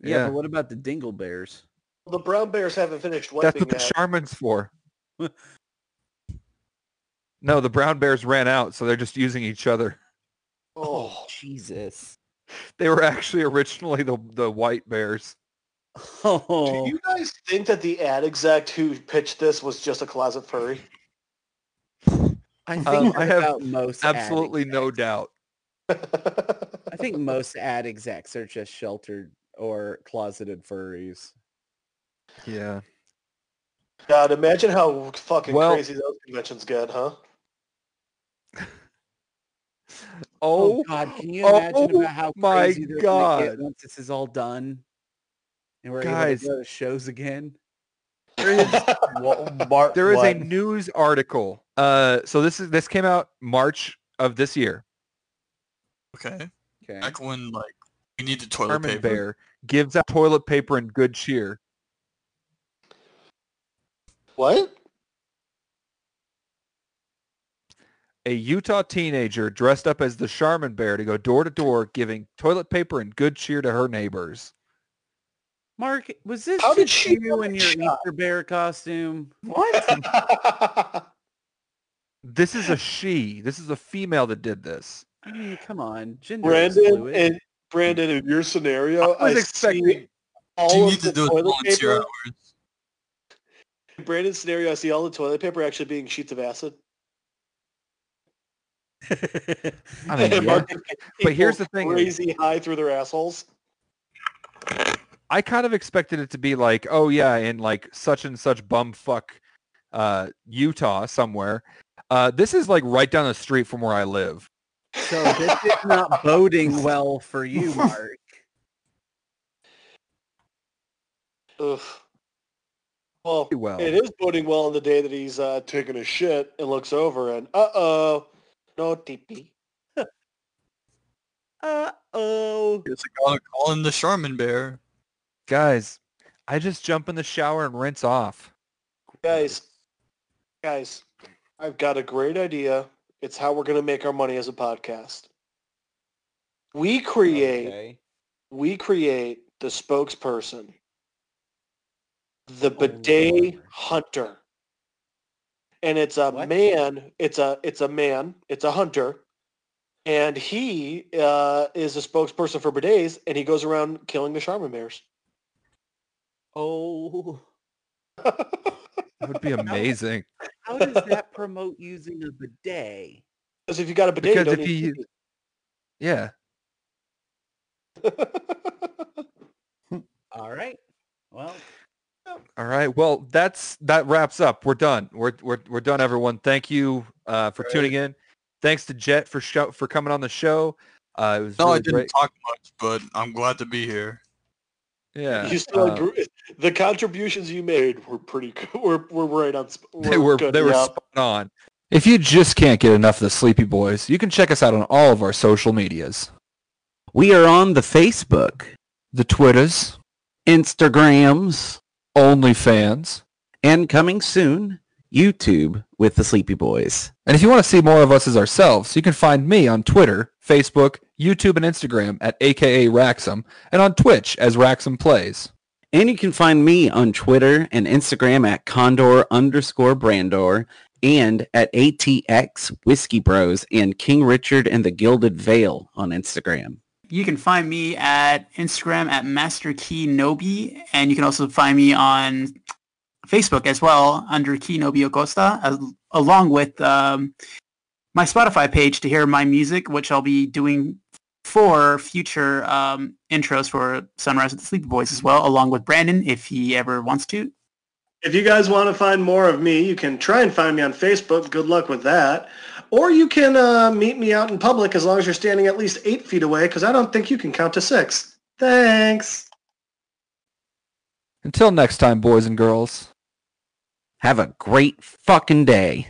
S6: Yeah,
S5: Yeah.
S6: but what about the dingle bears?
S3: the brown bears haven't finished
S5: That's
S3: wiping
S5: what the
S3: yet.
S5: Charmin's for. no, the brown bears ran out, so they're just using each other. <laughs>
S3: oh,
S6: Jesus.
S5: They were actually originally the the white bears.
S6: Oh,
S3: do you guys think that the ad exec who pitched this was just a closet furry? <laughs>
S6: I think
S5: Um, I
S6: I
S5: have
S6: about most ad
S5: Absolutely no doubt.
S6: I think most ad execs are just sheltered or closeted furries.
S5: Yeah.
S3: God, imagine how fucking
S5: Well-
S3: crazy those conventions get,
S5: <laughs>
S3: huh?
S5: Oh,
S6: God, can you
S5: oh
S6: imagine about how
S5: my
S6: crazy they're gonna get
S5: God.
S6: once this is all done? And we're
S5: Guys.
S6: able to go to shows again.
S4: What, Mark,
S5: there is
S4: what?
S5: a news article. Uh, so this is this came out March of this year.
S7: Okay.
S6: Okay.
S7: Back when, like, we needed toilet
S5: Charmin
S7: paper.
S5: bear gives out toilet paper and good cheer.
S3: What?
S5: a Utah teenager dressed up as the Charmin bear to go door to door giving toilet paper and good cheer to her neighbors.
S6: Mark, was this
S3: How did
S6: just
S3: she
S6: you
S3: get
S6: in
S3: <laughs>
S6: your
S3: shot?
S6: Easter bear costume?
S4: What?
S5: This is a she. This is a female that did this.
S6: I mean, come on,
S3: <laughs>
S6: gender is
S3: Brandon
S6: fluid.
S3: and Brandon, in your scenario,
S5: I was
S3: see
S5: expecting
S7: Do you
S3: all
S7: need
S3: of
S7: to
S3: the
S7: do it
S3: toilet
S7: volunteer
S3: paper.
S7: hours?
S3: In Brandon's scenario, I see all the toilet paper actually being sheets of acid.
S5: <laughs> I
S3: <laughs>
S5: mean,
S7: <laughs>
S3: And
S5: yeah.
S3: Mark- people
S5: here's the thing is-
S3: crazy high through their assholes.
S5: I kind of expected it to be like, oh yeah, in like such and such bum fuck uh, Utah somewhere. Uh, this is like right down the street from where I live.
S4: So this is not boding well for you, Mark.
S3: Ugh. Well,
S5: Well,
S3: it is boding well on the day that he's uh, taking a shit and looks over and uh oh, no TP.
S4: Uh oh.
S7: It's like calling the Charmin bear.
S5: guys, I just jump in the shower and rinse off.
S3: Guys, guys, I've got a great idea. It's how we're gonna make our money as a podcast. We create we create the spokesperson, the
S4: Oh,
S3: bidet hunter, and it's a
S4: What?
S3: man. It's a it's a man. It's a hunter, and he uh, is a spokesperson for bidets, and he goes around killing the Charmin bears. <laughs>
S4: Oh.
S5: That would <laughs> be amazing.
S4: How does that promote using a bidet?
S3: Because if you got a bidet, you
S5: Because
S3: don't
S5: if
S3: need
S5: you, yeah,
S3: <laughs>
S4: All right. Well,
S5: All right. Well, that's that wraps up. We're done. We're we're we're done, everyone. Thank you uh, for tuning in. Thanks to Jet for show, for coming on the show. Uh, it was
S7: No, I
S5: really
S7: didn't
S5: great.
S7: talk much, but I'm glad to be here.
S5: Yeah,
S3: You still
S5: uh,
S3: agree- the contributions you made were pretty <laughs> good. Were, were right on. sp-
S5: they were
S3: good.
S5: they were
S3: Yeah.
S5: spot on. If you just can't get enough of the Sleepy Boys, you can check us out on all of our social medias,
S4: we are on the Facebook,
S5: the Twitters,
S4: Instagrams,
S5: OnlyFans,
S4: and coming soon, YouTube with the Sleepy Boys.
S5: and if you want to see more of us as ourselves, you can find me on Twitter, Facebook, YouTube, and Instagram at AKA Raxum, and on Twitch as Raxum Plays.
S4: And you can find me on Twitter and Instagram at Condor underscore Brandor and at ATX Whiskey Bros and King Richard and the Gilded Veil on Instagram.
S6: You can find me at Instagram at MasterKeyNobi, and you can also find me on Facebook as well under Key Nobi Acosta, as, along with um, my Spotify page to hear my music, which I'll be doing for future um, intros for Sunrise with the Sleepy Boys as well, along with Brandon if he ever wants to.
S10: If you guys want to find more of me, you can try and find me on Facebook. Good luck with that. Or you can uh, meet me out in public as long as you're standing at least eight feet away, because I don't think you can count to six. Thanks.
S5: Until next time, boys and girls.
S4: Have a great fucking day.